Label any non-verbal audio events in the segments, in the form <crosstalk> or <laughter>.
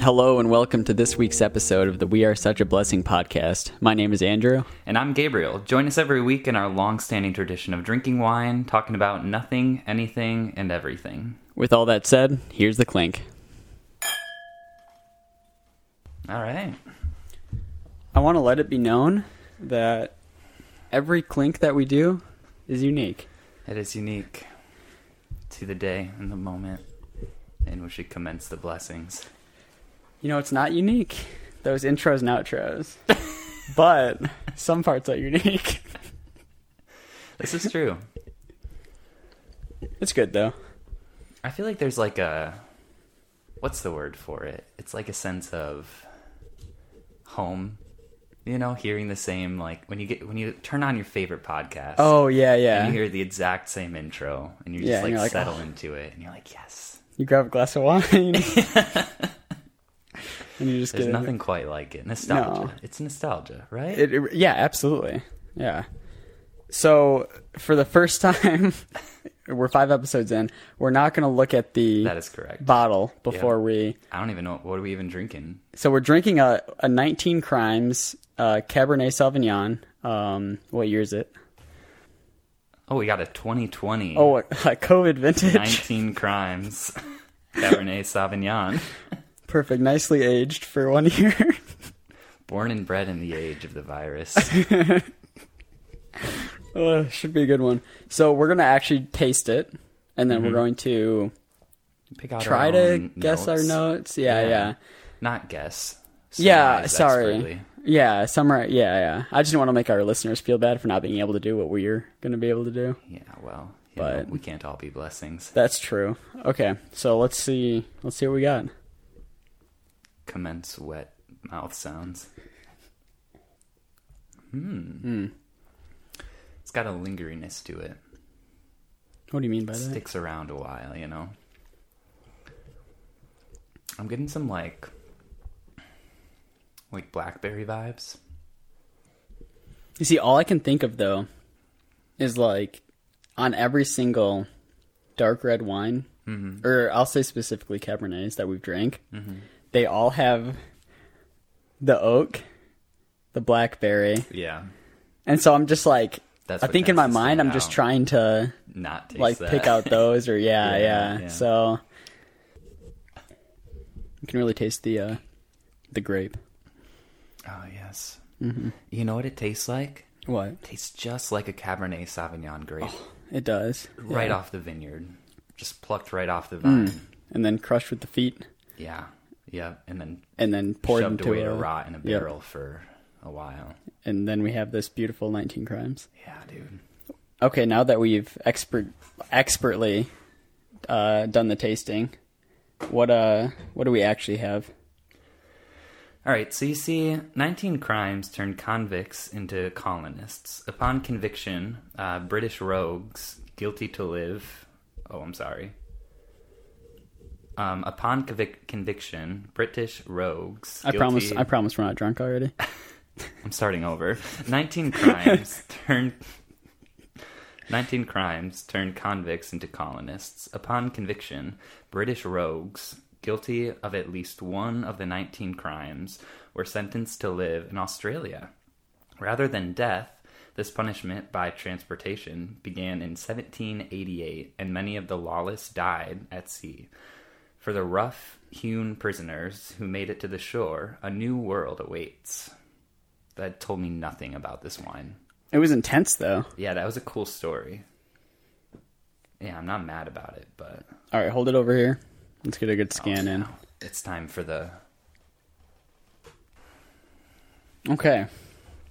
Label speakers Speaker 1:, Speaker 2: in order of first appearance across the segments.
Speaker 1: Hello and welcome to this week's episode of the We Are Such a Blessing podcast. My name is Andrew.
Speaker 2: And I'm Gabriel. Join us every week in our long standing tradition of drinking wine, talking about nothing, anything, and everything.
Speaker 1: With all that said, here's the clink.
Speaker 2: All right.
Speaker 1: I want to let it be known that every clink that we do is unique.
Speaker 2: It is unique to the day and the moment in which we commence the blessings.
Speaker 1: You know, it's not unique, those intros and <laughs> outros, but some parts are unique. <laughs>
Speaker 2: This is true.
Speaker 1: It's good though.
Speaker 2: I feel like there's like a. What's the word for it? It's like a sense of home. You know, hearing the same like when you get when you turn on your favorite podcast.
Speaker 1: Oh, yeah, yeah.
Speaker 2: and you
Speaker 1: You,
Speaker 2: hear the exact same intro, and you
Speaker 1: Yeah,
Speaker 2: just
Speaker 1: and you're
Speaker 2: like
Speaker 1: like,
Speaker 2: settle
Speaker 1: "Oh."
Speaker 2: into it, and you're like, yes,
Speaker 1: grab a glass of <laughs> wine. and you just
Speaker 2: there's
Speaker 1: get into
Speaker 2: nothing quite like it. Nostalgia,
Speaker 1: No.
Speaker 2: it's nostalgia, right?
Speaker 1: It, it- yeah, absolutely. Yeah. So for the first <laughs> time, we're five episodes in. We're not going to look at the
Speaker 2: that is correct.
Speaker 1: bottle before we.
Speaker 2: I don't even know what are we even drinking.
Speaker 1: So we're drinking a, a 19 Crimes uh, Cabernet Sauvignon. Um, what year is it?
Speaker 2: Oh, we got a 2020
Speaker 1: <laughs> Oh, a, a COVID vintage.
Speaker 2: 19 crimes <laughs> Cabernet Sauvignon,
Speaker 1: <laughs> Perfect. Nicely aged for one <laughs> year.
Speaker 2: born and bred in the age of
Speaker 1: <laughs>
Speaker 2: the virus.
Speaker 1: Uh, should be a good one. So we're going to actually taste it, and then we're going to
Speaker 2: Pick out
Speaker 1: try
Speaker 2: Mm-hmm. our
Speaker 1: to
Speaker 2: own
Speaker 1: guess our notes. yeah.
Speaker 2: Yeah.
Speaker 1: yeah.
Speaker 2: Not guess.
Speaker 1: Yeah,
Speaker 2: Summarize
Speaker 1: sorry.
Speaker 2: expertly.
Speaker 1: Yeah, summarize. Yeah, yeah. I just didn't want to make our listeners feel bad for not being able to do what we're going to be able to do.
Speaker 2: Yeah, well, you
Speaker 1: But-
Speaker 2: know, we can't all be blessings.
Speaker 1: That's true. Okay, so let's see. Let's see what we got.
Speaker 2: Commence wet mouth sounds. Hmm.
Speaker 1: Hmm.
Speaker 2: It's got a lingeriness to it.
Speaker 1: What do you mean by that?
Speaker 2: sticks around a while, you know. I'm getting some like like blackberry vibes.
Speaker 1: You see, all I can think of though is like on every single dark red wine,
Speaker 2: Mm-hmm.
Speaker 1: or I'll say specifically Cabernets that we've drank, they all have the oak, the blackberry,
Speaker 2: Yeah.
Speaker 1: and so I'm just like,
Speaker 2: That's
Speaker 1: I
Speaker 2: what
Speaker 1: think in
Speaker 2: tends
Speaker 1: my
Speaker 2: to
Speaker 1: mind,
Speaker 2: stand
Speaker 1: I'm just
Speaker 2: out.
Speaker 1: trying to
Speaker 2: Not taste
Speaker 1: like
Speaker 2: that.
Speaker 1: pick out those or yeah, yeah,
Speaker 2: Yeah, yeah.
Speaker 1: So you can really taste the uh the grape.
Speaker 2: <laughs> Oh yes.
Speaker 1: Mm-hmm.
Speaker 2: You know what it tastes like?
Speaker 1: What?
Speaker 2: It tastes just like a Cabernet Sauvignon grape,
Speaker 1: It does. Oh,
Speaker 2: right
Speaker 1: Yeah. Mm.
Speaker 2: off the vineyard, just plucked right off the vine.
Speaker 1: And then crushed with the feet
Speaker 2: Yeah, yeah, and then
Speaker 1: and then poured
Speaker 2: shoved
Speaker 1: into
Speaker 2: away
Speaker 1: a,
Speaker 2: to rot in a
Speaker 1: yep.
Speaker 2: barrel for a while.
Speaker 1: And then we have this beautiful 19 crimes.
Speaker 2: Yeah, dude.
Speaker 1: Okay, now that we've expert expertly uh done the tasting, what uh what do we actually have?
Speaker 2: All right, so you see, 19 crimes turned convicts into colonists. Upon conviction, uh, British rogues, guilty to live. Oh, I'm sorry. Um, upon convic- conviction, British rogues.
Speaker 1: I promise I
Speaker 2: guilty-
Speaker 1: promise we're not drunk already.
Speaker 2: I'm starting over. <laughs> 19 crimes turned 19 crimes turned convicts into colonists. Upon conviction, British rogues guilty of at least one of the 19 crimes were sentenced to live in Australia. Rather than death, this punishment by transportation began in 1788 and many of the lawless died at sea. For the rough hewn prisoners who made it to the shore, a new world awaits that told me nothing about this wine.
Speaker 1: It was intense though.
Speaker 2: Yeah, that was a cool story. Yeah, I'm not mad about it, but
Speaker 1: All right, hold it over here. Let's get a good scan in.
Speaker 2: Oh, it's time for the
Speaker 1: Okay.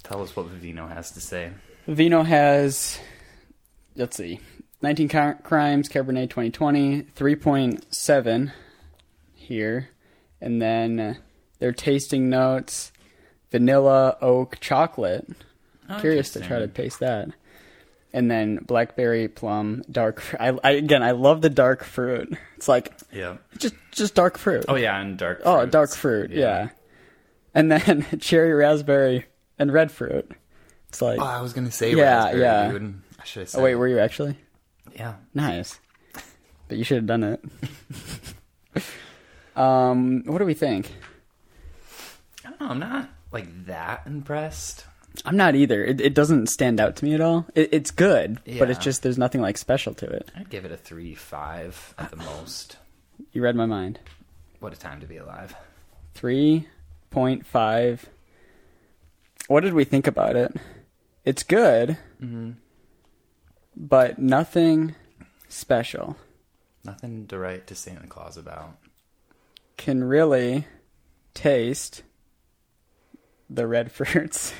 Speaker 2: tell us what Vivino has to say.
Speaker 1: Vino has, let's see, 19 cri- crimes, Cabernet 2020, 3.7 here. And then uh, their tasting notes vanilla, oak, chocolate.
Speaker 2: Oh,
Speaker 1: Curious to try to taste that. And then blackberry, plum, dark. Fr- I, I again, I love the dark fruit. It's like
Speaker 2: Yeah.
Speaker 1: just just dark fruit.
Speaker 2: Oh yeah, and dark.
Speaker 1: Oh,
Speaker 2: fruits.
Speaker 1: dark fruit, yeah. And then <laughs> cherry, raspberry, and red fruit. It's like,
Speaker 2: Oh, I was gonna say
Speaker 1: Yeah,
Speaker 2: raspberry,
Speaker 1: yeah.
Speaker 2: dude. I should have said.
Speaker 1: oh, wait, were you actually?
Speaker 2: yeah.
Speaker 1: Nice. But you should have done it. <laughs> Um, what do we think?
Speaker 2: I don't know. I'm not like that impressed.
Speaker 1: I'm not either. It, it doesn't stand out to me at all. It, it's good, but it's
Speaker 2: Yeah.
Speaker 1: just there's nothing like special to it.
Speaker 2: I'd give it a three five at the most.
Speaker 1: You read my mind.
Speaker 2: What a time to be alive.
Speaker 1: Three point five. What did we think about it? It's good, but nothing special.
Speaker 2: Nothing to write to Santa Claus about.
Speaker 1: Can really taste the red <laughs> fruits.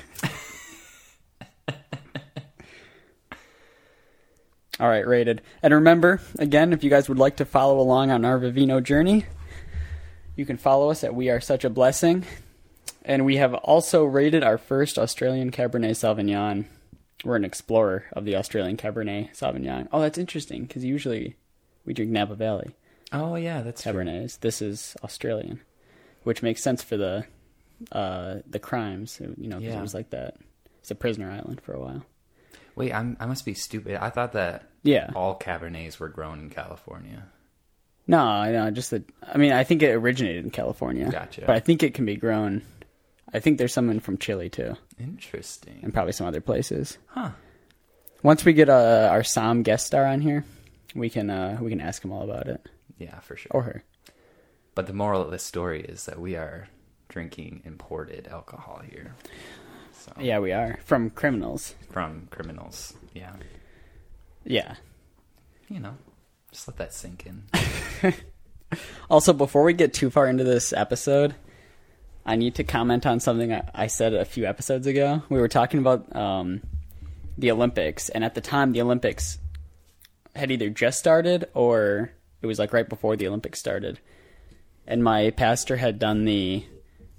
Speaker 1: All right, rated. And remember, again, if you guys would like to follow along on our Vivino journey, you can follow us at We Are Such a Blessing. And we have also rated our first Australian Cabernet Sauvignon. We're an explorer of the Australian Cabernet Sauvignon. Oh, that's interesting because usually we drink Napa Valley
Speaker 2: Oh yeah, that's true.
Speaker 1: Cabernets. This is Australian, which makes sense for the uh, the crimes. You know, 'cause
Speaker 2: Yeah.
Speaker 1: it was like that. It's a prisoner island for a while.
Speaker 2: Wait, I'm, I must be stupid. I thought that
Speaker 1: Yeah.
Speaker 2: all Cabernets were grown in California.
Speaker 1: No, I know. Just that. I mean, I think it originated in California.
Speaker 2: Gotcha.
Speaker 1: But I think it can be grown. I think there's someone from Chile too,
Speaker 2: Interesting.
Speaker 1: and probably some other places.
Speaker 2: Huh.
Speaker 1: Once we get uh, our Sam guest star on here, we can uh, we can ask him all about it
Speaker 2: Yeah, for sure.
Speaker 1: or her.
Speaker 2: But the moral of this story is that we are drinking imported alcohol here. So
Speaker 1: Yeah, we are from criminals.
Speaker 2: from criminals. Yeah.
Speaker 1: Yeah.
Speaker 2: You know. Just let that
Speaker 1: <laughs>
Speaker 2: sink in.
Speaker 1: Also, before we get too far into this episode, I need to comment on something I, I said a few episodes ago. We were talking about um, the Olympics, and at the time, the Olympics had either just started or it was like right before the Olympics started. And my pastor had done the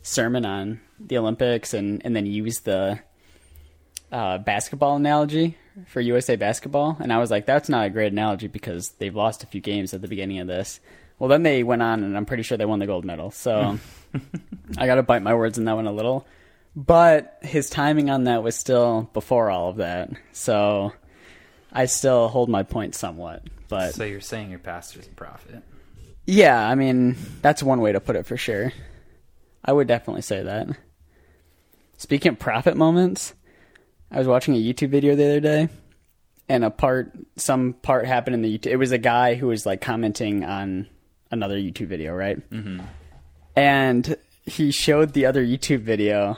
Speaker 1: sermon on the Olympics and, and then used the uh, basketball analogy for USA basketball, and I was like, that's not a great analogy because they've lost a few games at the beginning of this. Well, then they went on, and I'm pretty sure they won the gold medal. So I got to bite my words in that one a little. But his timing on that was still before all of that. So I still hold my point somewhat. But
Speaker 2: so you're saying your pastor's a prophet.
Speaker 1: yeah, I mean, that's one way to put it for sure. I would definitely say that. Speaking of profit moments, I was watching a YouTube video the other day, and a part, some part happened in the YouTube. It was a guy who was like commenting on another YouTube video, right? Mm-hmm. And he showed the other YouTube video,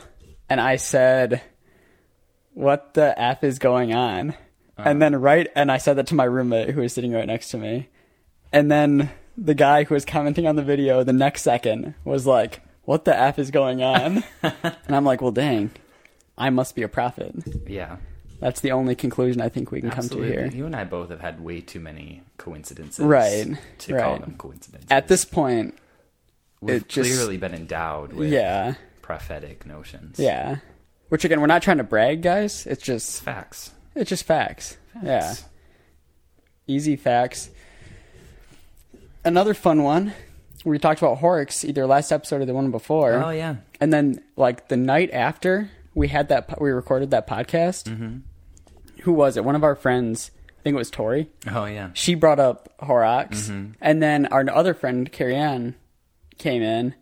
Speaker 1: and I said, "What the f is going on?" And then right, and I said that to my roommate who was sitting right next to me, and then the guy who was commenting on the video the next second was like, "What the f is going
Speaker 2: <laughs>
Speaker 1: on?" and I'm like, "Well, dang, I must be a prophet."
Speaker 2: Yeah.
Speaker 1: That's the only conclusion I think we can
Speaker 2: Absolutely.
Speaker 1: come to here.
Speaker 2: You and I both have had way too many coincidences
Speaker 1: Right,
Speaker 2: to call
Speaker 1: right.
Speaker 2: them coincidences.
Speaker 1: At this point,
Speaker 2: We've
Speaker 1: it just-
Speaker 2: clearly been endowed with
Speaker 1: yeah,
Speaker 2: prophetic notions.
Speaker 1: yeah. Which again, we're not trying to brag, guys. It's just
Speaker 2: Facts.
Speaker 1: it's just facts. Yeah,
Speaker 2: Facts.
Speaker 1: easy facts. Another fun one. We talked about Horrocks either last episode or the one before.
Speaker 2: Oh yeah.
Speaker 1: And then like the night after we had that po- we recorded that podcast, who was it? One of our friends, I think it was Tori.
Speaker 2: Oh yeah.
Speaker 1: She brought up Horrocks, and then our other friend Carrie Ann came in,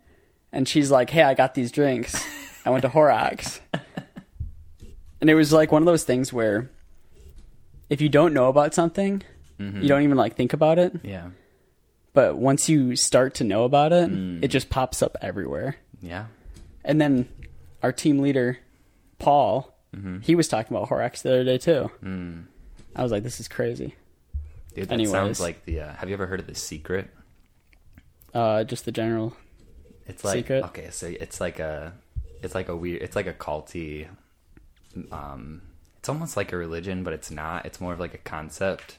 Speaker 1: and she's like, "Hey, I got these drinks. I went to Horrocks," and it was like one of those things where if you don't know about something, you don't even like think about it.
Speaker 2: Yeah.
Speaker 1: But once you start to know about it, it just pops up everywhere.
Speaker 2: Yeah.
Speaker 1: And then our team leader, Paul, he was talking about Horrocks the other day too. Mm-hmm. Mm. I was like, this is crazy.
Speaker 2: Dude, that
Speaker 1: Anyways.
Speaker 2: sounds like the. Uh, have you ever heard of the secret?
Speaker 1: Uh, just the general.
Speaker 2: It's like
Speaker 1: Secret?
Speaker 2: okay, so it's like a, it's like a weird, it's like a culty, um, it's almost like a religion, but it's not. It's more of like a concept.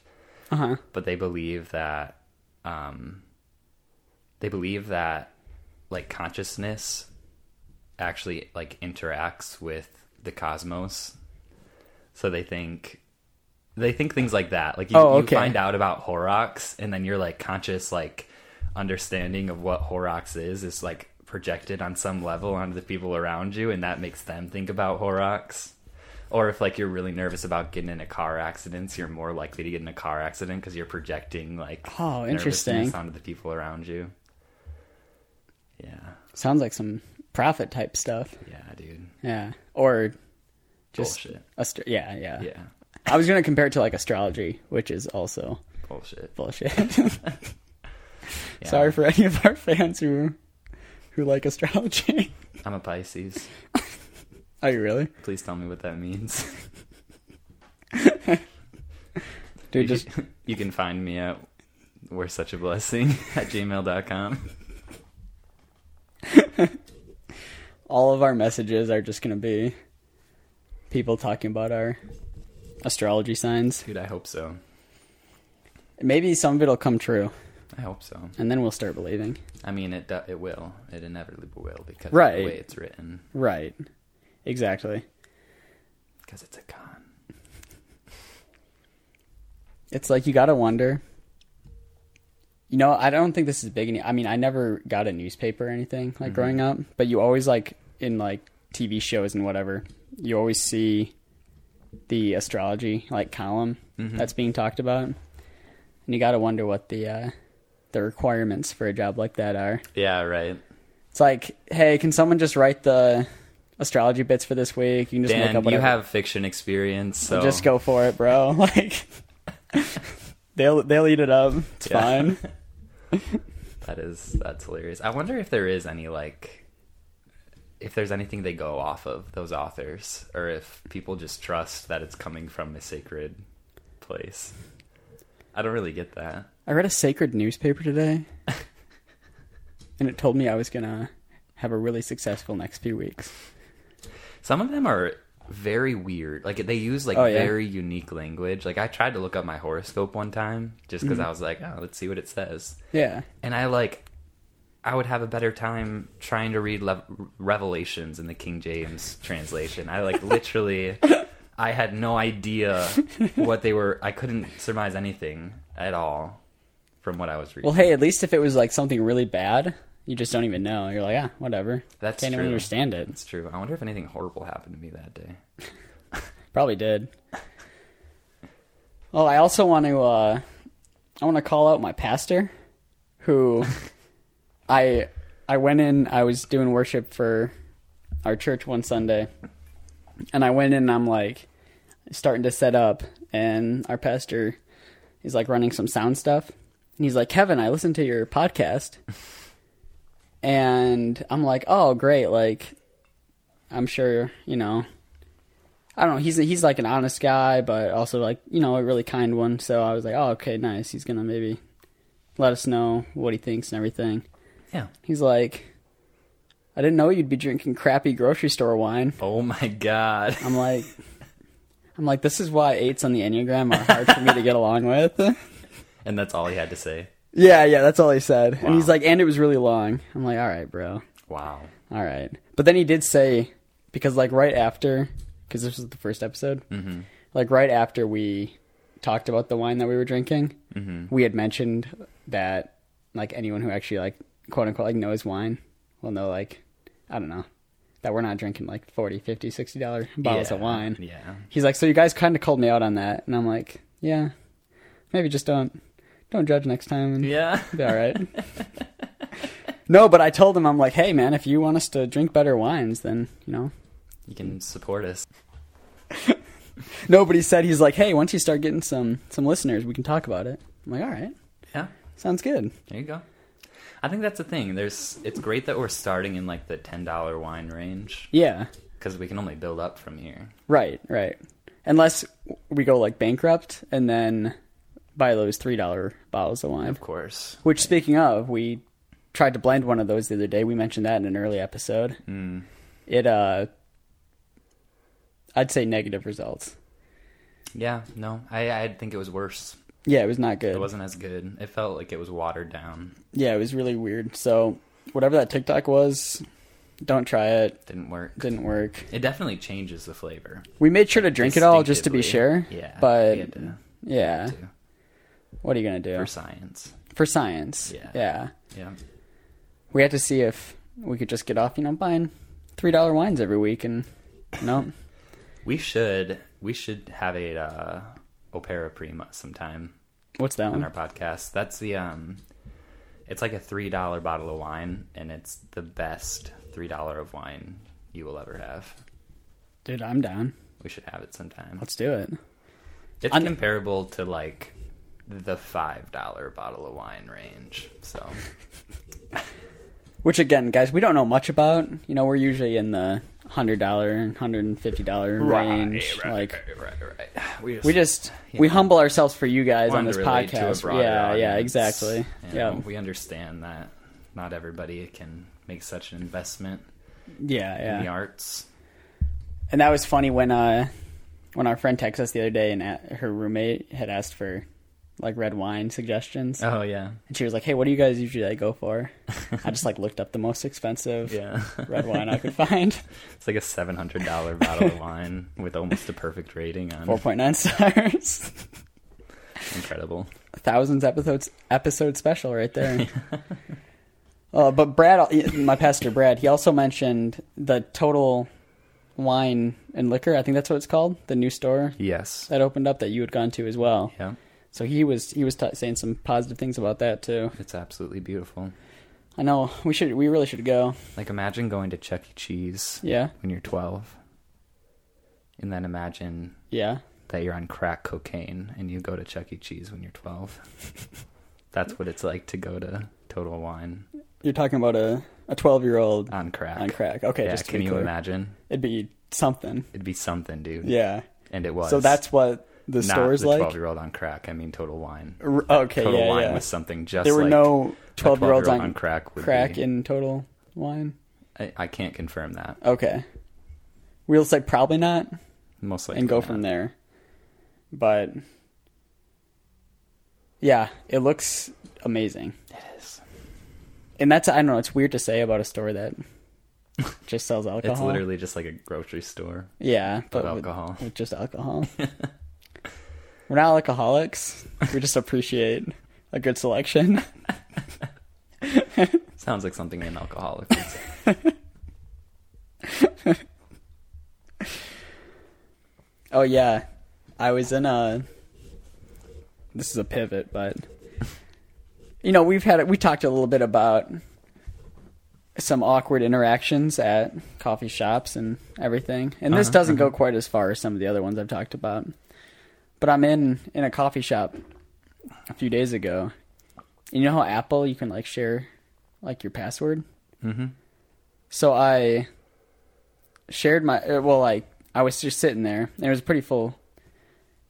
Speaker 1: Uh huh.
Speaker 2: But they believe that, um, they believe that, like consciousness, actually like interacts with the cosmos. So they think. They think things like that. Like you,
Speaker 1: Oh,
Speaker 2: you
Speaker 1: okay.
Speaker 2: find out about Horrocks, and then you're like conscious, like understanding of what Horrocks is is like projected on some level onto the people around you, and that makes them think about Horrocks. Or if like you're really nervous about getting in a car accidents, you're more likely to get in a car accident because you're projecting like
Speaker 1: Oh, interesting.
Speaker 2: nervousness onto the people around you. Yeah.
Speaker 1: Sounds like some profit type stuff.
Speaker 2: Yeah, dude.
Speaker 1: Yeah. Or just
Speaker 2: Bullshit.
Speaker 1: astro- yeah, yeah,
Speaker 2: Yeah.
Speaker 1: I was gonna compare it to like astrology, which is also
Speaker 2: Bullshit.
Speaker 1: <laughs> bullshit.
Speaker 2: Yeah.
Speaker 1: Sorry for any of our fans who who like astrology. <laughs>
Speaker 2: I'm a Pisces.
Speaker 1: Are you really?
Speaker 2: Please tell me what that means.
Speaker 1: Dude, <laughs> just
Speaker 2: <laughs> you can find me at we're such a blessing <laughs> at gmail.com.
Speaker 1: all of our messages are just gonna be people talking about our astrology signs.
Speaker 2: Dude, I hope so.
Speaker 1: Maybe some of it'll come true,
Speaker 2: I hope so.
Speaker 1: and then we'll start believing.
Speaker 2: I mean, it do- it will. It inevitably will because of
Speaker 1: Right.
Speaker 2: the way it's written.
Speaker 1: Right. Exactly.
Speaker 2: Because it's a con.
Speaker 1: It's like you gotta wonder. You know, I don't think this is big. Any- I mean, I never got a newspaper or anything like growing up, but you always like in like TV shows and whatever, you always see the astrology like column that's being talked about, and you gotta wonder what the uh, the requirements for a job like that are.
Speaker 2: Yeah, right.
Speaker 1: It's like, hey, can someone just write the astrology bits for this week? You can just make
Speaker 2: Dan,
Speaker 1: up
Speaker 2: you
Speaker 1: whatever.
Speaker 2: have fiction experience, so
Speaker 1: Just go for it, bro. <laughs> Like they'll they'll eat it up. It's
Speaker 2: Yeah. <laughs>
Speaker 1: fine.
Speaker 2: That is that's hilarious. I wonder if there is any like if there's anything they go off of those authors or if people just trust that it's coming from a sacred place. I don't really get that.
Speaker 1: I read a sacred newspaper
Speaker 2: <laughs>
Speaker 1: today, and it told me I was gonna have a really successful next few weeks.
Speaker 2: Some of them are very weird. Like they use like
Speaker 1: Oh, yeah.
Speaker 2: very unique language. Like I tried to look up my horoscope one time just
Speaker 1: Hmm.
Speaker 2: because I was like, oh, let's see what it says.
Speaker 1: Yeah,
Speaker 2: and I like I would have a better time trying to read Lev Revelations in the King James translation. I like
Speaker 1: <laughs>
Speaker 2: literally I had no idea what they were I couldn't surmise anything at all from what I was reading.
Speaker 1: Well, hey, at least if it was like something really bad, you just don't even know. You're like, ah, whatever.
Speaker 2: That's
Speaker 1: Can't even
Speaker 2: true.
Speaker 1: understand it.
Speaker 2: That's true. I wonder if anything horrible happened to me that day.
Speaker 1: Probably did. Oh, I also want to. Uh, I want to call out my pastor, who I I went in. I was doing worship for our church one Sunday, and I went in. and I'm like starting to set up, and our pastor is like running some sound stuff, and he's like, "Kevin, I listened to your podcast." And I'm like, oh great, like I'm sure, you know, I don't know. He's he's like an honest guy, but also like you know a really kind one. So I was like, oh okay, nice. He's gonna maybe let us know what he thinks and everything.
Speaker 2: Yeah.
Speaker 1: He's like, I didn't know you'd be drinking crappy grocery store wine.
Speaker 2: Oh my god.
Speaker 1: I'm like, <laughs> I'm like, this is why eights on the enneagram are hard for me to get along with. <laughs>
Speaker 2: And that's all he had to say.
Speaker 1: yeah, yeah, that's all he said. And he's
Speaker 2: Wow.
Speaker 1: like, and it was really long. I'm like, all right, bro.
Speaker 2: Wow.
Speaker 1: All right. But then he did say because like right after because this was the first episode, mm-hmm. like right after we talked about the wine that we were drinking, we had mentioned that like anyone who actually like quote unquote like knows wine will know like I don't know that we're not drinking like 40, 50, 60 dollar bottles of
Speaker 2: Yeah.
Speaker 1: wine.
Speaker 2: Yeah.
Speaker 1: He's like, so you guys kind of called me out on that, and I'm like, yeah, maybe just don't don't judge next time. And
Speaker 2: Yeah.
Speaker 1: be all right. <laughs> no, but I told him I'm like, hey man, if you want us to drink better wines, then you know.
Speaker 2: You can support us.
Speaker 1: No, but he said he's like, hey, once you start getting some some listeners, we can talk about it. I'm like, all right,
Speaker 2: Yeah.
Speaker 1: sounds good.
Speaker 2: There you go. I think that's the thing. There's it's great that we're starting in like the $10 wine range.
Speaker 1: Yeah,
Speaker 2: because we can only build up from here.
Speaker 1: right, right. Unless we go like bankrupt and then buy those three dollar bottles of wine.
Speaker 2: Of course.
Speaker 1: Which, speaking of, we tried to blend one of those the other day. We mentioned that in an early episode.
Speaker 2: Mm. Hmm.
Speaker 1: It uh, I'd say negative results.
Speaker 2: Yeah. No, I I think it was worse.
Speaker 1: Yeah, it was not good.
Speaker 2: It wasn't as good. It felt like it was watered down.
Speaker 1: Yeah, it was really weird. So whatever that TikTok was, don't try it.
Speaker 2: Didn't work.
Speaker 1: Didn't work.
Speaker 2: It definitely changes the flavor.
Speaker 1: We made sure to drink it all just to be sure.
Speaker 2: Distinctively. Yeah.
Speaker 1: But
Speaker 2: we had to-
Speaker 1: yeah,
Speaker 2: to,
Speaker 1: what are you gonna do
Speaker 2: for
Speaker 1: for,
Speaker 2: science.
Speaker 1: science?
Speaker 2: Yeah.
Speaker 1: yeah.
Speaker 2: Yeah.
Speaker 1: We had to see if we could just get off, you know, buying three dollar wines every week, and no,
Speaker 2: We should we should have a uh, opera prima sometime
Speaker 1: what's that
Speaker 2: on
Speaker 1: one?
Speaker 2: our podcast. That's the um. It's like a three dollar bottle of wine, and it's the best three dollar of wine you will ever have.
Speaker 1: Dude, I'm down.
Speaker 2: We should have it sometime.
Speaker 1: Let's do it.
Speaker 2: It's
Speaker 1: I'm-
Speaker 2: comparable to like the five dollar bottle of wine range. So
Speaker 1: Which again, guys, we don't know much about. You know, we're usually in the hundred dollar and hundred and fifty dollar range. like
Speaker 2: right, right, right. We just,
Speaker 1: we just
Speaker 2: you
Speaker 1: we
Speaker 2: know,
Speaker 1: humble ourselves for you guys on
Speaker 2: wanted
Speaker 1: this
Speaker 2: to relate to a
Speaker 1: podcast.
Speaker 2: broader
Speaker 1: Yeah, yeah,
Speaker 2: audience,
Speaker 1: exactly.
Speaker 2: and
Speaker 1: Yeah,
Speaker 2: we understand that not everybody can make such an investment
Speaker 1: yeah, yeah.
Speaker 2: in the arts.
Speaker 1: And that was funny when uh when our friend texted us the other day and a her roommate had asked for like red wine suggestions.
Speaker 2: Oh yeah,
Speaker 1: And she was like, "Hey, what do you guys usually like, go for?" I just like looked up the most expensive
Speaker 2: <laughs> yeah.
Speaker 1: red wine I could
Speaker 2: <laughs>
Speaker 1: find.
Speaker 2: It's like a seven hundred dollar bottle of wine with almost a perfect rating on.
Speaker 1: 4.9 stars.
Speaker 2: Incredible.
Speaker 1: Thousands episodes episode special right <laughs> there. uh, but Brad, my pastor Brad, he also mentioned the total wine and liquor. I think that's what it's called. The new store
Speaker 2: Yes.
Speaker 1: that opened up that you had gone to as well.
Speaker 2: Yeah.
Speaker 1: So he was he was t- saying some positive things about that too.
Speaker 2: It's absolutely beautiful.
Speaker 1: I know we should we really should go.
Speaker 2: Like imagine going to Chuck E. Cheese
Speaker 1: Yeah,
Speaker 2: when you're 12, and then imagine
Speaker 1: yeah.
Speaker 2: that you're on crack cocaine and you go to Chuck E. Cheese when you're 12. <laughs> That's what it's like to go to Total Wine
Speaker 1: You're talking about a a 12 year old
Speaker 2: on crack.
Speaker 1: on crack. Okay,
Speaker 2: yeah,
Speaker 1: just to
Speaker 2: can
Speaker 1: be
Speaker 2: you
Speaker 1: clear.
Speaker 2: imagine?
Speaker 1: It'd be something.
Speaker 2: It'd be something, dude.
Speaker 1: Yeah.
Speaker 2: And it was.
Speaker 1: So that's what the
Speaker 2: not
Speaker 1: store is
Speaker 2: the
Speaker 1: like.
Speaker 2: 12 year old on crack. I mean, Total Wine.
Speaker 1: R- okay,
Speaker 2: Total
Speaker 1: yeah,
Speaker 2: Wine
Speaker 1: yeah.
Speaker 2: was something just
Speaker 1: there were
Speaker 2: like
Speaker 1: no
Speaker 2: a
Speaker 1: 12 year olds
Speaker 2: 12-year-old
Speaker 1: on,
Speaker 2: on crack. Would
Speaker 1: crack
Speaker 2: be.
Speaker 1: in total wine.
Speaker 2: I, I can't confirm that.
Speaker 1: Okay. We'll say probably not
Speaker 2: Most likely.
Speaker 1: and go
Speaker 2: not.
Speaker 1: from there. But yeah, it looks amazing.
Speaker 2: It is.
Speaker 1: And that's, I don't know, it's weird to say about a store
Speaker 2: <laughs>
Speaker 1: that just sells alcohol.
Speaker 2: It's literally just like a grocery store.
Speaker 1: Yeah, but
Speaker 2: But
Speaker 1: with-
Speaker 2: alcohol.
Speaker 1: with just
Speaker 2: <laughs>
Speaker 1: alcohol. We're not alcoholics. We just appreciate a good selection.
Speaker 2: Sounds like something an
Speaker 1: <laughs>
Speaker 2: alcoholic would say.
Speaker 1: Oh yeah, I was in a. This is a pivot, but you know we've had we talked a little bit about some awkward interactions at coffee shops and everything, and this
Speaker 2: Uh-huh,
Speaker 1: doesn't go quite as far as some of the other ones I've talked about. But I'm in in a coffee shop a few days ago. You know how Apple you can like share like your password.
Speaker 2: Mm-hmm.
Speaker 1: So I shared my uh, well, like I was just sitting there, and it was pretty full.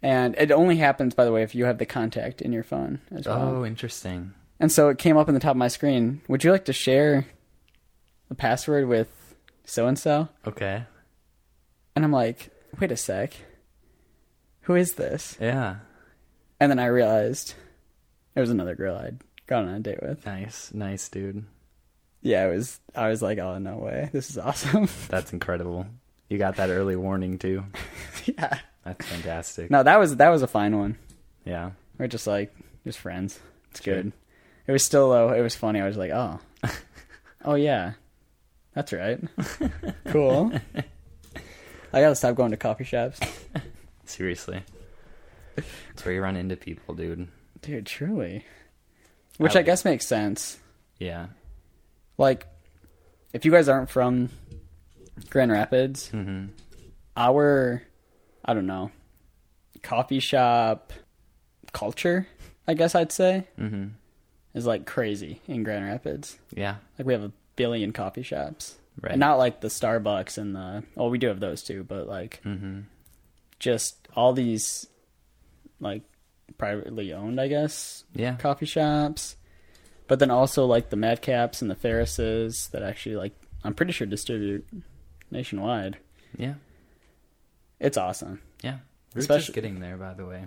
Speaker 1: And it only happens, by the way, if you have the contact in your phone as well.
Speaker 2: Oh, interesting.
Speaker 1: And so it came up on the top of my screen. Would you like to share the password with so and so?
Speaker 2: Okay.
Speaker 1: And I'm like, wait a sec, who is this?
Speaker 2: Yeah.
Speaker 1: And then I realized it was another girl I'd gone on a date with.
Speaker 2: Nice. Nice, dude.
Speaker 1: Yeah, it was. I was like, oh no way, this is awesome. <laughs>
Speaker 2: That's incredible. You got that early warning too.
Speaker 1: yeah. <laughs>
Speaker 2: That's fantastic.
Speaker 1: No, that was that was a fine one.
Speaker 2: Yeah.
Speaker 1: We're just like just friends. It's
Speaker 2: Sure.
Speaker 1: good. It was still though. It was funny. I was like, oh, oh yeah, that's right. cool. I gotta stop going to coffee shops,
Speaker 2: Seriously. That's where you run into people, dude.
Speaker 1: dude. Truly, which I,
Speaker 2: I would-
Speaker 1: guess makes sense.
Speaker 2: Yeah.
Speaker 1: Like, if you guys aren't from Grand Rapids,
Speaker 2: Mm-hmm.
Speaker 1: our, I don't know, coffee shop culture, I guess I'd say,
Speaker 2: Mm-hmm.
Speaker 1: is like crazy in Grand Rapids.
Speaker 2: Yeah.
Speaker 1: Like we have a billion coffee shops.
Speaker 2: Right.
Speaker 1: And not like the Starbucks and the well, we do have those too, but like
Speaker 2: Mm-hmm.
Speaker 1: just all these like privately owned, I guess,
Speaker 2: Yeah.
Speaker 1: coffee shops. But then also like the Madcaps and the Ferrises that actually like I'm pretty sure distribute nationwide.
Speaker 2: Yeah.
Speaker 1: It's awesome.
Speaker 2: Yeah. We're
Speaker 1: Especially-
Speaker 2: just getting there, by the way.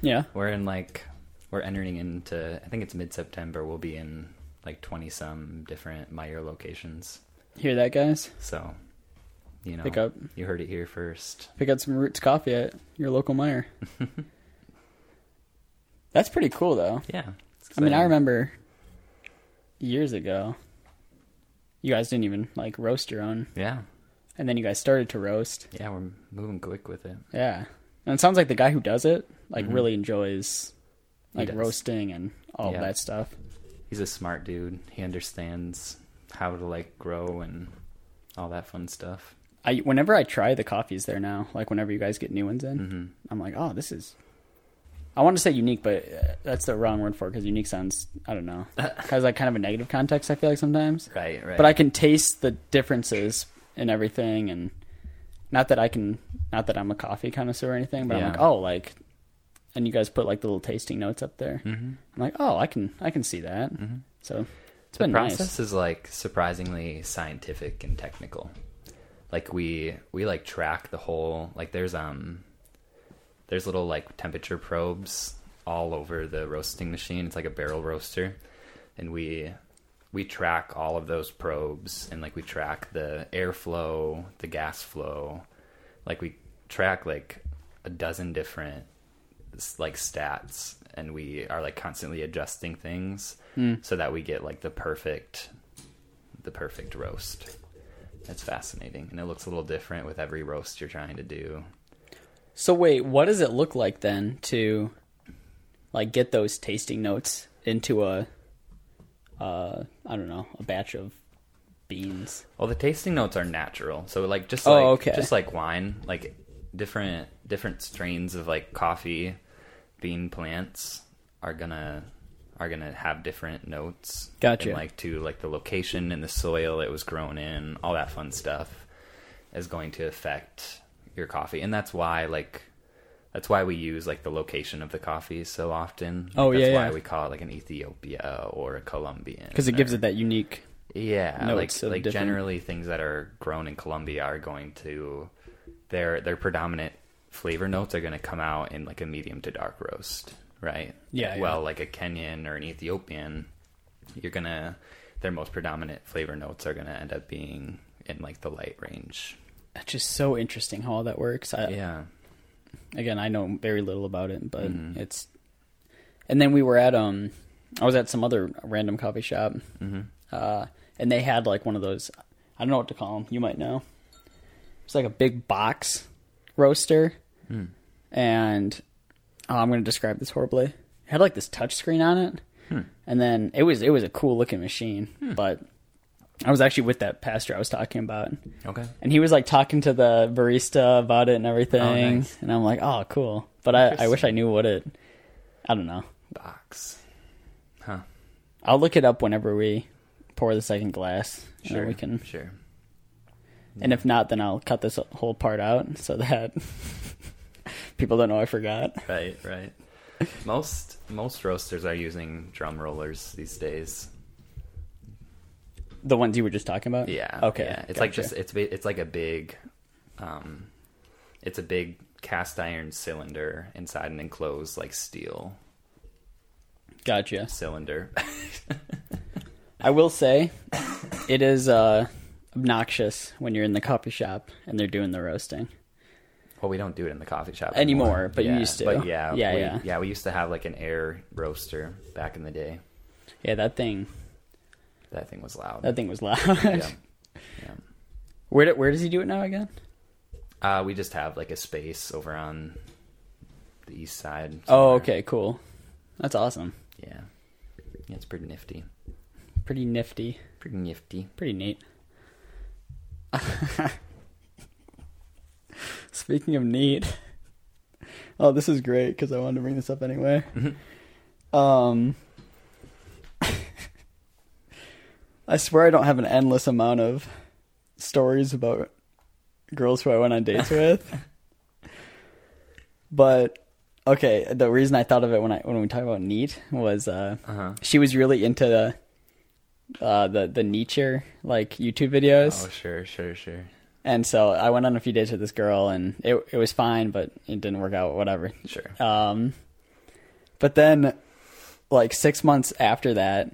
Speaker 1: Yeah.
Speaker 2: We're in like we're entering into I think it's mid September. We'll be in like twenty some different Meyer locations.
Speaker 1: Hear that guys?
Speaker 2: So you know
Speaker 1: Pick up
Speaker 2: you heard it here first.
Speaker 1: pick up some Roots coffee at your local
Speaker 2: <laughs>
Speaker 1: Meyer. That's pretty cool though.
Speaker 2: Yeah. it's
Speaker 1: I mean, I
Speaker 2: exciting.
Speaker 1: remember years ago, you guys didn't even like roast your own,
Speaker 2: Yeah.
Speaker 1: and then you guys started to roast.
Speaker 2: Yeah, we're moving quick with it.
Speaker 1: Yeah, and it sounds like the guy who does it like really enjoys
Speaker 2: Mm-hmm. He
Speaker 1: like
Speaker 2: does.
Speaker 1: roasting and all
Speaker 2: Yeah.
Speaker 1: that stuff.
Speaker 2: He's he's a smart dude. He understands how to like grow and all that fun stuff.
Speaker 1: I whenever I try the coffees there now, like whenever you guys get new ones
Speaker 2: Mm.
Speaker 1: in,
Speaker 2: Mm-hmm.
Speaker 1: I'm like, oh, this is. I want to say unique, but uh, that's the wrong word for it because unique sounds I don't
Speaker 2: <laughs>
Speaker 1: know has like kind of a negative context. I feel like sometimes,
Speaker 2: Right, right.
Speaker 1: but I can taste the differences in everything, and not that I can, not that I'm a coffee connoisseur or anything, but
Speaker 2: Yeah.
Speaker 1: I'm like, oh, like, and you guys put like the little tasting notes up there. Mm-hmm. I'm like, oh, I can, I can see that. So it's
Speaker 2: the
Speaker 1: been
Speaker 2: process
Speaker 1: nice.
Speaker 2: is like surprisingly scientific and technical like we we like track the whole like there's um there's little like temperature probes all over the roasting machine it's like a barrel roaster and we we track all of those probes and like we track the airflow the gas flow like we track like a dozen different s- like stats and we are like constantly adjusting things so that we get like the perfect the perfect roast that's fascinating and it looks a little different with every roast you're trying to do
Speaker 1: So wait, what does it look like then to like get those tasting notes into a uh I don't know, a batch of beans.
Speaker 2: well the tasting notes are natural so like just
Speaker 1: Oh,
Speaker 2: like
Speaker 1: okay.
Speaker 2: just like wine like different different strains of like coffee bean plants are gonna are gonna have different notes
Speaker 1: Gotcha.
Speaker 2: and like to like the location and the soil it was grown in all that fun stuff is going to affect your coffee and that's why like that's why we use like the location of the coffee so often
Speaker 1: Oh,
Speaker 2: that's
Speaker 1: yeah,
Speaker 2: why
Speaker 1: yeah.
Speaker 2: we call it like an ethiopia or a colombian
Speaker 1: Cuz it gives
Speaker 2: or-
Speaker 1: it that unique
Speaker 2: yeah,
Speaker 1: notes
Speaker 2: like
Speaker 1: of
Speaker 2: like
Speaker 1: different-
Speaker 2: generally things that are grown in Colombia are going to their their predominant flavor notes are going to come out in like a medium to dark roast, right?
Speaker 1: Yeah, yeah.
Speaker 2: Well, like a Kenyan or an Ethiopian, you're going to their most predominant flavor notes are going to end up being in like the light range.
Speaker 1: That's just so interesting how all that works. I,
Speaker 2: Yeah.
Speaker 1: Again, I know very little about it, but it's And then we were at um I was at some other random coffee shop. Uh and they had like one of those I don't know what to call them. You might know. It's like a big box roaster. And oh, I'm going to describe this horribly. It had like this touch screen on it. And then it was it was a cool looking machine, but I was actually with that pastor I was talking about
Speaker 2: Okay.
Speaker 1: and he was like talking to the barista about it and everything
Speaker 2: Oh, nice.
Speaker 1: and i'm like oh cool but I, I wish i knew what it i don't know
Speaker 2: Box. Huh.
Speaker 1: i'll look it up whenever we pour the second glass and
Speaker 2: Sure.
Speaker 1: then we can
Speaker 2: Sure.
Speaker 1: and if not then i'll cut this whole part out so that <laughs> people don't know i forgot
Speaker 2: Right, right. most most roasters are using drum rollers these days.
Speaker 1: the ones you were just talking about
Speaker 2: Yeah.
Speaker 1: okay
Speaker 2: Yeah. It's like
Speaker 1: gotcha.
Speaker 2: just it's ba- it's like a big, um, it's a big cast iron cylinder inside an enclosed like steel
Speaker 1: gotcha
Speaker 2: cylinder. <laughs>
Speaker 1: I will say, it is uh, obnoxious when you're in the coffee shop and they're doing the roasting.
Speaker 2: well, we don't do it in the coffee shop
Speaker 1: Anymore, but you
Speaker 2: Yeah,
Speaker 1: used to.
Speaker 2: But
Speaker 1: <laughs>
Speaker 2: yeah,
Speaker 1: Yeah,
Speaker 2: we,
Speaker 1: yeah.
Speaker 2: We used to have like an air roaster back in the day.
Speaker 1: Yeah, that thing,
Speaker 2: That thing was loud.
Speaker 1: that thing was loud.
Speaker 2: yeah.
Speaker 1: <laughs> Where do, where does he do it now again?
Speaker 2: yeah. Uh, we just have like a space over on the east side.
Speaker 1: Oh,
Speaker 2: somewhere.
Speaker 1: okay, cool. That's awesome.
Speaker 2: Yeah. Yeah, it's pretty nifty.
Speaker 1: Pretty nifty.
Speaker 2: Pretty nifty.
Speaker 1: Pretty neat. <laughs> Speaking of neat, oh, this is great because I wanted to bring this up anyway. Um, I swear I don't have an endless amount of stories about girls who I went on dates with, but okay. The reason I thought of it when I when we talk about neat was uh,
Speaker 2: Uh-huh.
Speaker 1: she was really into the uh, the the Nietzsche like YouTube videos,
Speaker 2: Oh, sure, sure, sure.
Speaker 1: and so I went on a few dates with this girl, and it it was fine, but it didn't work out. Whatever.
Speaker 2: Sure.
Speaker 1: Um, but then, like six months after that,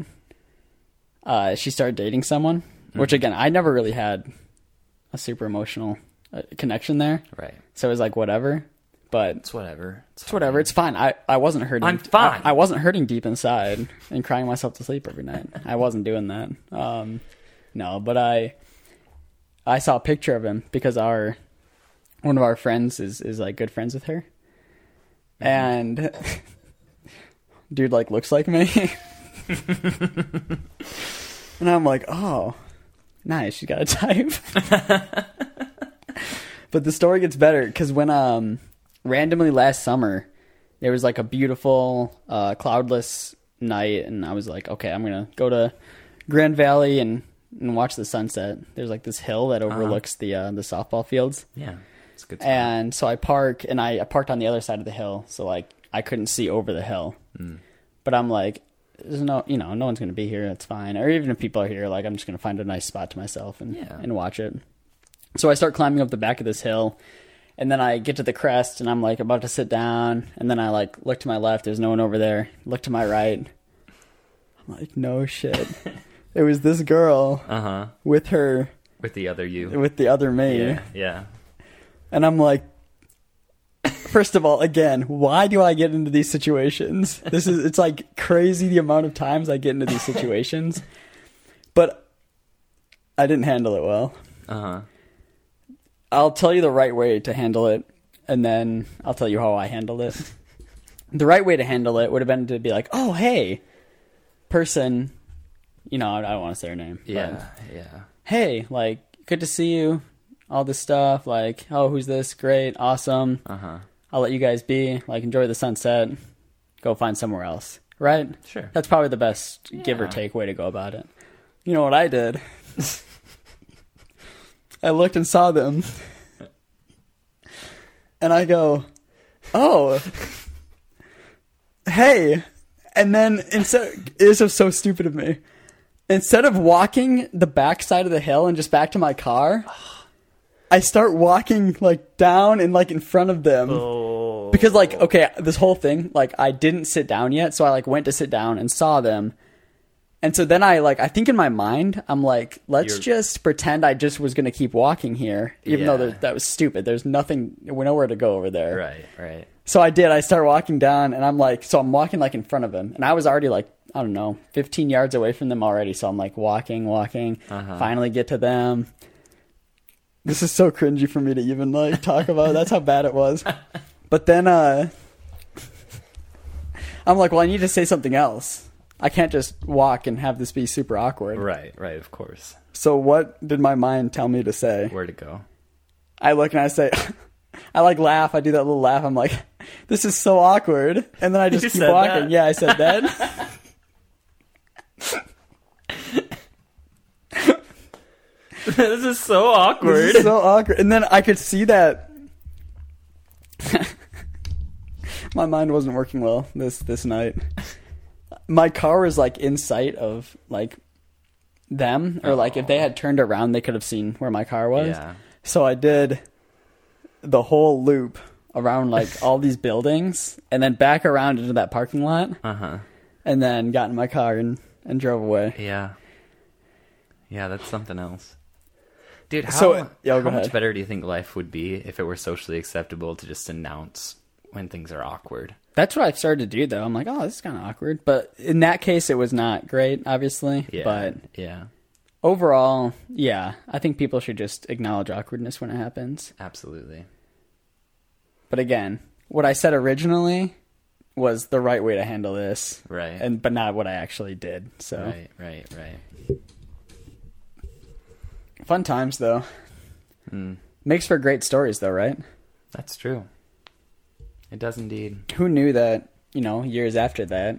Speaker 1: uh, she started dating someone, which again I never really had a super emotional uh, connection there,
Speaker 2: right.
Speaker 1: so it was like whatever. But
Speaker 2: It's whatever.
Speaker 1: it's whatever. It's fine. I, I wasn't hurting.
Speaker 2: I'm fine.
Speaker 1: I, I wasn't hurting deep inside and crying myself to sleep every night. I wasn't doing that. Um, no, but I I saw a picture of him because our one of our friends is is like good friends with her, <laughs> and dude like looks like me. <laughs> and I'm like, oh, nice. She got a type. but the story gets better because when um randomly last summer there was like a beautiful uh, cloudless night, and I was like, okay, I'm gonna go to Grand Valley and and watch the sunset. There's like this hill that overlooks the uh, the softball fields.
Speaker 2: Yeah, it's a good. Spot.
Speaker 1: And so I park, and I, I parked on the other side of the hill, so like I couldn't see over the hill.
Speaker 2: Hmm.
Speaker 1: But I'm like, there's no, you know, no one's gonna be here. That's fine. Or even if people are here, like I'm just gonna find a nice spot to myself and
Speaker 2: Yeah.
Speaker 1: and watch it. So I start climbing up the back of this hill, and then I get to the crest, and I'm like about to sit down, and then I like look to my left. There's no one over there. Look to my right. I'm like, no
Speaker 2: <laughs>
Speaker 1: shit. it was this girl
Speaker 2: Uh huh.
Speaker 1: with her
Speaker 2: With the other you.
Speaker 1: with the other me.
Speaker 2: Yeah. Yeah.
Speaker 1: And I'm like, first of all, again, why do I get into these situations? This is, it's like crazy the amount of times I get into these situations. But I didn't handle it well.
Speaker 2: Uh huh.
Speaker 1: I'll tell you the right way to handle it, and then I'll tell you how I handled it. the right way to handle it would have been to be like, oh, hey, person, you know, I I don't want to say her name. but-
Speaker 2: Yeah. Yeah.
Speaker 1: hey, like, good to see you. All this stuff, like, oh, who's this? Great, awesome.
Speaker 2: Uh huh.
Speaker 1: I'll let you guys be. Like, enjoy the sunset. Go find somewhere else. Right?
Speaker 2: Sure.
Speaker 1: That's probably the best give or
Speaker 2: Yeah.
Speaker 1: take way to go about it. You know what I did? <laughs> I looked and saw them. <laughs> And I go, oh, hey. And then instead, this was so stupid of me. Instead of walking the back side of the hill and just back to my
Speaker 2: <sighs>
Speaker 1: car, I start walking like down and like in front of them
Speaker 2: Oh.
Speaker 1: because like okay this whole thing like i didn't sit down yet so i like went to sit down and saw them and so then i like i think in my mind i'm like let's
Speaker 2: You're-
Speaker 1: just pretend i just was gonna keep walking here even though
Speaker 2: Yeah.
Speaker 1: there, that was stupid there's nothing we're nowhere to go over there
Speaker 2: Right. Right.
Speaker 1: so i did i start walking down and i'm like so i'm walking like in front of him and i was already like i don't know 15 yards away from them already so i'm like walking walking finally get to them this is so cringy for me to even like talk about that's how bad it was but then uh i'm like well i need to say something else i can't just walk and have this be super awkward
Speaker 2: Right. Right. Of course.
Speaker 1: so what did my mind tell me to say
Speaker 2: Where to
Speaker 1: <laughs>
Speaker 2: go?
Speaker 1: I look and I say, <laughs> I like laugh. I do that little laugh. I'm like, this is so awkward. And then I just
Speaker 2: <laughs> You
Speaker 1: keep
Speaker 2: said
Speaker 1: walking.
Speaker 2: that?
Speaker 1: Yeah, I
Speaker 2: <laughs>
Speaker 1: said that.
Speaker 2: this is so awkward.
Speaker 1: this <laughs> is so awkward. And then I could see that. <laughs> My mind wasn't working well this this night. My car was like in sight of like them, or like if they had turned around, they could have seen where my car was.
Speaker 2: yeah.
Speaker 1: So I did the whole loop around like all these buildings and then back around into that parking lot
Speaker 2: Uh huh.
Speaker 1: and then got in my car and, and drove away.
Speaker 2: Yeah. Yeah, that's something else. Dude, how,
Speaker 1: So, uh, yeah,
Speaker 2: how
Speaker 1: go
Speaker 2: much
Speaker 1: ahead.
Speaker 2: better do you think life would be if it were socially acceptable to just announce when things are awkward?
Speaker 1: That's what I've started to do though. I'm like, oh, this is kind of awkward. But in that case, it was not great, obviously.
Speaker 2: Yeah.
Speaker 1: But
Speaker 2: yeah,
Speaker 1: overall, yeah, I think people should just acknowledge awkwardness when it happens.
Speaker 2: absolutely.
Speaker 1: But again, what I said originally was the right way to handle this,
Speaker 2: Right.
Speaker 1: and but not what I actually did. So
Speaker 2: Right, right, right.
Speaker 1: fun times though.
Speaker 2: Hmm.
Speaker 1: Makes for great stories though, right?
Speaker 2: That's true. It does indeed.
Speaker 1: who knew that you know years after that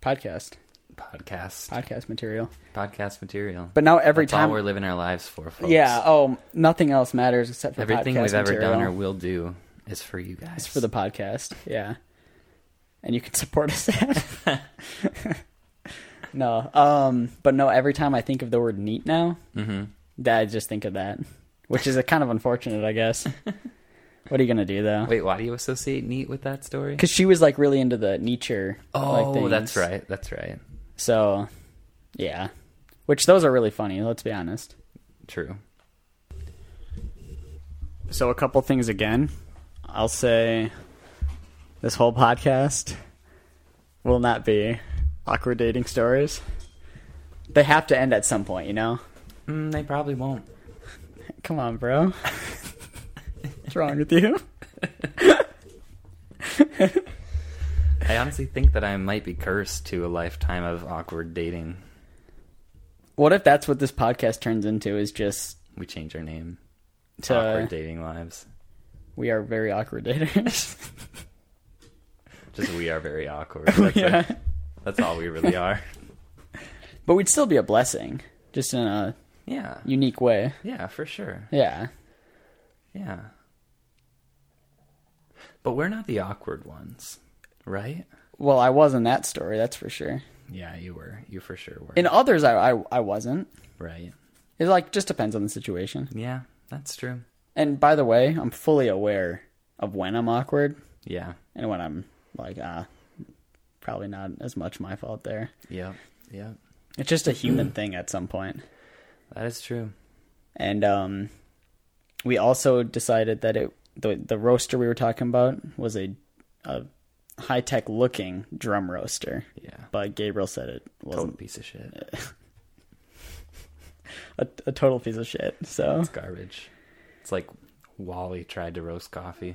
Speaker 1: podcast
Speaker 2: Podcast.
Speaker 1: podcast material
Speaker 2: podcast material.
Speaker 1: but now every
Speaker 2: That's all we're
Speaker 1: time
Speaker 2: living our lives for, folks.
Speaker 1: yeah oh nothing else matters except for
Speaker 2: Everything
Speaker 1: podcast
Speaker 2: we've ever
Speaker 1: material.
Speaker 2: done or will do is for you guys.
Speaker 1: it's for the podcast yeah and you can support us at
Speaker 2: <laughs>
Speaker 1: no um but no every time i think of the word neat now
Speaker 2: hmm
Speaker 1: that i just think of that which is a kind of unfortunate i
Speaker 2: <laughs>
Speaker 1: guess what are you gonna do though
Speaker 2: Wait, why do you associate neat with that story?
Speaker 1: because she was like really into the nature
Speaker 2: Oh, that's right. That's right.
Speaker 1: So, yeah. Which those are really funny, let's be honest.
Speaker 2: True.
Speaker 1: So, a couple things again. I'll say this whole podcast will not be awkward dating stories. They have to end at some point, you know?
Speaker 2: Mm, they probably won't.
Speaker 1: Come on, bro. What's wrong with you?
Speaker 2: I honestly think that I might be cursed to a lifetime of awkward dating.
Speaker 1: What if that's what this podcast turns into? Is just
Speaker 2: We change our name.
Speaker 1: to
Speaker 2: awkward dating lives.
Speaker 1: we are very awkward daters. <laughs>
Speaker 2: Just we are very awkward. That's, it.
Speaker 1: Yeah.
Speaker 2: That's all
Speaker 1: <laughs>
Speaker 2: we really are.
Speaker 1: but we'd still be a blessing, just in a
Speaker 2: Yeah.
Speaker 1: unique way.
Speaker 2: Yeah, for sure.
Speaker 1: Yeah.
Speaker 2: Yeah. But we're not the awkward ones, right?
Speaker 1: Well, I was in that story, that's for sure.
Speaker 2: Yeah, you were. You for sure were.
Speaker 1: In others, I I, I wasn't.
Speaker 2: right.
Speaker 1: It like just depends on the situation.
Speaker 2: Yeah, that's true.
Speaker 1: And by the way, I'm fully aware of when I'm awkward
Speaker 2: Yeah.
Speaker 1: and when I'm like, ah, probably not as much my fault there.
Speaker 2: Yep. Yep.
Speaker 1: It's just a human thing at some point.
Speaker 2: That is true.
Speaker 1: And um, we also decided that it the the roaster we were talking about was a a high tech looking drum roaster,
Speaker 2: Yeah.
Speaker 1: but Gabriel said it
Speaker 2: Total
Speaker 1: wasn't
Speaker 2: piece of shit.
Speaker 1: a, a total piece of shit. So
Speaker 2: <laughs> It's garbage. It's like Wally tried to roast <laughs> coffee.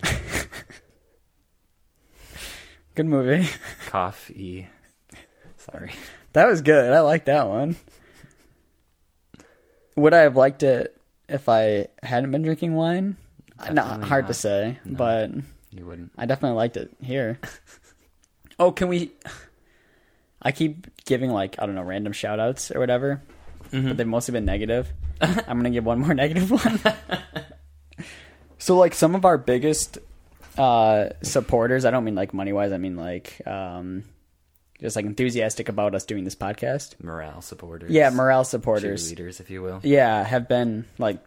Speaker 1: good movie.
Speaker 2: coffee. Sorry.
Speaker 1: That was good. I like that one. Would I have liked it if I hadn't been drinking wine? not
Speaker 2: Definitely
Speaker 1: hard to
Speaker 2: not.
Speaker 1: say, but
Speaker 2: You wouldn't.
Speaker 1: I definitely liked it here. oh, can we? I keep giving like I don't know random shout outs or whatever, but they've mostly been negative. I'm gonna give one more negative one. so like some of our biggest uh, supporters, I don't mean like money wise, I mean like um, just like enthusiastic about us doing this podcast.
Speaker 2: Morale supporters.
Speaker 1: Yeah, morale supporters.
Speaker 2: Cheerleaders, if you will.
Speaker 1: Yeah, have been like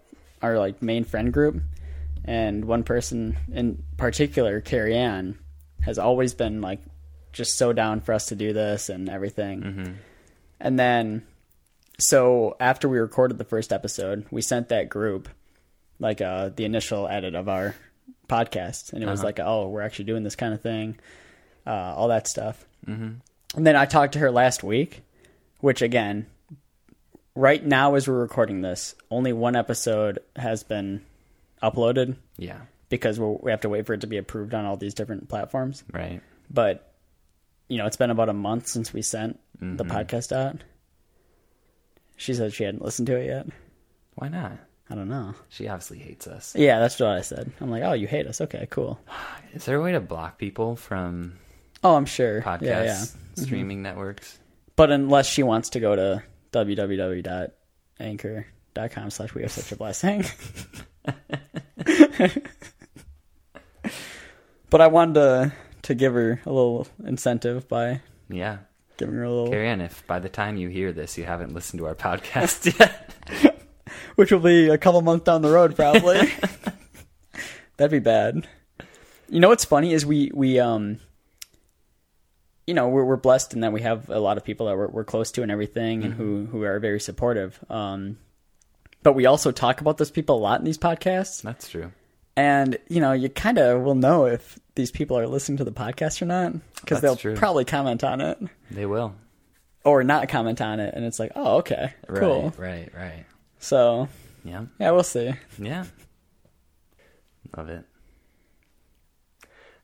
Speaker 1: our like main friend group, and one person in particular, Carrie Ann, has always been like just so down for us to do this and everything. And then, so after we recorded the first episode, we sent that group like uh the initial edit of our podcast, and it was like, oh, we're actually doing this kind of thing, uh, all that stuff. And then I talked to her last week, which again, right now as we're recording this, only one episode has been uploaded
Speaker 2: Yeah.
Speaker 1: because we're, we have to wait for it to be approved on all these different platforms.
Speaker 2: Right.
Speaker 1: But you know, it's been about a month since we sent the podcast out. She said she hadn't listened to it yet.
Speaker 2: Why not?
Speaker 1: I don't know.
Speaker 2: She obviously hates us.
Speaker 1: Yeah, that's what I said. I'm like, oh, you hate us? Okay, cool.
Speaker 2: Is there a way to block people from
Speaker 1: Oh, I'm sure.
Speaker 2: podcasts,
Speaker 1: Yeah, Mm-hmm. yeah.
Speaker 2: streaming networks?
Speaker 1: But unless she wants to go to www.anchor.com slash we have such a blessing. <laughs> but I wanted to, to give her a little incentive by
Speaker 2: Yeah.
Speaker 1: giving her a little,
Speaker 2: Carrie Ann, if by the time you hear this, you haven't listened to our <laughs>
Speaker 1: <laughs>
Speaker 2: podcast yet,
Speaker 1: which will be a couple months down the road
Speaker 2: <laughs>
Speaker 1: probably. That'd be bad. You know what's funny is we, we, um, you know, we're, we're blessed in that we have a lot of people that we're, we're close to and everything and who,
Speaker 2: Mm-hmm.
Speaker 1: who are very supportive. Um, but we also talk about those people a lot in these podcasts.
Speaker 2: that's true.
Speaker 1: And, you know, you kind of will know if these people are listening to the podcast or not because
Speaker 2: That's
Speaker 1: they'll
Speaker 2: true.
Speaker 1: probably comment on it
Speaker 2: They will.
Speaker 1: or not comment on it. And it's like, oh, okay,
Speaker 2: Right,
Speaker 1: cool.
Speaker 2: right, right.
Speaker 1: So,
Speaker 2: Yeah,
Speaker 1: yeah, we'll see.
Speaker 2: yeah. Love it.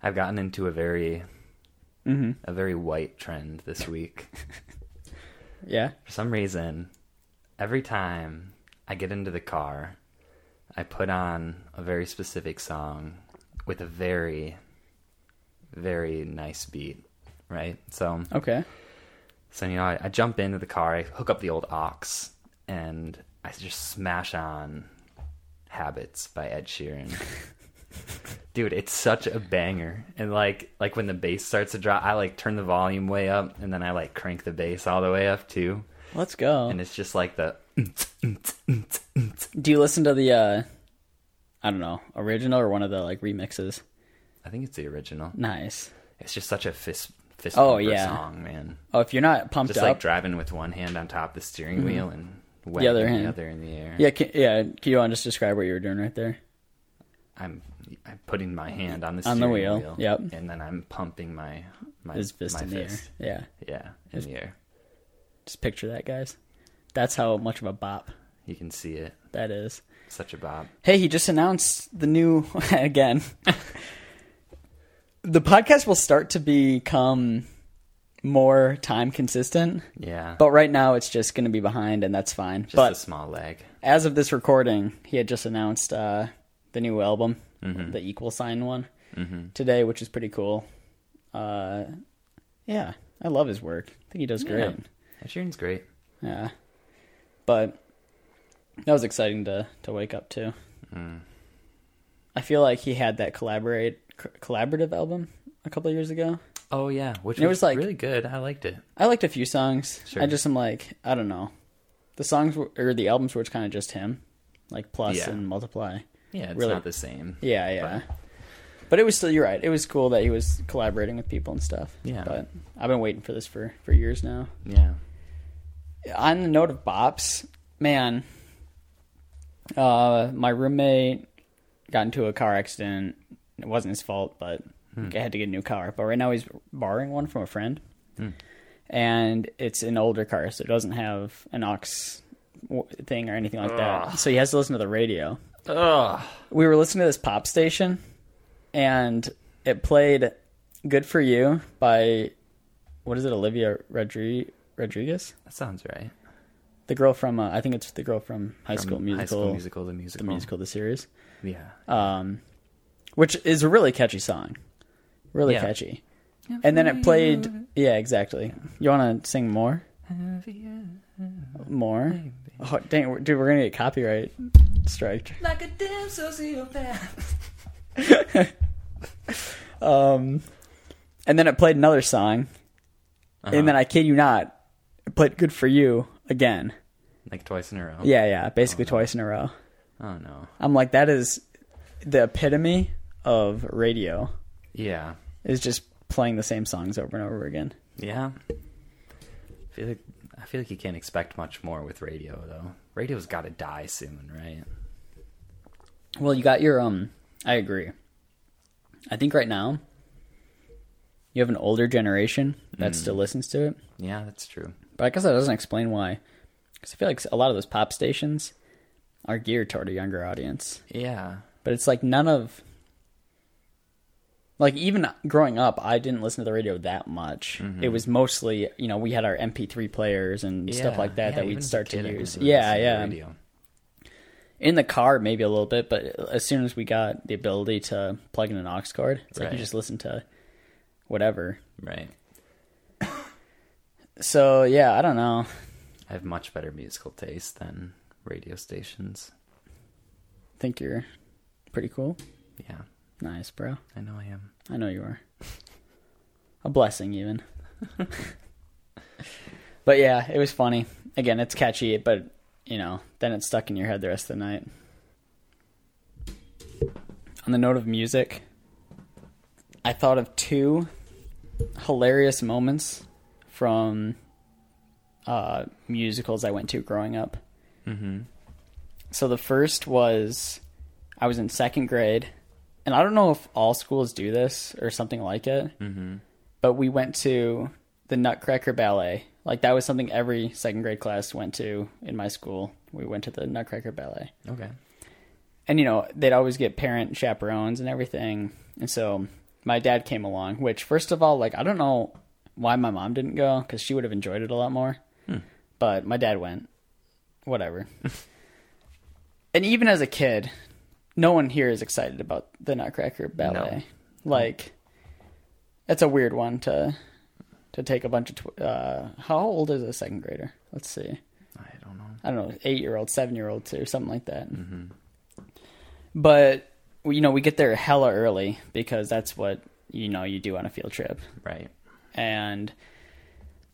Speaker 2: I've gotten into a very,
Speaker 1: Mm-hmm.
Speaker 2: a very white trend this week.
Speaker 1: Yeah.
Speaker 2: For some reason, every time I get into the car, I put on a very specific song with a very, very nice beat, right? So,
Speaker 1: Okay.
Speaker 2: so you know, I, I jump into the car, I hook up the old aux, and I just smash on "Habits" by Ed Sheeran. Dude, it's such a banger, and like like when the bass starts to drop, I like turn the volume way up, and then I like crank the bass all the way up too,
Speaker 1: Let's go.
Speaker 2: and it's just like the <clears throat>
Speaker 1: Do you listen to the, uh, I don't know, original or one of the like remixes?
Speaker 2: I think it's the original.
Speaker 1: Nice.
Speaker 2: It's just such a fist fist
Speaker 1: Oh,
Speaker 2: oh,
Speaker 1: yeah.
Speaker 2: song, man.
Speaker 1: Oh, if you're not pumped
Speaker 2: Just
Speaker 1: up, Mm-hmm.
Speaker 2: like driving with one hand on top of the steering wheel and wagging the
Speaker 1: other
Speaker 2: other,
Speaker 1: hand.
Speaker 2: in the air.
Speaker 1: yeah, can, yeah. Can you want to just describe what you were doing right there?
Speaker 2: I'm I'm putting my hand on the
Speaker 1: On
Speaker 2: steering
Speaker 1: the wheel, yep.
Speaker 2: and then I'm pumping my my,
Speaker 1: His fist
Speaker 2: my
Speaker 1: in the
Speaker 2: fist.
Speaker 1: air. Yeah.
Speaker 2: Yeah, in the air.
Speaker 1: Just picture that, guys. That's how much of a bop
Speaker 2: You can see it.
Speaker 1: that is.
Speaker 2: Such a bob.
Speaker 1: <laughs> Hey, he just announced the new again. the podcast will start to become more time consistent,
Speaker 2: Yeah.
Speaker 1: but right now it's just going to be behind, and that's fine.
Speaker 2: just
Speaker 1: but
Speaker 2: a small lag.
Speaker 1: as of this recording, he had just announced uh, the new album,
Speaker 2: Mm-hmm.
Speaker 1: the equal sign one, today, which is pretty cool. Uh, yeah, I love his work. I think he does great.
Speaker 2: Yeah. Sheeran's great.
Speaker 1: Yeah. But that was exciting to to wake up to.
Speaker 2: Mm.
Speaker 1: I feel like he had that collaborate c- collaborative album a couple years ago.
Speaker 2: Oh yeah, which
Speaker 1: It
Speaker 2: was,
Speaker 1: was like-
Speaker 2: really good. I liked it.
Speaker 1: I liked a few songs.
Speaker 2: Sure.
Speaker 1: I just am like, I don't know. The songs were, or the albums were kind of just him, like plus
Speaker 2: Yeah.
Speaker 1: and multiply.
Speaker 2: Yeah, it's
Speaker 1: Really-
Speaker 2: not the same.
Speaker 1: Yeah, yeah. But it was still you're right. It was cool that he was collaborating with people and stuff.
Speaker 2: Yeah.
Speaker 1: But I've been waiting for this for for years now.
Speaker 2: Yeah.
Speaker 1: on the note of bops, man, uh, my roommate got into a car accident. It wasn't his fault, but I had to get a new car. But right now he's borrowing one from a friend, and it's an older car, so it doesn't have an aux w- thing or anything like that. So he has to listen to the radio
Speaker 2: Ugh.
Speaker 1: we were listening to this pop station and it played good for you by what is it olivia Rodri- rodriguez
Speaker 2: That sounds right.
Speaker 1: the girl from uh, i think it's the girl from high school
Speaker 2: From
Speaker 1: musical
Speaker 2: High School Musical, the
Speaker 1: the
Speaker 2: musical,
Speaker 1: musical the series
Speaker 2: Yeah.
Speaker 1: um, which is a really catchy song really
Speaker 2: Yeah.
Speaker 1: catchy and then it played yeah exactly you want to sing more more oh dang we're- dude we're gonna get copyright strike
Speaker 2: Like a damn sociopath.
Speaker 1: <laughs> Um, and then it played another song, and then I kid you not, it played "Good for You" again.
Speaker 2: Like twice in a row.
Speaker 1: Yeah, yeah, basically twice in a row.
Speaker 2: Oh no.
Speaker 1: I'm like, that is the epitome of radio
Speaker 2: Yeah.
Speaker 1: is just playing the same songs over and over again.
Speaker 2: Yeah. I feel like I feel like you can't expect much more with radio though. Radio's got to die soon, right?
Speaker 1: Well, you got your um. I agree. I think right now you have an older generation that still listens to it,
Speaker 2: Yeah, that's true.
Speaker 1: but I guess that doesn't explain why. Because I feel like a lot of those pop stations are geared toward a younger audience.
Speaker 2: Yeah.
Speaker 1: but it's like none of like even growing up i didn't listen to the radio that much
Speaker 2: Mm-hmm.
Speaker 1: it was mostly you know we had our mp3 players and stuff
Speaker 2: Yeah.
Speaker 1: like that that
Speaker 2: Yeah, even
Speaker 1: we'd
Speaker 2: as a
Speaker 1: start to
Speaker 2: kid, I
Speaker 1: use
Speaker 2: remember
Speaker 1: yeah
Speaker 2: listening to
Speaker 1: yeah
Speaker 2: radio.
Speaker 1: in the car maybe a little bit but as soon as we got the ability to plug in an aux cord it's like
Speaker 2: Right.
Speaker 1: you just listen to whatever
Speaker 2: Right.
Speaker 1: so yeah i don't know
Speaker 2: I have much better musical taste than radio stations.
Speaker 1: i think you're pretty cool
Speaker 2: Yeah,
Speaker 1: nice bro
Speaker 2: I know I am.
Speaker 1: i know you are a blessing even But yeah, it was funny. Again, it's catchy, but you know, then it's stuck in your head the rest of the night. On the note of music, I thought of two hilarious moments from uh, musicals I went to growing up. Mm-hmm. So the first was I was in second grade, and I don't know if all schools do this or something like it but we went to the Nutcracker Ballet. Like that was something every second grade class went to in my school. We went to the Nutcracker Ballet.
Speaker 2: Okay.
Speaker 1: And you know, they'd always get parent chaperones and everything. And so my dad came along, which first of all, like I don't know why my mom didn't go cuz she would have enjoyed it a lot more. But my dad went. Whatever. <laughs> and even as a kid, no one here is excited about the Nutcracker Ballet. Like that's a weird one to to take a bunch of tw- uh how old is a second grader? Let's see.
Speaker 2: I don't know.
Speaker 1: I don't know, eight year old, seven year old too, something like that. But we- you know, we get there hella early because that's what you know you do on a field trip,
Speaker 2: Right.
Speaker 1: and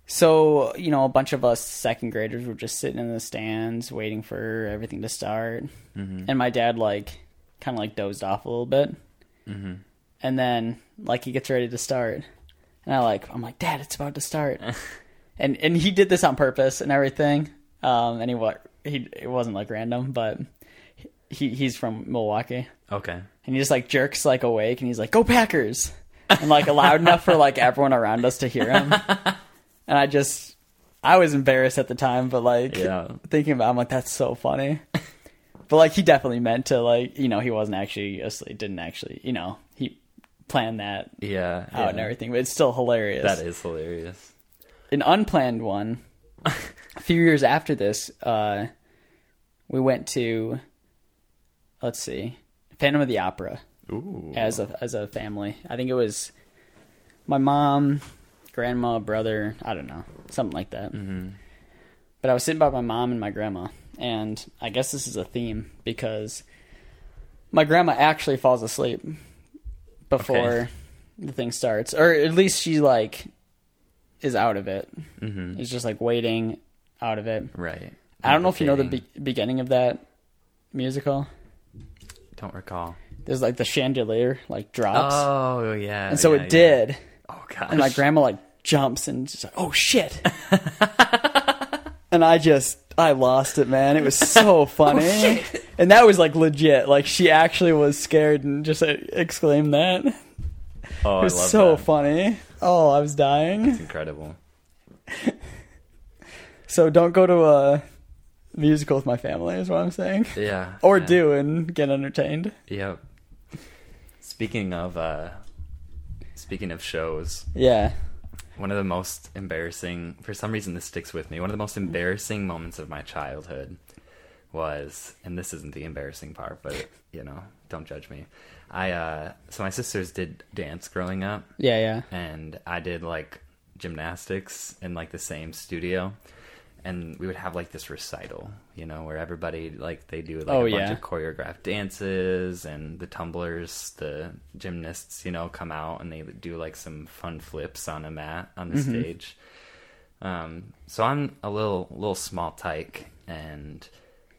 Speaker 1: so you know, a bunch of us second graders were just sitting in the stands waiting for everything to start, and my dad like kind of like dozed off a little bit, and then like he gets ready to start, and I like I'm like, Dad, it's about to start and and he did this on purpose and everything. Um, and he what he it wasn't like random, but he he's from Milwaukee, <laughs>
Speaker 2: Okay.
Speaker 1: and he just like jerks like awake, and he's like, "Go Packers!" and like loud enough for like everyone around us to hear
Speaker 2: <laughs>
Speaker 1: him. And I just I was embarrassed at the time, but like
Speaker 2: Yeah.
Speaker 1: thinking about, it, I'm like, that's so funny. But like he definitely meant to like you know he wasn't actually asleep, didn't actually you know he planned that
Speaker 2: Yeah.
Speaker 1: out and
Speaker 2: yeah.
Speaker 1: everything, but Oh, it's still hilarious.
Speaker 2: That is hilarious.
Speaker 1: an unplanned one. a few years after this, uh, we went to, let's see, Phantom of the Opera
Speaker 2: Ooh.
Speaker 1: as a as a family. I think it was my mom, grandma, brother. I don't know, something like that. Mm-hmm. But I was sitting by my mom and my grandma, and I guess this is a theme because my grandma actually falls asleep before
Speaker 2: Okay.
Speaker 1: the thing starts, or at least she like is out of it. Mm-hmm. It's just like waiting out of it.
Speaker 2: Right.
Speaker 1: I don't know if you know the
Speaker 2: Indicating-
Speaker 1: be- beginning of that musical.
Speaker 2: Don't recall.
Speaker 1: There's like the chandelier like drops.
Speaker 2: Oh yeah.
Speaker 1: and so
Speaker 2: yeah,
Speaker 1: it
Speaker 2: yeah.
Speaker 1: did.
Speaker 2: Oh gosh.
Speaker 1: And my grandma like jumps and just like, oh <laughs> shit. and I just I lost it, man. It was <laughs> so funny. and that was like legit. Like she actually was scared and just uh, exclaimed that. It
Speaker 2: oh, I
Speaker 1: was
Speaker 2: love
Speaker 1: so
Speaker 2: that.
Speaker 1: funny. Oh, I was dying.
Speaker 2: It's incredible.
Speaker 1: So don't go to a musical with my family is what I'm saying.
Speaker 2: Yeah.
Speaker 1: Or
Speaker 2: yeah.
Speaker 1: do and get entertained.
Speaker 2: Yep. Speaking of uh speaking of shows,
Speaker 1: Yeah.
Speaker 2: one of the most embarrassing for some reason this sticks with me. One of the most embarrassing moments of my childhood was and this isn't the embarrassing part, but you know, don't judge me. I uh so my sisters did dance growing up
Speaker 1: Yeah, yeah.
Speaker 2: and I did like gymnastics in like the same studio. And we would have like this recital, you know, where everybody like they do like
Speaker 1: Oh,
Speaker 2: a
Speaker 1: yeah.
Speaker 2: bunch of choreographed dances and the tumblers, the gymnasts, you know, come out and they do like some fun flips on a mat on the
Speaker 1: Mm-hmm.
Speaker 2: stage. Um, so I'm a little little small tyke and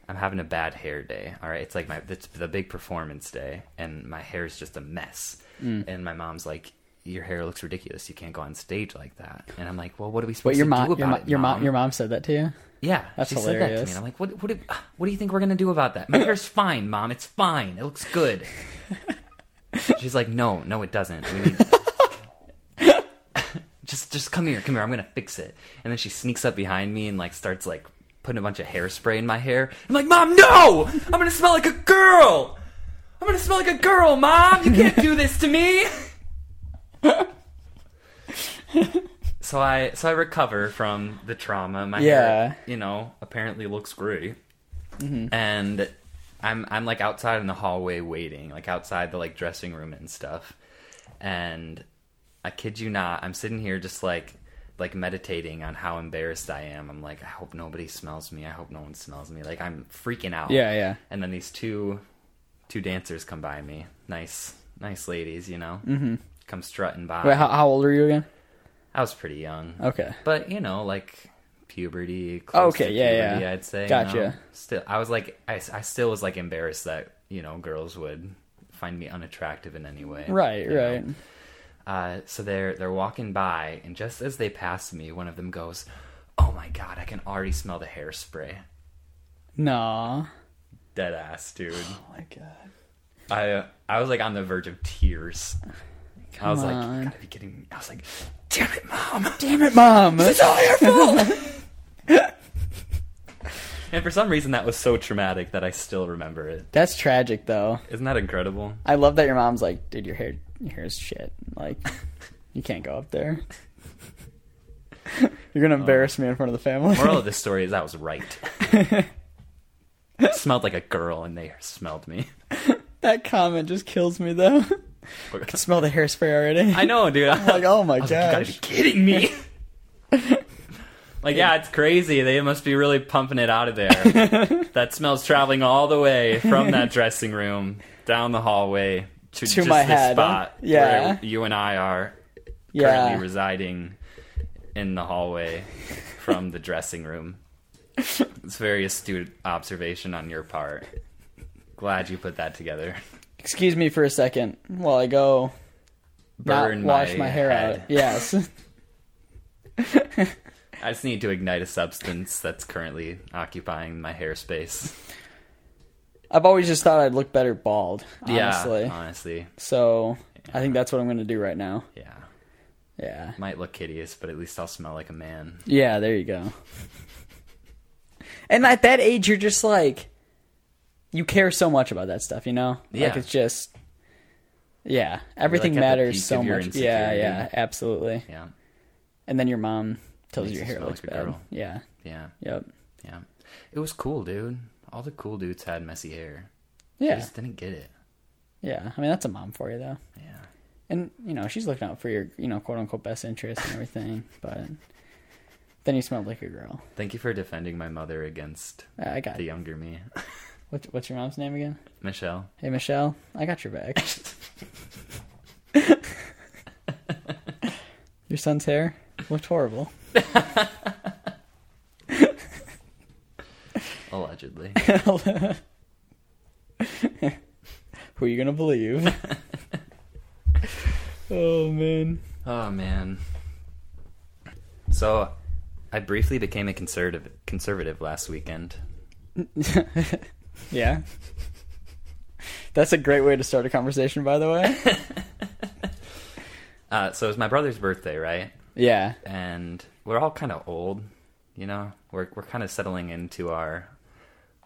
Speaker 2: I'm having a bad hair day. All right, it's like my it's the big performance day, and my hair is just a mess.
Speaker 1: Mm.
Speaker 2: And my mom's like, "Your hair looks ridiculous. You can't go on stage like that." And I'm like, "Well, what are we supposed
Speaker 1: But your
Speaker 2: to
Speaker 1: mom,
Speaker 2: do
Speaker 1: your,
Speaker 2: about
Speaker 1: mo-
Speaker 2: it,
Speaker 1: your
Speaker 2: mom?
Speaker 1: mom, your mom said that to you.
Speaker 2: Yeah,
Speaker 1: That's
Speaker 2: she said that to
Speaker 1: hilarious.
Speaker 2: me, and I'm like, "What? What do, what do you think we're gonna do
Speaker 1: <coughs>
Speaker 2: about that? My hair's fine, mom. It's fine. It looks
Speaker 1: <laughs>
Speaker 2: good." She's like, "No, no, it doesn't. We
Speaker 1: <laughs>
Speaker 2: need... just, just come here, come here. I'm gonna fix it." And then she sneaks up behind me and like starts like putting a bunch of hairspray in my hair. I'm like, "Mom, no! I'm gonna smell like a girl. I'm gonna smell like a girl, mom. You can't do this to me." <laughs> So I so I recover from the trauma. My
Speaker 1: Yeah.
Speaker 2: hair, you know, apparently looks great. Mm-hmm. And I'm I'm like outside in the hallway waiting, like outside the like dressing room and stuff. And I kid you not, I'm sitting here just like like meditating on how embarrassed I am. I'm like, I hope nobody smells me. I hope no one smells me. Like I'm freaking out.
Speaker 1: Yeah, yeah.
Speaker 2: And then these two two dancers come by me. Nice nice ladies, you know. Mm-hmm. Come strutting by.
Speaker 1: Wait, how, how old are you again?
Speaker 2: I was pretty young.
Speaker 1: Okay.
Speaker 2: But you know, like puberty. Close
Speaker 1: Okay,
Speaker 2: to
Speaker 1: yeah, yeah.
Speaker 2: puberty, I'd say. you
Speaker 1: Gotcha.
Speaker 2: know? Still, I was like, I, I still was like embarrassed that you know girls would find me unattractive in any way.
Speaker 1: Right,
Speaker 2: you know?
Speaker 1: right.
Speaker 2: Uh, so they're they're walking by, and just as they pass me, one of them goes, "Oh my god, I can already smell the hairspray."
Speaker 1: No.
Speaker 2: Dead ass, dude.
Speaker 1: Oh my god.
Speaker 2: I uh, I was like on the verge of tears. I was like,
Speaker 1: on.
Speaker 2: you gotta be kidding me. I was like, damn it, mom.
Speaker 1: Damn it,
Speaker 2: <laughs>
Speaker 1: mom.
Speaker 2: It's all your fault. and for some reason, that was so traumatic that I still remember it.
Speaker 1: That's tragic, though.
Speaker 2: Isn't that incredible?
Speaker 1: I love that your mom's like, dude, your hair, your hair's shit.
Speaker 2: <laughs>
Speaker 1: Like, you can't go up there. <laughs> You're
Speaker 2: Oh.
Speaker 1: gonna embarrass me in front of the family.
Speaker 2: Moral of this story is I was right. smelled like a girl, and they smelled me.
Speaker 1: <laughs> that comment just kills me,
Speaker 2: <laughs>
Speaker 1: though. Smell the hairspray already.
Speaker 2: I know, dude.
Speaker 1: <laughs>
Speaker 2: I'm
Speaker 1: like, oh my
Speaker 2: I was like, you gotta
Speaker 1: gosh.
Speaker 2: be
Speaker 1: <laughs>
Speaker 2: kidding me. like, yeah, it's crazy. They must be really pumping it out
Speaker 1: <laughs>
Speaker 2: of there. that smell's traveling all the way from that dressing room down the hallway to, just
Speaker 1: my
Speaker 2: this
Speaker 1: head.
Speaker 2: spot
Speaker 1: Yeah.
Speaker 2: where you and I are
Speaker 1: yeah.
Speaker 2: currently residing in the hallway from the dressing room. It's a very astute observation on your part. Glad you put that together.
Speaker 1: Excuse me for a second while I go
Speaker 2: Burn
Speaker 1: not wash my, hair
Speaker 2: head.
Speaker 1: out. Yes. <laughs>
Speaker 2: I just need to ignite a substance that's currently occupying my hair space.
Speaker 1: I've always just thought I'd look better bald, honestly.
Speaker 2: Yeah, Uh, honestly,
Speaker 1: So I think that's what I'm gonna do right now.
Speaker 2: yeah.
Speaker 1: Yeah.
Speaker 2: Might look hideous, but at least I'll smell like a man.
Speaker 1: Yeah, there you go. and at that age, you're just like, you care so much about that stuff, you know?
Speaker 2: Yeah.
Speaker 1: Like, it's just, Yeah, everything
Speaker 2: at the
Speaker 1: matters
Speaker 2: peak
Speaker 1: so
Speaker 2: of your
Speaker 1: much. Yeah,
Speaker 2: insecurity.
Speaker 1: yeah, absolutely.
Speaker 2: Yeah,
Speaker 1: And then your mom tells
Speaker 2: Makes
Speaker 1: you your
Speaker 2: you
Speaker 1: hair
Speaker 2: smell
Speaker 1: looks
Speaker 2: like a
Speaker 1: bad.
Speaker 2: girl.
Speaker 1: Yeah,
Speaker 2: yeah,
Speaker 1: yep.
Speaker 2: yeah. It was cool, dude. All the cool dudes had messy hair. I
Speaker 1: Yeah,
Speaker 2: just didn't get it.
Speaker 1: yeah. I mean, that's a mom for you though.
Speaker 2: Yeah.
Speaker 1: And you know, she's looking out for your, you know, quote unquote best interest and everything. but then you smelled like a girl.
Speaker 2: Thank you for defending my mother against
Speaker 1: I I got
Speaker 2: the younger me,
Speaker 1: What, what's your mom's name again?
Speaker 2: Michelle.
Speaker 1: Hey Michelle, I got your
Speaker 2: <laughs>
Speaker 1: back. your son's hair looked horrible. <laughs>
Speaker 2: Allegedly.
Speaker 1: Who are you gonna
Speaker 2: <laughs>
Speaker 1: believe? oh man.
Speaker 2: Oh man. So, I briefly became a conservative conservative last weekend.
Speaker 1: Yeah. That's a great way to start a conversation, by the
Speaker 2: <laughs>
Speaker 1: way.
Speaker 2: Uh, so it was my brother's birthday, right?
Speaker 1: Yeah.
Speaker 2: And we're all kind of old, you know. We're we're kind of settling into our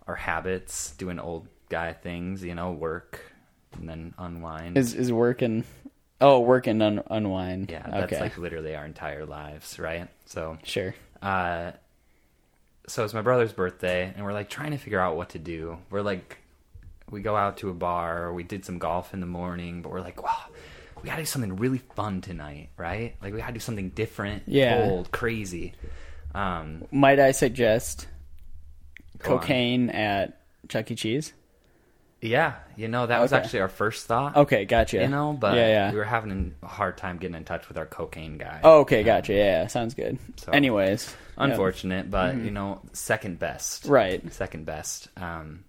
Speaker 2: our habits, doing old guy things, you know, work and then unwind.
Speaker 1: Is is working oh working un- unwind.
Speaker 2: yeah, that's
Speaker 1: Okay.
Speaker 2: like literally our entire lives, right? So
Speaker 1: sure.
Speaker 2: uh, so it's my brother's birthday, and we're like trying to figure out what to do. We're like, we go out to a bar, we did some golf in the morning, but we're like, wow, we gotta do something really fun tonight, right? Like, we gotta do something different,
Speaker 1: Yeah.
Speaker 2: bold, crazy. Um,
Speaker 1: Might I suggest
Speaker 2: Go on.
Speaker 1: cocaine at Chuck E. Cheese?
Speaker 2: yeah, you know, that was
Speaker 1: Okay.
Speaker 2: actually our first thought,
Speaker 1: Okay, gotcha.
Speaker 2: you know, but
Speaker 1: yeah, yeah.
Speaker 2: we were having a hard time getting in touch with our cocaine guy.
Speaker 1: Oh, okay, gotcha. Yeah, yeah, sounds good.
Speaker 2: So-
Speaker 1: Anyways,
Speaker 2: Unfortunate, but
Speaker 1: Mm-hmm.
Speaker 2: you know, second best.
Speaker 1: Right.
Speaker 2: Second best. Um,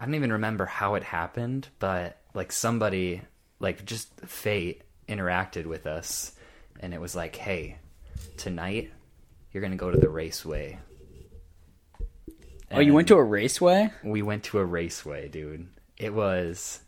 Speaker 2: I don't even remember how it happened, but like somebody, like just fate interacted with us, and it was like, hey, tonight you're gonna go to the raceway.
Speaker 1: oh, you went to a raceway?
Speaker 2: We went to a raceway, dude. It was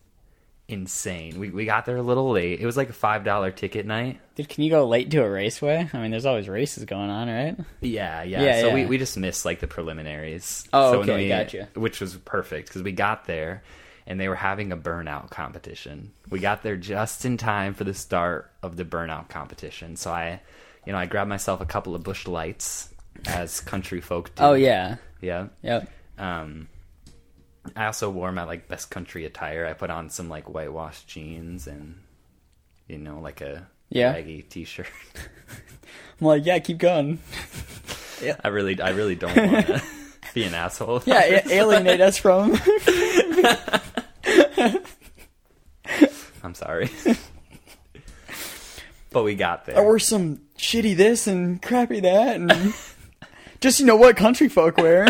Speaker 2: insane. We we got there a little late. It was like a five dollar ticket night.
Speaker 1: Dude, can you go late to a raceway? I mean, there's always races going on, right?
Speaker 2: Yeah, yeah.
Speaker 1: Yeah,
Speaker 2: so We,
Speaker 1: yeah.
Speaker 2: we just missed like the preliminaries.
Speaker 1: Oh,
Speaker 2: so when
Speaker 1: okay,
Speaker 2: we-
Speaker 1: gotcha.
Speaker 2: Which was perfect because we got there and they were having a burnout competition. We got there just in time for the start of the burnout competition. So I, you know, I grabbed myself a couple of bush lights as country folk do.
Speaker 1: Oh yeah,
Speaker 2: yeah.
Speaker 1: yep.
Speaker 2: Um, I also wore my like best country attire. I put on some like whitewashed jeans and you know like a
Speaker 1: Yeah.
Speaker 2: baggy t-shirt. <laughs>
Speaker 1: I'm like, yeah, keep going.
Speaker 2: I really, I really don't
Speaker 1: <laughs>
Speaker 2: want to be an asshole. about
Speaker 1: Yeah, a- alienate us from. <laughs>
Speaker 2: I'm sorry. <laughs> but we got there.
Speaker 1: oh, we're some shitty this and crappy that,
Speaker 2: <laughs>
Speaker 1: and just you know what country folk wear.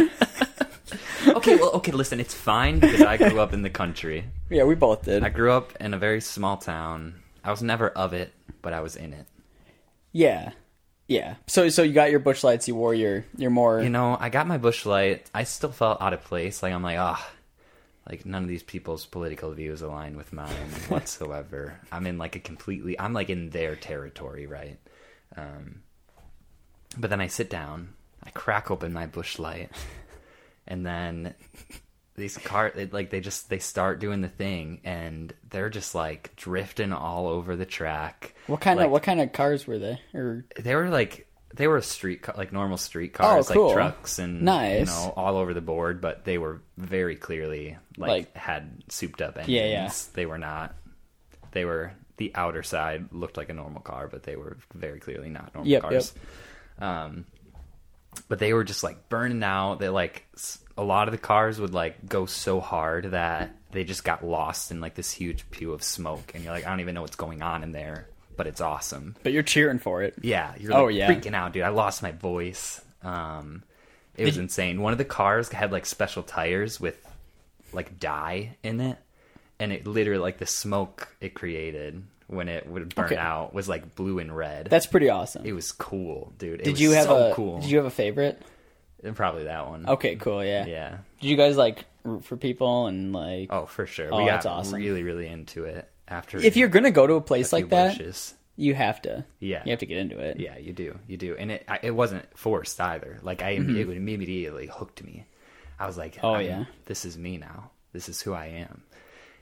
Speaker 2: okay, well, okay, listen, it's fine because I grew up in the country.
Speaker 1: yeah, we both did.
Speaker 2: I grew up in a very small town. I was never of it, but I was in it.
Speaker 1: yeah, yeah. So so you got your bush lights. You wore your your more.
Speaker 2: You know, I got my bush light. I still felt out of place. Like, I'm like, ah, like none of these people's political views align with mine whatsoever. I'm in like a completely, I'm like in their territory, right? Um, but then I sit down, I crack open my bush light, and then these car it, like they just they start doing the thing and they're just like drifting all over the track
Speaker 1: what kind
Speaker 2: like-
Speaker 1: of what kind of cars were they? Or
Speaker 2: they were like they were street ca- like normal street cars
Speaker 1: Oh, cool.
Speaker 2: like trucks and
Speaker 1: Nice.
Speaker 2: you know all over the board but they were very clearly like,
Speaker 1: Like-
Speaker 2: had souped up engines
Speaker 1: Yeah, yeah.
Speaker 2: they were not they were the outer side looked like a normal car but they were very clearly not normal
Speaker 1: Yep, yep.
Speaker 2: cars um but they were just like burning out they like s- a lot of the cars would like go so hard that they just got lost in like this huge pew of smoke and you're like i don't even know what's going on in there but it's awesome
Speaker 1: but you're cheering for it.
Speaker 2: yeah, you're like
Speaker 1: Oh, yeah.
Speaker 2: freaking out, dude. I lost my voice. Um, it was insane. One of the cars had like special tires with like dye in it, and it literally like the smoke it created when it would burn
Speaker 1: Okay.
Speaker 2: out was like blue and red.
Speaker 1: That's pretty awesome.
Speaker 2: it was cool, dude. It
Speaker 1: Did
Speaker 2: was
Speaker 1: you have
Speaker 2: so
Speaker 1: a
Speaker 2: cool? Uh,
Speaker 1: Did you have a favorite?
Speaker 2: Probably that one.
Speaker 1: Okay, cool. Yeah.
Speaker 2: Yeah.
Speaker 1: Did you guys like root for people and like?
Speaker 2: Oh, for sure.
Speaker 1: Oh,
Speaker 2: we
Speaker 1: that's
Speaker 2: got
Speaker 1: awesome.
Speaker 2: really, really into it after.
Speaker 1: If you're gonna go to a
Speaker 2: a
Speaker 1: place
Speaker 2: few
Speaker 1: like that,
Speaker 2: wishes.
Speaker 1: you have to.
Speaker 2: Yeah.
Speaker 1: You have to get into it.
Speaker 2: Yeah, you do. You do. And it I, it wasn't forced either. Like I it would immediately hooked me. I was like,
Speaker 1: Mm-hmm. Oh,
Speaker 2: I'm-
Speaker 1: yeah.
Speaker 2: This is me now. This is who I am."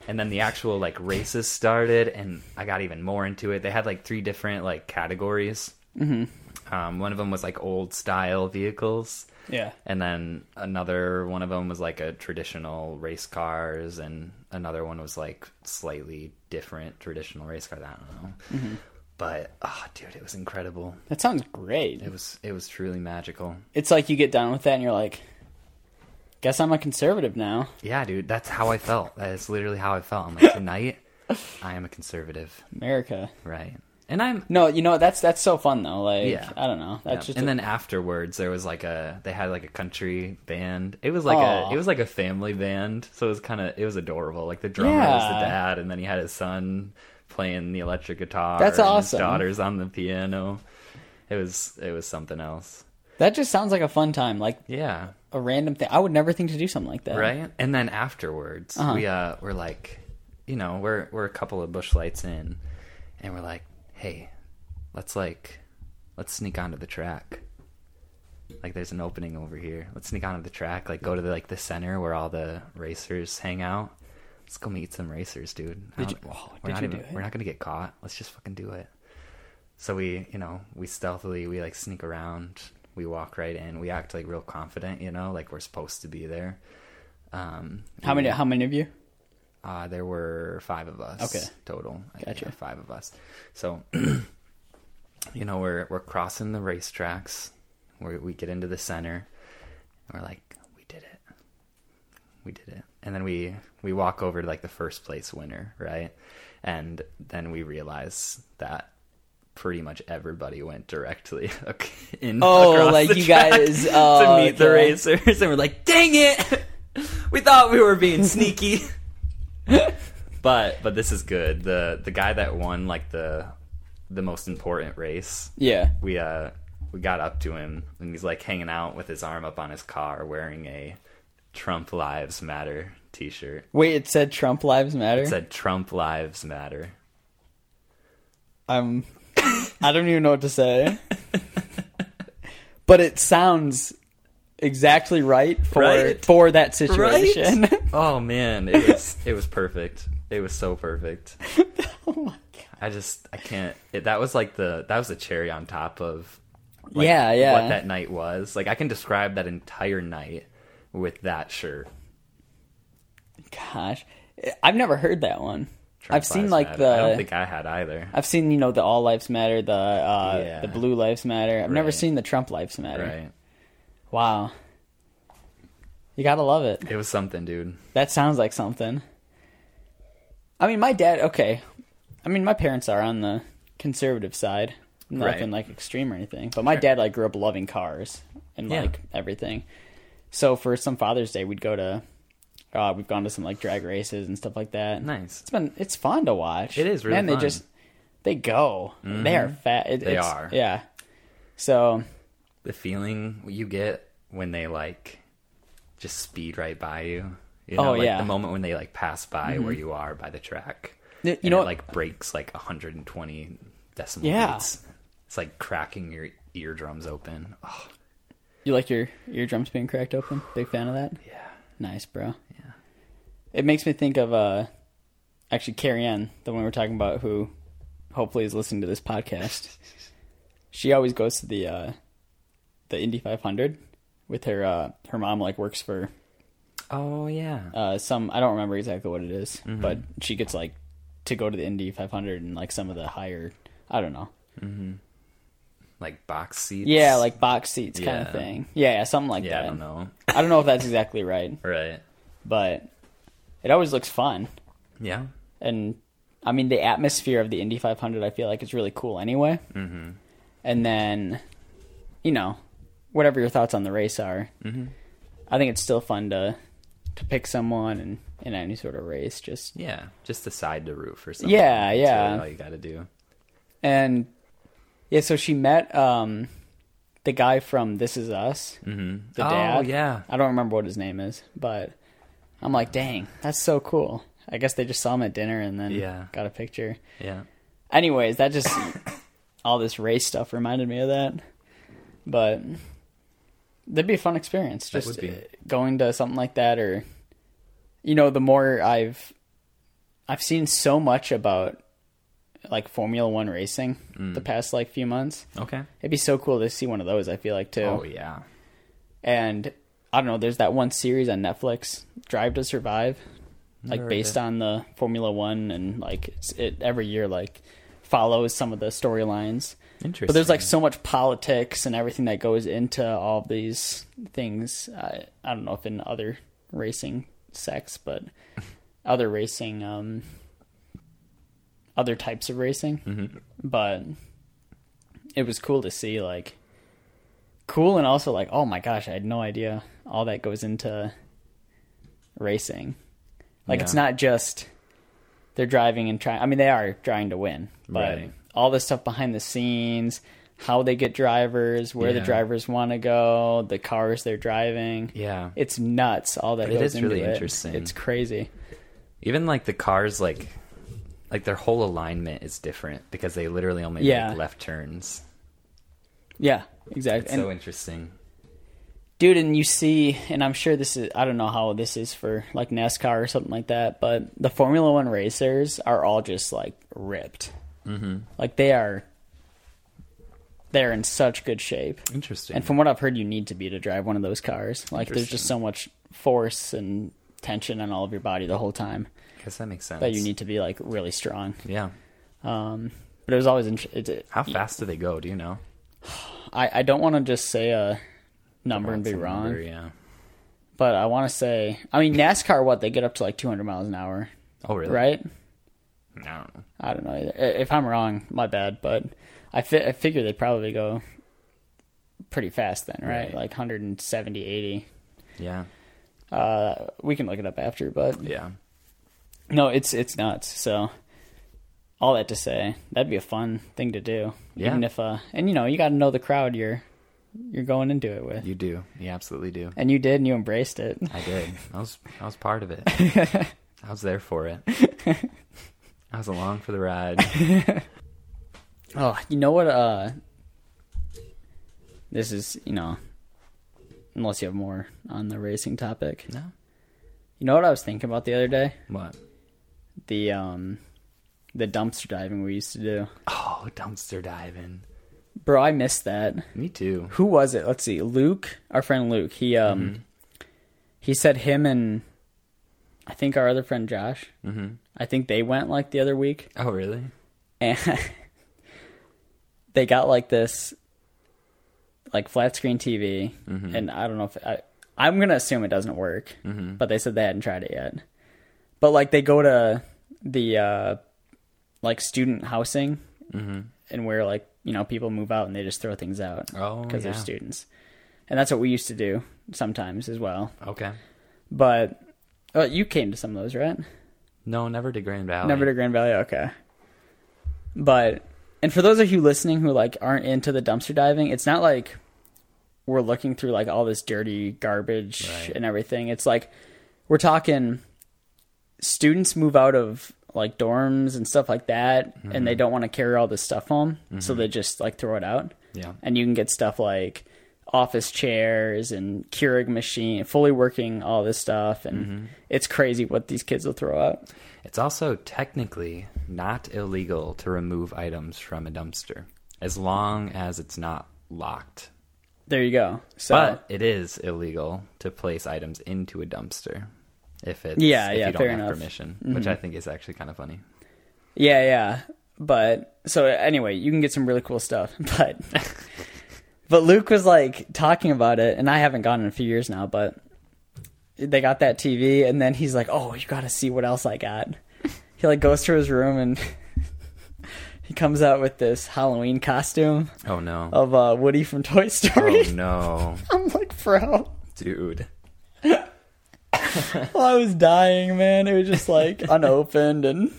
Speaker 2: and then the actual like races started and i got even more into it they had like three different like categories mm-hmm. um, one of them was like old style vehicles
Speaker 1: Yeah.
Speaker 2: and then another one of them was like a traditional race cars and another one was like slightly different traditional race car i don't know
Speaker 1: Mm-hmm.
Speaker 2: but oh dude it was incredible
Speaker 1: That sounds great.
Speaker 2: it was it was truly magical
Speaker 1: It's like you get done with that and you're like, guess I'm a conservative now.
Speaker 2: yeah dude that's how i felt that's literally how i felt i'm like tonight i am a conservative
Speaker 1: America.
Speaker 2: right and i'm
Speaker 1: No, you know that's that's so fun though. Like
Speaker 2: Yeah.
Speaker 1: I don't know. That's
Speaker 2: Yeah.
Speaker 1: just
Speaker 2: and
Speaker 1: a-
Speaker 2: then afterwards there was like a they had like a country band it was like
Speaker 1: Aw.
Speaker 2: a it was like a family band so it was kind of it was adorable like the drummer was the
Speaker 1: Yeah.
Speaker 2: dad and then he had his son playing the electric guitar
Speaker 1: That's
Speaker 2: and
Speaker 1: awesome.
Speaker 2: his daughter's on the piano it was it was something else
Speaker 1: that just sounds like a fun time. Like
Speaker 2: yeah
Speaker 1: a random thing. I would never think to do something like that. Uh-huh.
Speaker 2: right and then afterwards we uh we're like you know we're we're a couple of bush lights in and we're like hey let's like let's sneak onto the track like there's an opening over here let's sneak onto the track like go to the, like the center where all the racers hang out let's go meet some racers dude I
Speaker 1: Did
Speaker 2: don't-
Speaker 1: you- oh,
Speaker 2: we're
Speaker 1: did
Speaker 2: not
Speaker 1: you
Speaker 2: even
Speaker 1: do it?
Speaker 2: we're not gonna get caught let's just fucking do it so we you know we stealthily we like sneak around we walk right in we act like real confident you know like we're supposed to be there um
Speaker 1: How many? How many of you?
Speaker 2: uh, there were five of us.
Speaker 1: Okay.
Speaker 2: Total. I think,
Speaker 1: Gotcha.
Speaker 2: yeah, five of us. So, <clears throat> you know, we're we're crossing the racetracks. We we get into the center. And we're like, we did it. We did it. And then we we walk over to like the first place winner, right? And then we realize that pretty much everybody went directly <laughs> ac- in.
Speaker 1: Oh,
Speaker 2: across
Speaker 1: like
Speaker 2: the
Speaker 1: you
Speaker 2: track <laughs>
Speaker 1: guys-
Speaker 2: to
Speaker 1: oh,
Speaker 2: meet the
Speaker 1: okay.
Speaker 2: racers, and we're like, dang it. <laughs> We thought we were being
Speaker 1: <laughs>
Speaker 2: sneaky. but but this is good. The the guy that won like the the most important race.
Speaker 1: Yeah.
Speaker 2: We uh we got up to him and he's like hanging out with his arm up on his car wearing a Trump Lives Matter t-shirt.
Speaker 1: Wait, it said Trump Lives Matter.
Speaker 2: It said Trump Lives Matter.
Speaker 1: I'm. I don't even know what to say. but it sounds exactly right for
Speaker 2: Right?
Speaker 1: for that situation. <laughs>
Speaker 2: oh man, it was it was perfect. It was so perfect.
Speaker 1: <laughs> oh my god.
Speaker 2: I just I can't. It, that was like the that was the cherry on top of like,
Speaker 1: Yeah, yeah.
Speaker 2: what that night was. Like I can describe that entire night with that shirt.
Speaker 1: Gosh, I've never heard that one.
Speaker 2: Trump
Speaker 1: I've seen
Speaker 2: Lives
Speaker 1: like
Speaker 2: Matter. I don't
Speaker 1: the
Speaker 2: think I had either.
Speaker 1: I've seen you know the All Lives Matter, the uh,
Speaker 2: Yeah.
Speaker 1: the Blue Lives Matter. I've never
Speaker 2: Right.
Speaker 1: seen the Trump Lives Matter.
Speaker 2: Right.
Speaker 1: Wow, you gotta love it.
Speaker 2: It was something, dude.
Speaker 1: That sounds like something. I mean, my dad. Okay, I mean, my parents are on the conservative side, nothing
Speaker 2: Right.
Speaker 1: like extreme or anything. But my dad like grew up loving cars and
Speaker 2: Yeah.
Speaker 1: like everything. So for some Father's Day, we'd go to. Uh, we've gone to some like drag races and stuff like that.
Speaker 2: Nice.
Speaker 1: It's been it's fun to watch.
Speaker 2: It is really
Speaker 1: Man,
Speaker 2: fun. Mm-hmm.
Speaker 1: they just they go. They are fat. It,
Speaker 2: They
Speaker 1: it's-
Speaker 2: are.
Speaker 1: Yeah. So
Speaker 2: The feeling you get when they like just speed right by you. You know,
Speaker 1: Oh,
Speaker 2: like
Speaker 1: yeah. Mm-hmm.
Speaker 2: the moment when they like pass by where you are by the track.
Speaker 1: you
Speaker 2: and
Speaker 1: know
Speaker 2: it,
Speaker 1: what?
Speaker 2: like breaks like 120 decimal
Speaker 1: Yeah.
Speaker 2: beats. It's like cracking your eardrums open. Oh,
Speaker 1: You like your eardrums being cracked open? Big fan of that?
Speaker 2: yeah.
Speaker 1: Nice, bro. Yeah. It makes me think of uh actually Carrie Ann, the one we're talking about who hopefully is listening to this
Speaker 2: <laughs>
Speaker 1: podcast. she always goes to the uh the Indy five hundred with her uh her mom like works for
Speaker 2: Oh yeah.
Speaker 1: uh, some I don't remember exactly what it is,
Speaker 2: Mm-hmm.
Speaker 1: but she gets like to go to the Indy 500 and like some of the higher I don't know.
Speaker 2: like box seats.
Speaker 1: Yeah, like box seats kind
Speaker 2: Yeah.
Speaker 1: of thing. Yeah, yeah, something like
Speaker 2: yeah,
Speaker 1: that.
Speaker 2: I don't know.
Speaker 1: I don't know if that's exactly right,
Speaker 2: Right.
Speaker 1: but it always looks fun.
Speaker 2: Yeah.
Speaker 1: And I mean, the atmosphere of the Indy 500 I feel like is really cool anyway. Mm-hmm. And then, you know, whatever your thoughts on the race are, mm-hmm. I think it's still fun to to pick someone and in any sort of race just
Speaker 2: Yeah. Just decide to root for something.
Speaker 1: Yeah,
Speaker 2: That's
Speaker 1: yeah.
Speaker 2: really all you got to do.
Speaker 1: and yeah, so she met um the guy from This Is Us, mm-hmm. the
Speaker 2: Oh,
Speaker 1: dad.
Speaker 2: yeah.
Speaker 1: I don't remember what his name is, but I'm like, dang, that's so cool. I guess they just saw him at dinner and then
Speaker 2: Yeah.
Speaker 1: got a picture.
Speaker 2: Yeah.
Speaker 1: Anyways, that just all this race stuff reminded me of that, but that'd be a fun experience. Just
Speaker 2: would be.
Speaker 1: uh, going to something like that, or you know, the more I've I've seen so much about like Formula One racing
Speaker 2: Mm.
Speaker 1: the past like few months.
Speaker 2: Okay.
Speaker 1: It'd be so cool to see one of those. I feel like too.
Speaker 2: Oh yeah.
Speaker 1: And I don't know. There's that one series on Netflix, Drive to Survive, like
Speaker 2: Never heard
Speaker 1: based on the Formula One, and like it's, it every year like follows some of the storylines.
Speaker 2: Interesting.
Speaker 1: But there's like so much politics and everything that goes into all these things. I, I don't know if in other racing sects,
Speaker 2: <laughs>
Speaker 1: but other racing, um, other types of racing.
Speaker 2: Mm-hmm.
Speaker 1: But it was cool to see, like, cool and also like, oh my gosh, I had no idea all that goes into racing. Like, it's
Speaker 2: Yeah.
Speaker 1: not just they're driving and trying. I mean, they are trying to win, but
Speaker 2: Right.
Speaker 1: all the stuff behind the scenes, how they get drivers, where the
Speaker 2: Yeah.
Speaker 1: drivers want to go, the cars they're driving.
Speaker 2: yeah.
Speaker 1: It's nuts. All that
Speaker 2: It
Speaker 1: goes
Speaker 2: is
Speaker 1: into
Speaker 2: really
Speaker 1: it.
Speaker 2: interesting.
Speaker 1: It's crazy.
Speaker 2: Even like the cars, like like their whole alignment is different because they literally only
Speaker 1: Yeah.
Speaker 2: make left turns.
Speaker 1: Yeah, exactly.
Speaker 2: It's
Speaker 1: And-
Speaker 2: so interesting.
Speaker 1: dude and you see and i'm sure this is i don't know how this is for like nascar or something like that but the formula one racers are all just like ripped mm-hmm. like they are they're in such good shape
Speaker 2: Interesting.
Speaker 1: and from what i've heard you need to be to drive one of those cars like there's just so much force and tension on all of your body the whole time
Speaker 2: I guess that makes sense.
Speaker 1: that you need to be like really strong
Speaker 2: Yeah.
Speaker 1: but it was always int- it, it,
Speaker 2: How fast do they go? Do you know?
Speaker 1: I, I don't want to just say a number and be
Speaker 2: That's a
Speaker 1: wrong
Speaker 2: number, yeah.
Speaker 1: but I want to say, I mean, NASCAR, what they get up to like 200 miles an hour,
Speaker 2: Oh really?
Speaker 1: right?
Speaker 2: I don't know.
Speaker 1: I don't know either. I- If I'm wrong, my bad. But I, fi- I figure they probably go pretty fast then, right?
Speaker 2: Right.
Speaker 1: Like 170, 80.
Speaker 2: Yeah.
Speaker 1: We can look it up after, but
Speaker 2: Yeah.
Speaker 1: no, it's it's nuts. So all that to say, that'd be a fun thing to do.
Speaker 2: Yeah.
Speaker 1: Even if uh, and you know, you got to know the crowd you're you're going into it with,
Speaker 2: You do. You absolutely do.
Speaker 1: and you did, and you embraced it.
Speaker 2: I did. I was I was
Speaker 1: <laughs>
Speaker 2: part of it. I was there for it. I was along for
Speaker 1: <laughs>
Speaker 2: the ride.
Speaker 1: Oh, you know what? Uh, this is you know, unless you have more on the racing topic.
Speaker 2: No.
Speaker 1: You know what I was thinking about the other day?
Speaker 2: What?
Speaker 1: The um, the dumpster diving we used to do.
Speaker 2: Oh, dumpster diving.
Speaker 1: Bro, I missed that.
Speaker 2: Me too.
Speaker 1: Who was it? Let's see. Luke, our friend Luke. He um, he said him and I think our other friend Josh. Mm-hmm. I think they went like the other week.
Speaker 2: Oh, really?
Speaker 1: and <laughs> they got like this like flat screen TV and I don't know if I I'm going to assume it doesn't work
Speaker 2: Mm-hmm.
Speaker 1: but they said they hadn't tried it yet but like they go to the uh like student housing and where like you know people move out and they just throw things out
Speaker 2: Oh,
Speaker 1: they're
Speaker 2: yeah.
Speaker 1: students and that's what we used to do sometimes as well
Speaker 2: Okay.
Speaker 1: but oh, you came to some of those right
Speaker 2: No, never to Grand Valley.
Speaker 1: Never to Grand Valley. Okay. But and for those of you listening who like aren't into the dumpster diving, it's not like we're looking through like all this dirty garbage
Speaker 2: Right.
Speaker 1: and everything. It's like we're talking students move out of like dorms and stuff like that and
Speaker 2: Mm-hmm.
Speaker 1: they don't want to carry all this stuff home, so they just like throw it out.
Speaker 2: Yeah.
Speaker 1: And you can get stuff like office chairs and Keurig machine, fully working all this stuff and it's crazy what these kids will throw out.
Speaker 2: It's also technically not illegal to remove items from a dumpster as long as it's not locked.
Speaker 1: There you go. So
Speaker 2: But it is illegal to place items into a dumpster if it's
Speaker 1: Yeah,
Speaker 2: if
Speaker 1: yeah,
Speaker 2: you don't
Speaker 1: fair
Speaker 2: have
Speaker 1: enough. Mm-hmm.
Speaker 2: permission, which I think is actually kind of funny.
Speaker 1: yeah, yeah. But so anyway, you can get some really cool stuff. <laughs> But but Luke was like talking about it, and I haven't gone in a few years now. But they got that TV, and then he's like, "Oh, you got to see what else I got." He like goes to his room and <laughs> he comes out with this Halloween costume
Speaker 2: Oh no.
Speaker 1: <laughs> of uh, Woody from Toy <laughs> Story.
Speaker 2: Oh no.
Speaker 1: I'm like, bro.
Speaker 2: Dude.
Speaker 1: I was dying, man. It was just like unopened, and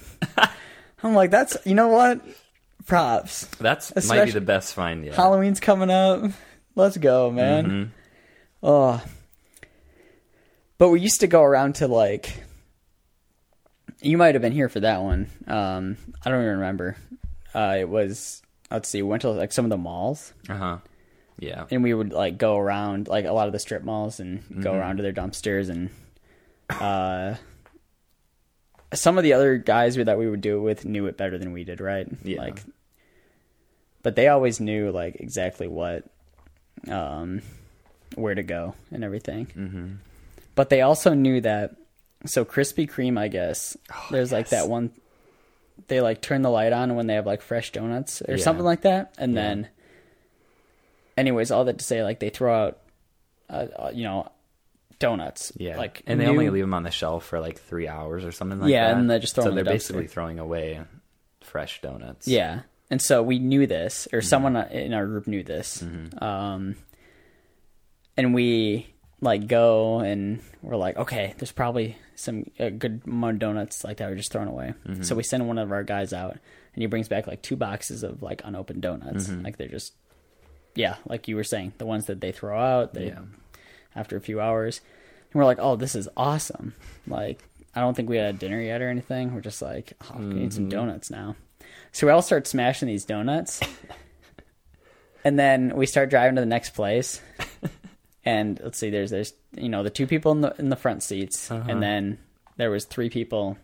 Speaker 1: I'm like, that's you know what? Props.
Speaker 2: That's might
Speaker 1: Especially-
Speaker 2: be the best find yet.
Speaker 1: Halloween's coming up. Let's go, man. Oh, but we used to go around to like. You might have been here for that one. Um, I don't even remember. Uh, it was let's see, we went to like some of the malls,
Speaker 2: Uh huh. Yeah.
Speaker 1: and we would like go around like a lot of the
Speaker 2: Mm-hmm.
Speaker 1: strip malls and go around to their dumpsters and uh, some of the other guys that we would do it with knew it better than we did, right?
Speaker 2: Yeah.
Speaker 1: Like, but they always knew like exactly what, um, where to go and everything. Mm-hmm. But they also knew that. So Krispy Kreme, I guess, there's like
Speaker 2: Oh, yes.
Speaker 1: that one. They like turn the light on when they have like fresh donuts or
Speaker 2: Yeah.
Speaker 1: something like that, and then. Anyways, all that to say, like they throw out, uh, uh, you know, donuts.
Speaker 2: Yeah,
Speaker 1: Like
Speaker 2: and they
Speaker 1: new-
Speaker 2: only leave them on the shelf for like three hours or something like
Speaker 1: Yeah,
Speaker 2: that.
Speaker 1: and they just throw
Speaker 2: so
Speaker 1: 'em in
Speaker 2: they're
Speaker 1: the dumpster.
Speaker 2: basically throwing away fresh donuts.
Speaker 1: Yeah. And so we knew this, or someone uh, in our group knew this. Um, and we like go and we're like, okay, there's probably some a good amount of donuts like that were just thrown away. So we send one of our guys out, and he brings back like two boxes of like unopened donuts. Like they're just, yeah, like you were saying, the ones that they throw out. They,
Speaker 2: Yeah.
Speaker 1: After a few hours, and we're like, oh, this is awesome. Like I don't think we had dinner yet or anything. We're just like, oh, we need some donuts now. So we all start smashing these donuts. and then we start driving to the next place. and let's see, there's there's you know, the two people in the in the front seats and then there was three people,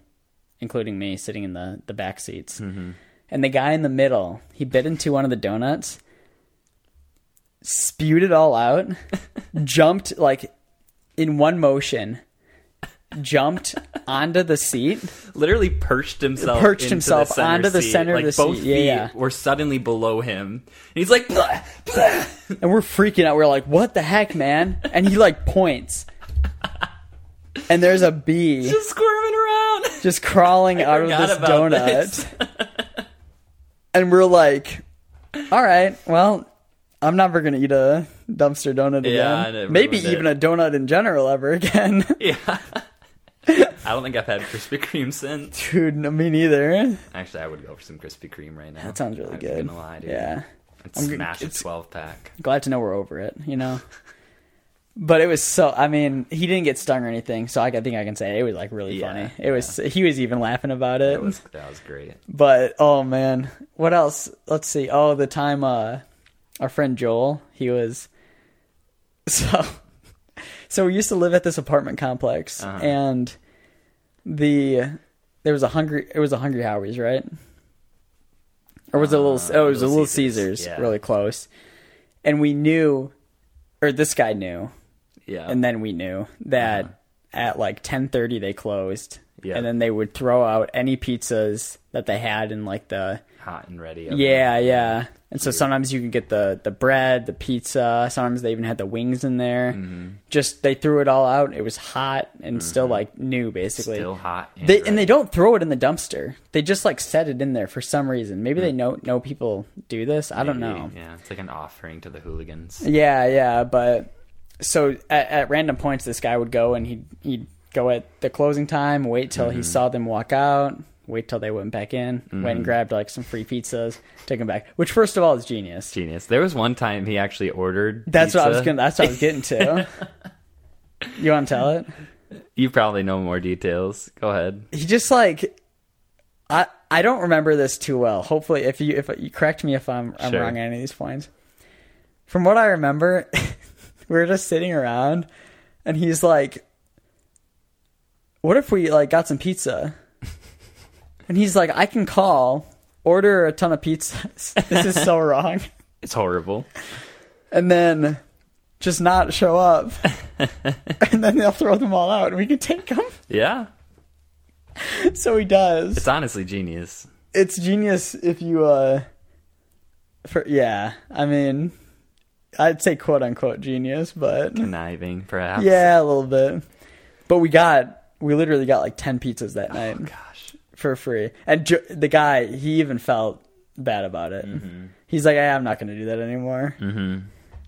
Speaker 1: including me, sitting in the, the back seats. And the guy in the middle, he bit into one of the donuts, spewed it all out, jumped like in one motion, jumped onto the seat.
Speaker 2: literally perched himself,
Speaker 1: Perched
Speaker 2: into
Speaker 1: himself
Speaker 2: the center
Speaker 1: onto the
Speaker 2: seat.
Speaker 1: center of
Speaker 2: like,
Speaker 1: the seat.
Speaker 2: both
Speaker 1: Yeah,
Speaker 2: feet
Speaker 1: yeah.
Speaker 2: were suddenly below him, and he's like, <laughs> "Blah, blah."
Speaker 1: And we're freaking out. We're like, what the heck, man? And he like points. And there's a bee
Speaker 2: just squirming around.
Speaker 1: just crawling out of
Speaker 2: forgot
Speaker 1: this
Speaker 2: about
Speaker 1: donut.
Speaker 2: this.
Speaker 1: And we're like, all right, well, I'm never going to eat a dumpster donut again.
Speaker 2: Yeah, I never
Speaker 1: Maybe
Speaker 2: would, eh?
Speaker 1: even a donut in general ever again. <laughs>
Speaker 2: <laughs> yeah, I don't think I've had Krispy Kreme since.
Speaker 1: Dude, no, me neither.
Speaker 2: Actually, I would go for some Krispy Kreme right now.
Speaker 1: That sounds really
Speaker 2: I'm
Speaker 1: good.
Speaker 2: Gonna lie, dude.
Speaker 1: Yeah.
Speaker 2: I'd
Speaker 1: I'm g-
Speaker 2: smash a
Speaker 1: it's-
Speaker 2: twelve pack.
Speaker 1: glad to know we're over it, you know. but it was so. I mean, he didn't get stung or anything, so I can- think I can say it was like really
Speaker 2: Yeah,
Speaker 1: funny. It was. He was even laughing about it.
Speaker 2: That was that was great.
Speaker 1: But oh man, what else? Let's see. Oh, the time uh, our friend Joel, he was <laughs> so. So we used to live at this apartment complex,
Speaker 2: Uh-huh.
Speaker 1: and the there was a hungry. It was a Hungry Howie's, right? Or was it a little? Oh, it was a
Speaker 2: Uh, Little
Speaker 1: little
Speaker 2: Caesars,
Speaker 1: Caesars,
Speaker 2: yeah.
Speaker 1: really close. And we knew, or this guy knew,
Speaker 2: Yeah,
Speaker 1: and then we knew that at like 10:30 they closed
Speaker 2: Uh-huh. Yeah.
Speaker 1: and then they would throw out any pizzas that they had in like the
Speaker 2: hot and ready.
Speaker 1: yeah yeah and so sometimes you could get the the bread the pizza sometimes they even had the wings in there
Speaker 2: Mm-hmm.
Speaker 1: just they threw it all out it was hot and still like new basically
Speaker 2: still hot. And
Speaker 1: they
Speaker 2: ready.
Speaker 1: and they don't throw it in the dumpster they just like set it in there for some reason
Speaker 2: Hmm.
Speaker 1: maybe they know know people do this i don't know
Speaker 2: Yeah, it's like an offering to the hooligans.
Speaker 1: yeah, yeah, but so at, at random points, this guy would go and he'd he'd go at the closing time, wait till he saw them walk out, wait till they went back in, went and grabbed like some free pizzas, took them back. Which, first of all, is genius.
Speaker 2: Genius. There was one time he actually ordered.
Speaker 1: That's what I was
Speaker 2: pizza.
Speaker 1: gonna. That's what I was getting to. you want to tell it?
Speaker 2: You probably know more details. Go ahead.
Speaker 1: He just like. I, I don't remember this too well. Hopefully, if you if you correct me if I'm I'm
Speaker 2: Sure.
Speaker 1: wrong on any of these points. From what I remember, <laughs> we were just sitting around, and he's like, "What if we like got some pizza?" And he's like, "I can call, order a ton of pizzas. <laughs> This is so wrong."
Speaker 2: It's horrible.
Speaker 1: And then just not show up, and then they'll throw them all out, and we can take them.
Speaker 2: Yeah.
Speaker 1: So he does.
Speaker 2: It's honestly genius.
Speaker 1: it's genius if you uh for yeah i mean i'd say quote unquote genius but
Speaker 2: Conniving, perhaps.
Speaker 1: yeah a little bit but we got we literally got like 10 pizzas
Speaker 2: Oh,
Speaker 1: that night
Speaker 2: Gosh.
Speaker 1: for free and jo- the guy he even felt bad about it he's like "Yeah, i'm not gonna do that anymore
Speaker 2: Mm.
Speaker 1: mm-hmm.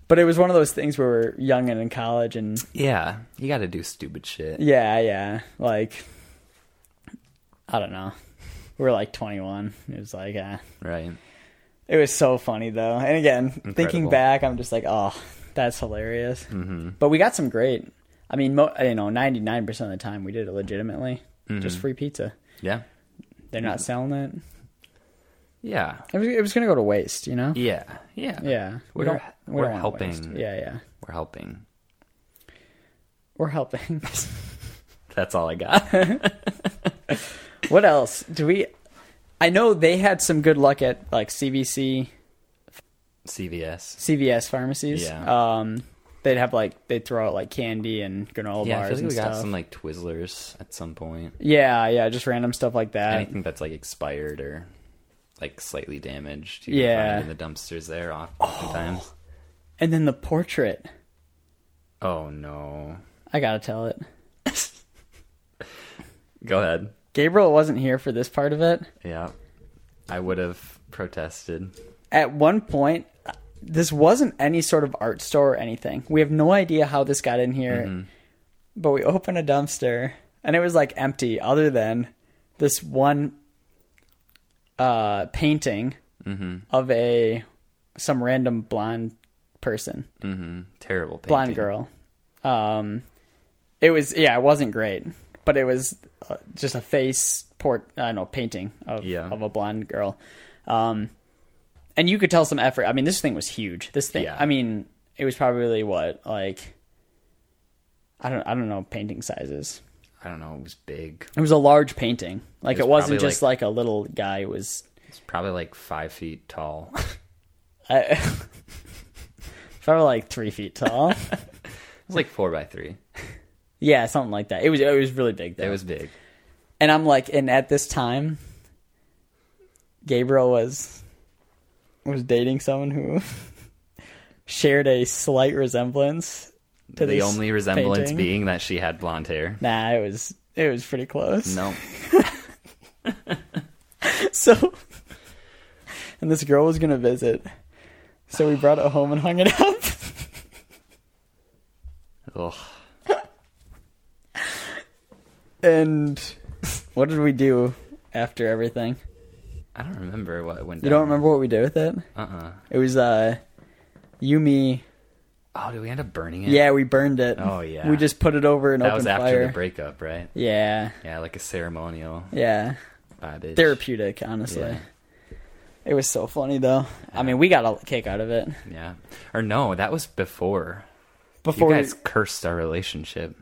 Speaker 1: but it was one of those things where we're young and in college and
Speaker 2: Yeah. You got to do stupid shit.
Speaker 1: yeah yeah like i don't know we were like 21 it was like uh
Speaker 2: Right.
Speaker 1: It was so funny though. And again,
Speaker 2: Incredible. Hmm.
Speaker 1: thinking back, I'm just like, oh, that's hilarious. Mm-hmm. But we got some great. I mean, mo- you know, 99% of the time we did it legitimately.
Speaker 2: Mm-hmm.
Speaker 1: Just free pizza.
Speaker 2: Yeah.
Speaker 1: They're
Speaker 2: Mm-hmm.
Speaker 1: not selling it.
Speaker 2: Yeah.
Speaker 1: It was, it was going to go to waste, you know?
Speaker 2: Yeah. Yeah.
Speaker 1: Yeah.
Speaker 2: We're,
Speaker 1: don't- we
Speaker 2: we're
Speaker 1: don't want
Speaker 2: helping.
Speaker 1: waste. Yeah, yeah.
Speaker 2: We're helping.
Speaker 1: We're helping. <laughs>
Speaker 2: <laughs> That's all I got.
Speaker 1: What else do we? I know they had some good luck at like CVC,
Speaker 2: CVS.
Speaker 1: CVS pharmacies.
Speaker 2: Yeah.
Speaker 1: Um, they'd have like they'd throw out like candy and granola
Speaker 2: Yeah, I
Speaker 1: bars
Speaker 2: feel like
Speaker 1: and
Speaker 2: we
Speaker 1: stuff.
Speaker 2: got some like Twizzlers at some point.
Speaker 1: yeah, yeah, just random stuff like that.
Speaker 2: Anything that's like expired or like slightly damaged. You can
Speaker 1: Yeah.
Speaker 2: find in the dumpsters there oft- oftentimes. Oh.
Speaker 1: And then the portrait. Oh.
Speaker 2: Oh, no.
Speaker 1: I gotta tell it.
Speaker 2: Go ahead.
Speaker 1: Gabriel wasn't here for this part of it.
Speaker 2: Yeah. I would have protested.
Speaker 1: At one point, this wasn't any sort of art store or anything. We have no idea how this got in here, but we opened a dumpster and it was like empty, other than this one uh, painting of a some random blonde person, Mm-hmm.
Speaker 2: hmm Terrible painting.
Speaker 1: blonde girl. Um, it was yeah, it wasn't great, but it was uh, just a face port, I don't know, painting of
Speaker 2: Yeah.
Speaker 1: of a blonde girl. Um, and you could tell some effort. I mean, this thing was huge. This thing,
Speaker 2: Yeah.
Speaker 1: I mean, it was probably what like I don't I don't know painting sizes.
Speaker 2: I don't know. It was big.
Speaker 1: It was a large painting. Like
Speaker 2: It
Speaker 1: it,
Speaker 2: was
Speaker 1: was not
Speaker 2: probably,
Speaker 1: just like a little guy. It was
Speaker 2: It's probably like five feet
Speaker 1: <laughs>
Speaker 2: tall.
Speaker 1: I, <laughs> probably like three feet
Speaker 2: <laughs>
Speaker 1: tall.
Speaker 2: It's like four by three.
Speaker 1: yeah, something like that. It was it was really big. Though.
Speaker 2: It was big.
Speaker 1: And I'm like, and at this time, Gabriel was was dating someone who <laughs> shared a slight resemblance to
Speaker 2: the
Speaker 1: this
Speaker 2: only resemblance
Speaker 1: painting.
Speaker 2: being that she had blonde hair.
Speaker 1: Nah, it was it was pretty close.
Speaker 2: No.
Speaker 1: <laughs> So, <laughs> and this girl was gonna visit, so we brought it home and hung it up. <laughs>
Speaker 2: Ugh.
Speaker 1: And what did we do after everything?
Speaker 2: I don't remember what went down.
Speaker 1: You don't remember what we did with it?
Speaker 2: Uh-uh.
Speaker 1: It was uh, you, me.
Speaker 2: Oh, did we end up burning it?
Speaker 1: Yeah, we burned it.
Speaker 2: Oh, yeah.
Speaker 1: We just put it over an
Speaker 2: That
Speaker 1: open
Speaker 2: was after
Speaker 1: fire.
Speaker 2: the breakup, right?
Speaker 1: Yeah,
Speaker 2: Yeah, like a ceremonial
Speaker 1: yeah.
Speaker 2: vibe.
Speaker 1: Therapeutic, honestly.
Speaker 2: Yeah.
Speaker 1: It was so funny though. I mean, we got a kick out of it.
Speaker 2: yeah. Or no, that was before.
Speaker 1: Before
Speaker 2: you
Speaker 1: we-
Speaker 2: guys cursed our relationship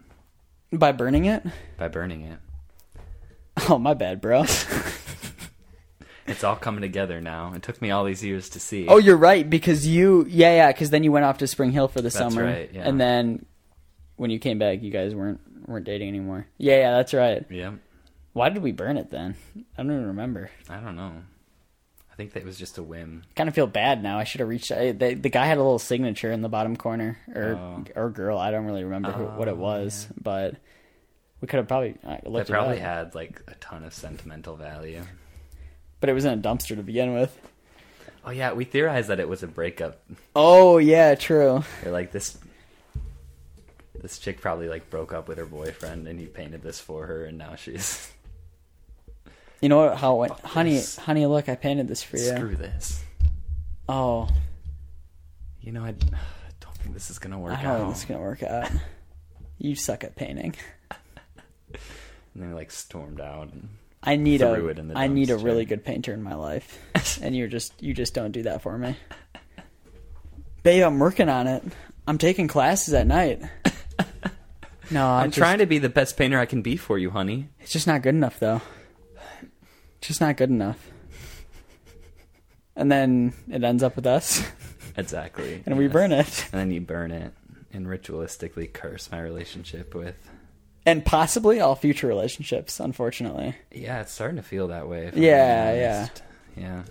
Speaker 1: by burning it.
Speaker 2: by burning it.
Speaker 1: <laughs> Oh my bad, <laughs> bro.
Speaker 2: It's all coming together now. It took me all these years to see.
Speaker 1: oh, you're right because you yeah yeah because then you went off to Spring Hill for the summer
Speaker 2: right, yeah.
Speaker 1: and then when you came back you guys weren't weren't dating anymore. Yeah yeah that's right.
Speaker 2: yeah.
Speaker 1: Why did we burn it then? I don't even remember.
Speaker 2: I don't know. I think that was just a whim.
Speaker 1: Kind of feel bad now. I should have reached. I, the, the guy had a little signature in the bottom corner, or
Speaker 2: Oh.
Speaker 1: or girl. I don't really remember who, what it was, but we could have probably I
Speaker 2: That
Speaker 1: looked it
Speaker 2: probably
Speaker 1: up.
Speaker 2: had like a ton of sentimental value.
Speaker 1: but it was in a dumpster to begin with.
Speaker 2: Oh yeah, we theorized that it was a breakup. <laughs>
Speaker 1: Oh yeah, true.
Speaker 2: Or like this this chick probably like broke up with her boyfriend and he painted this for her and now she's <laughs>
Speaker 1: You know what? How it went,
Speaker 2: Fuck
Speaker 1: honey,
Speaker 2: this.
Speaker 1: honey, look, I painted this for you.
Speaker 2: screw this.
Speaker 1: Oh,
Speaker 2: You know I <sighs> don't think this is gonna work
Speaker 1: I don't think
Speaker 2: out.
Speaker 1: it's gonna work out. You suck at painting.
Speaker 2: And they like stormed out.
Speaker 1: I need a, I
Speaker 2: Threw it in the
Speaker 1: need a
Speaker 2: dumpster.
Speaker 1: really good painter in my life,
Speaker 2: <laughs>
Speaker 1: and you're just, you just don't do that for me. Babe, I'm working on it. I'm taking classes at
Speaker 2: <laughs>
Speaker 1: night. No, I
Speaker 2: I'm
Speaker 1: just-
Speaker 2: trying to be the best painter I can be for you, honey.
Speaker 1: It's just not good enough, though. Just not good enough. And then it ends up with us, <laughs>
Speaker 2: Exactly.
Speaker 1: and we
Speaker 2: Yes.
Speaker 1: burn it.
Speaker 2: And then you burn it and ritualistically curse my relationship with
Speaker 1: and possibly all future relationships unfortunately
Speaker 2: Yeah, it's starting to feel that way. if
Speaker 1: Yeah,
Speaker 2: being
Speaker 1: yeah.
Speaker 2: honest. yeah.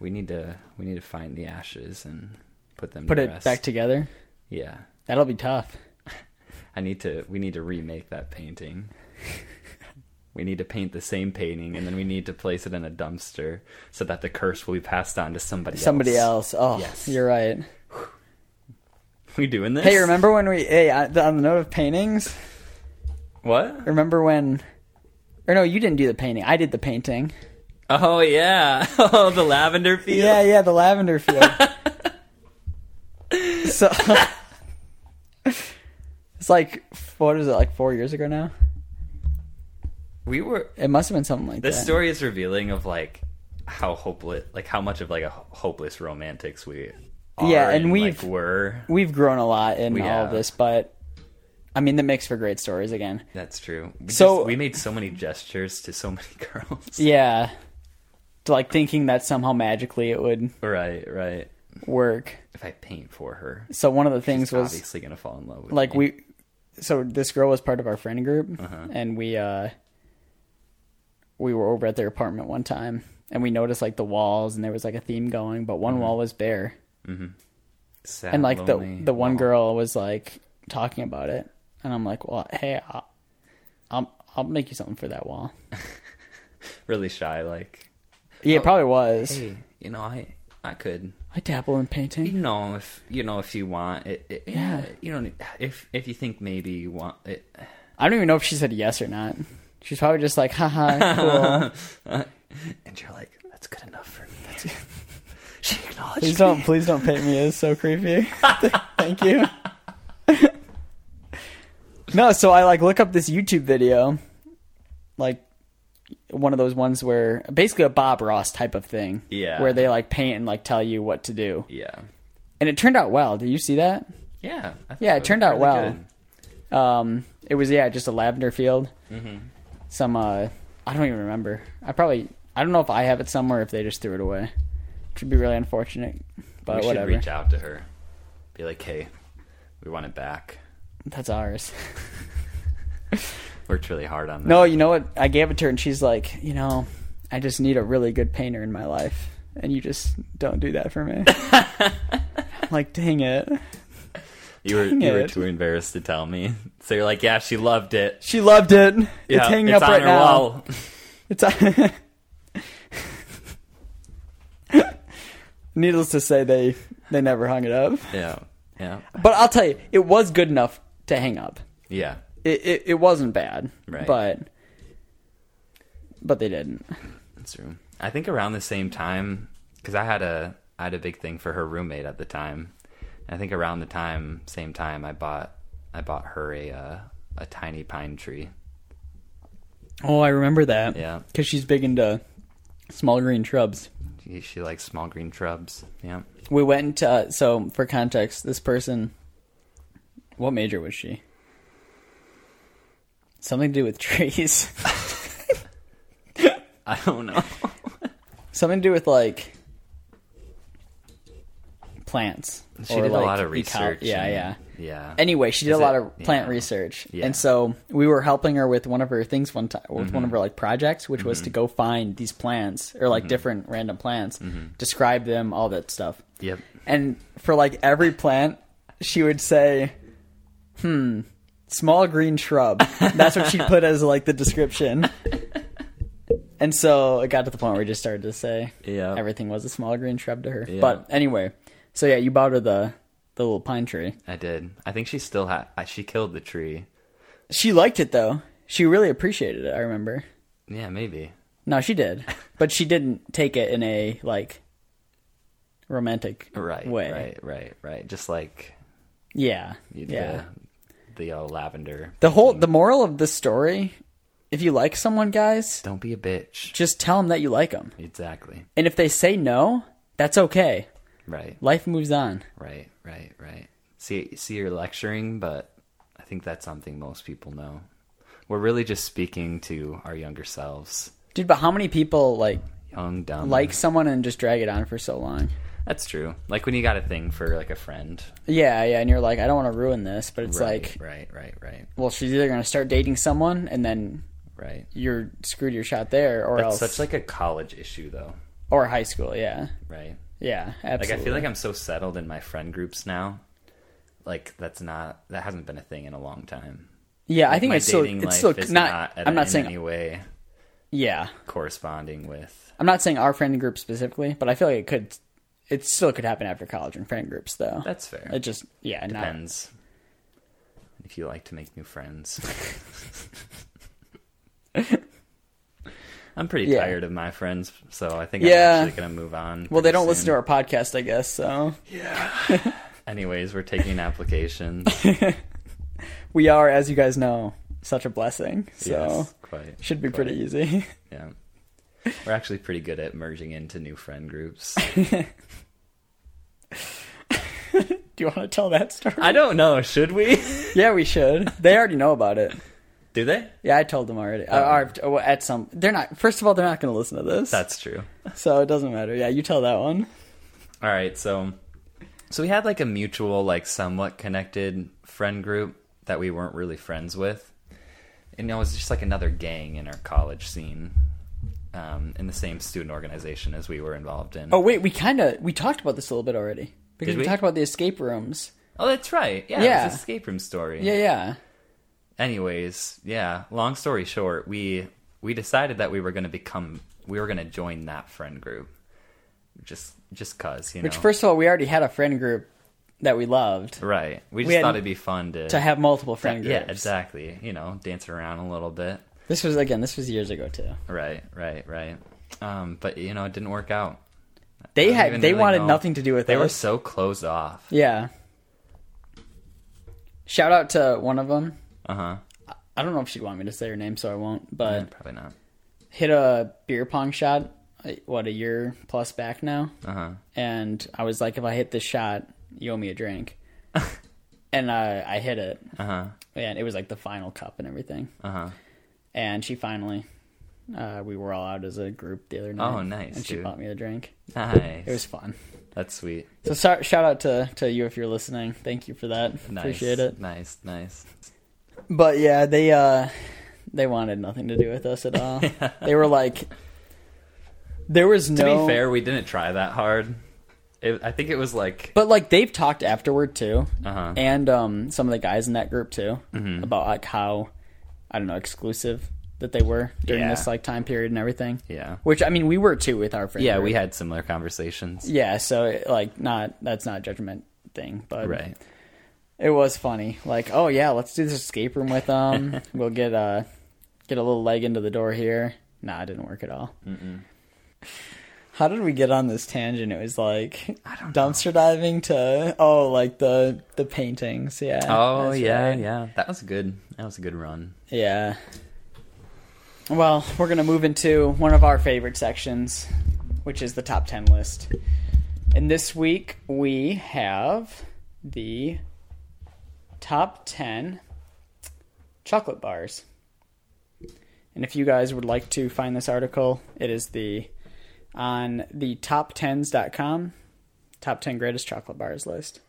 Speaker 2: We need to we need to find the ashes and put them
Speaker 1: put
Speaker 2: to
Speaker 1: it
Speaker 2: rest.
Speaker 1: back together
Speaker 2: Yeah,
Speaker 1: that'll be tough
Speaker 2: I need to. We need to remake that painting. <laughs> we need to paint the same painting, and then we need to place it in a dumpster so that the curse will be passed on to somebody.
Speaker 1: somebody
Speaker 2: else.
Speaker 1: else oh
Speaker 2: Yes.
Speaker 1: you're right
Speaker 2: <laughs> We doing this?
Speaker 1: hey remember when we hey on the on the note of paintings
Speaker 2: what?
Speaker 1: remember when or no you didn't do the painting i did the painting
Speaker 2: Oh yeah, <laughs> oh the lavender field.
Speaker 1: yeah yeah the lavender
Speaker 2: <laughs>
Speaker 1: field <laughs> so it's like what is it like four years ago now
Speaker 2: We were.
Speaker 1: it must have been something like
Speaker 2: This
Speaker 1: that
Speaker 2: story is revealing of like how hopeless, like how much of like a ho- hopeless romantics we. Are
Speaker 1: Yeah, and
Speaker 2: we
Speaker 1: we've-
Speaker 2: like, were
Speaker 1: we've grown a lot in
Speaker 2: We
Speaker 1: all of
Speaker 2: have.
Speaker 1: this but I mean, that makes for great stories again.
Speaker 2: That's true. We
Speaker 1: So-
Speaker 2: just, we made so many gestures to so <laughs> many girls.
Speaker 1: Yeah. To, Like thinking that somehow magically it would
Speaker 2: Right, right.
Speaker 1: work.
Speaker 2: If I paint for her,
Speaker 1: So one of the things
Speaker 2: she's
Speaker 1: was
Speaker 2: obviously gonna fall in love with
Speaker 1: like
Speaker 2: me.
Speaker 1: we so this girl was part of our friend group
Speaker 2: Uh-huh.
Speaker 1: and we uh we were over at their apartment one time and we noticed like the walls and there was like a theme going but
Speaker 2: Uh-huh.
Speaker 1: one wall was bare
Speaker 2: Sad,
Speaker 1: and like the
Speaker 2: lonely
Speaker 1: the one
Speaker 2: wall.
Speaker 1: girl was like talking about it and i'm like well hey i'll i'll, I'll make you something for that wall
Speaker 2: really shy, like
Speaker 1: yeah it probably was
Speaker 2: Oh, hey, you know, I I could
Speaker 1: i dabble in
Speaker 2: you
Speaker 1: painting
Speaker 2: know if you know if you want it, it yeah
Speaker 1: Yeah.
Speaker 2: you know if if you think maybe you want it
Speaker 1: i don't even know if she said yes or not she's probably just like haha
Speaker 2: <laughs>
Speaker 1: cool
Speaker 2: and you're like that's good enough for me. That's good. <laughs> she acknowledged
Speaker 1: please
Speaker 2: me.
Speaker 1: don't please don't paint me it's so creepy <laughs> thank you <laughs> no so i like look up this youtube video like one of those ones where basically a bob ross type of thing
Speaker 2: Yeah.
Speaker 1: where they like paint and like tell you what to do
Speaker 2: Yeah,
Speaker 1: and it turned out well did you see that
Speaker 2: yeah, I thought
Speaker 1: Yeah, it
Speaker 2: was
Speaker 1: turned out
Speaker 2: really
Speaker 1: well.
Speaker 2: good. Mm-hmm.
Speaker 1: um it was yeah just a lavender field some uh i don't even remember i probably i don't know if i have it somewhere if they just threw it away which would be really unfortunate but
Speaker 2: we
Speaker 1: whatever
Speaker 2: should reach out to her, be like, hey, we want it back.
Speaker 1: that's ours <laughs>
Speaker 2: Worked really hard on that.
Speaker 1: No, you know what? I gave it to her, and she's like, you know, I just need a really good painter in my life, and you just don't do that for <laughs> me. I'm like, dang it.
Speaker 2: you were
Speaker 1: dang
Speaker 2: you were
Speaker 1: it.
Speaker 2: too embarrassed to tell me. <laughs> So you're like, yeah, she loved it.
Speaker 1: She loved it.
Speaker 2: Yeah,
Speaker 1: it's hanging
Speaker 2: it's
Speaker 1: up
Speaker 2: on
Speaker 1: right
Speaker 2: her
Speaker 1: now.
Speaker 2: wall. <laughs>
Speaker 1: It's. <laughs> Needless to say, they they never hung it up.
Speaker 2: Yeah, yeah,
Speaker 1: But I'll tell you, it was good enough to hang up.
Speaker 2: yeah.
Speaker 1: It it, it wasn't bad,
Speaker 2: Right.
Speaker 1: but but they didn't.
Speaker 2: That's true. I think around the same time, because I had a I had a big thing for her roommate at the time. I think around the time, same time, I bought I bought her a uh, a tiny pine tree.
Speaker 1: Oh, I remember that.
Speaker 2: Yeah.
Speaker 1: Because she's big into small green shrubs.
Speaker 2: She, she likes small green shrubs. Yeah, <laughs>
Speaker 1: We went to, uh, so for context, this person, what major was she? Something to do with <laughs> trees.
Speaker 2: I don't know.
Speaker 1: Something to do with like plants.
Speaker 2: She
Speaker 1: or,
Speaker 2: did
Speaker 1: like,
Speaker 2: a lot
Speaker 1: eco-
Speaker 2: of research.
Speaker 1: yeah,
Speaker 2: and-
Speaker 1: yeah.
Speaker 2: yeah.
Speaker 1: Anyway, she did
Speaker 2: Is
Speaker 1: a lot
Speaker 2: it-
Speaker 1: of plant
Speaker 2: yeah.
Speaker 1: research,
Speaker 2: Yeah.
Speaker 1: and so we were helping her with one of her things one time, with
Speaker 2: Mm-hmm.
Speaker 1: one of her like projects, which was to go find these plants or like different random plants,
Speaker 2: Mm-hmm.
Speaker 1: describe them, all that stuff.
Speaker 2: Yep.
Speaker 1: And for like every plant, she would say, "Hmm, small green shrub." That's what she put as like the description. And so it got to the point where we just started to say
Speaker 2: Yeah.
Speaker 1: everything was a small green shrub to her. But anyway, so yeah, you bought her the the little pine tree.
Speaker 2: I did. I think she still had. She killed the tree.
Speaker 1: She liked it though. She really appreciated it. I remember.
Speaker 2: Yeah, maybe.
Speaker 1: No, she did, but she didn't take it in a like romantic
Speaker 2: Right.
Speaker 1: way.
Speaker 2: Right. Right. Right. Just like
Speaker 1: Yeah, yeah.
Speaker 2: yeah. the the uh, lavender.
Speaker 1: The whole the moral of this story, if you like someone, guys,
Speaker 2: Don't be a bitch.
Speaker 1: just tell them that you like them.
Speaker 2: Exactly.
Speaker 1: And if they say no, that's okay.
Speaker 2: Right.
Speaker 1: Life moves on.
Speaker 2: Right, right, right. See, see, you're lecturing, but I think that's something most people know. We're really just speaking to our younger selves,
Speaker 1: Dude, but how many people like
Speaker 2: young, dumb.
Speaker 1: like someone and just drag it on for so long?
Speaker 2: that's true. Like when you got a thing for like a friend.
Speaker 1: Yeah, yeah, and you're like, I don't want to ruin this, but it's
Speaker 2: right,
Speaker 1: like,
Speaker 2: right, right, right,
Speaker 1: well, she's either going to start dating someone and then
Speaker 2: right.
Speaker 1: you're screwed your shot there or
Speaker 2: That's
Speaker 1: else
Speaker 2: such like a college issue, though,
Speaker 1: or high school, yeah.
Speaker 2: right?
Speaker 1: Yeah,
Speaker 2: Like
Speaker 1: absolutely.
Speaker 2: I feel like I'm so settled in my friend groups now. Like that's not that hasn't been a thing in a long time.
Speaker 1: Yeah, I think
Speaker 2: my
Speaker 1: it's still
Speaker 2: dating
Speaker 1: it's
Speaker 2: life
Speaker 1: still
Speaker 2: is
Speaker 1: not,
Speaker 2: at-
Speaker 1: I'm not
Speaker 2: in
Speaker 1: saying
Speaker 2: any way
Speaker 1: yeah.
Speaker 2: corresponding with
Speaker 1: I'm not saying our friend group specifically, but I feel like it could it still could happen after college in friend groups though.
Speaker 2: That's fair.
Speaker 1: It just yeah, not,
Speaker 2: depends if you like to make new friends i'm pretty
Speaker 1: Yeah.
Speaker 2: tired of my friends so i think
Speaker 1: Yeah.
Speaker 2: i'm actually gonna move on
Speaker 1: Well, they don't listen to our podcast, I guess. So
Speaker 2: <laughs> anyways we're taking applications
Speaker 1: we are, as you guys know, such a blessing. <laughs> So
Speaker 2: yes quite
Speaker 1: should be
Speaker 2: quite,
Speaker 1: pretty easy. <laughs>
Speaker 2: yeah we're actually pretty
Speaker 1: <laughs>
Speaker 2: good at merging into new friend groups
Speaker 1: Do you want to tell that
Speaker 2: <laughs>
Speaker 1: story?
Speaker 2: I don't know. Should we?
Speaker 1: yeah, we should. They already know about it.
Speaker 2: Do they?
Speaker 1: Yeah, I told them already.
Speaker 2: Oh.
Speaker 1: Uh, or- or at some, they're not. First of all, they're not going to listen to this,
Speaker 2: That's true.
Speaker 1: so it doesn't matter. Yeah, you tell that one.
Speaker 2: All right, so so we had like a mutual, like somewhat connected friend group that we weren't really friends with, and it was just like another gang in our college scene, um, in the same student organization as we were involved in.
Speaker 1: Oh wait, we kind of we talked about this a little bit already because
Speaker 2: Did
Speaker 1: we
Speaker 2: we?
Speaker 1: talked about the escape rooms.
Speaker 2: Oh, that's right. Yeah,
Speaker 1: Yeah.
Speaker 2: it was an escape room story.
Speaker 1: Yeah, yeah.
Speaker 2: Anyways, yeah. Long story short, we we decided that we were going to become we were going to join that friend group, just just cause you
Speaker 1: Which
Speaker 2: know.
Speaker 1: first of all, we already had a friend group that we loved
Speaker 2: right. We
Speaker 1: had
Speaker 2: just thought it'd be fun to
Speaker 1: to have multiple friend groups.
Speaker 2: yeah exactly you know dance around a little bit.
Speaker 1: This was again, this was years ago too.
Speaker 2: Right, right, right. Um, but you know, it didn't work out. I
Speaker 1: They
Speaker 2: don't
Speaker 1: had
Speaker 2: even
Speaker 1: they
Speaker 2: really
Speaker 1: wanted
Speaker 2: know.
Speaker 1: nothing to do with
Speaker 2: They were
Speaker 1: us.
Speaker 2: so closed off.
Speaker 1: Yeah. Shout out to one of them.
Speaker 2: Uh huh.
Speaker 1: I don't know if she'd want me to say her name, so I won't. But
Speaker 2: Probably not.
Speaker 1: hit a beer pong shot. uh, What a year plus back now.
Speaker 2: Uh huh.
Speaker 1: and I was like, if I hit this shot, you owe me a
Speaker 2: <laughs>
Speaker 1: drink. and uh, I hit it,
Speaker 2: Uh huh.
Speaker 1: and it was like the final cup and everything.
Speaker 2: Uh huh.
Speaker 1: And she finally, uh, we were all out as a group the other night.
Speaker 2: Oh, nice,
Speaker 1: And she
Speaker 2: dude.
Speaker 1: bought me a drink.
Speaker 2: Nice.
Speaker 1: It was fun.
Speaker 2: That's sweet.
Speaker 1: So, so shout out to to you if you're listening. Thank you for that.
Speaker 2: Nice.
Speaker 1: Appreciate it.
Speaker 2: Nice. Nice.
Speaker 1: But yeah, they uh, they wanted nothing to do with us at
Speaker 2: <laughs>
Speaker 1: all. They were like, there was no.
Speaker 2: To be fair, we didn't try that hard. It, I think it was like.
Speaker 1: But like they've talked afterward too,
Speaker 2: Uh-huh. Mm-hmm.
Speaker 1: and um, some of the guys in that group too about like how I don't know exclusive that they were during
Speaker 2: Yeah.
Speaker 1: this like time period and everything.
Speaker 2: Yeah.
Speaker 1: Which I mean, we were too with our friend.
Speaker 2: Yeah,
Speaker 1: group.
Speaker 2: we had similar conversations.
Speaker 1: Yeah, so it, like not that's not a judgment thing, but
Speaker 2: Right.
Speaker 1: it was funny. Like, oh yeah, let's do this escape room with them.
Speaker 2: <laughs>
Speaker 1: we'll get uh get a little leg into the door here. Nah, it didn't work at all. How did we get on this tangent? It was like dumpster diving to oh, like the the paintings. Yeah.
Speaker 2: Oh
Speaker 1: that's
Speaker 2: yeah,
Speaker 1: right.
Speaker 2: yeah. That was good. That was a good run.
Speaker 1: yeah. Well, we're gonna move into one of our favorite sections, which is the top ten list. And this week we have the top 10 chocolate bars. And if you guys would like to find this article, it is the on the top10s.com top 10 greatest chocolate bars list.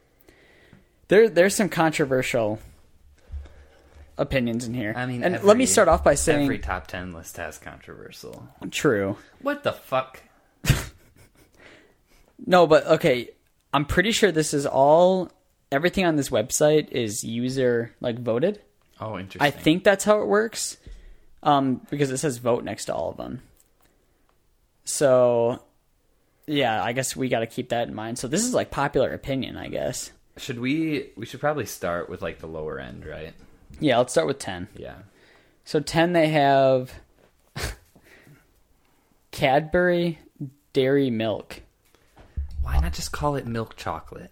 Speaker 1: There there's some controversial opinions in here.
Speaker 2: I mean,
Speaker 1: and let me
Speaker 2: every-
Speaker 1: start off by saying
Speaker 2: Every top ten list has controversial.
Speaker 1: true.
Speaker 2: What the fuck?
Speaker 1: No, but okay, I'm pretty sure this is all everything on this website is user like voted.
Speaker 2: Oh, interesting.
Speaker 1: I think that's how it works, um, because it says vote next to all of them. So, yeah, I guess we got to keep that in mind. So this is like popular opinion, I guess.
Speaker 2: Should we? We should probably start with like the lower end, right?
Speaker 1: Yeah, let's start with ten.
Speaker 2: Yeah.
Speaker 1: So ten, they have <laughs> Cadbury Dairy Milk.
Speaker 2: Why not just call it milk chocolate?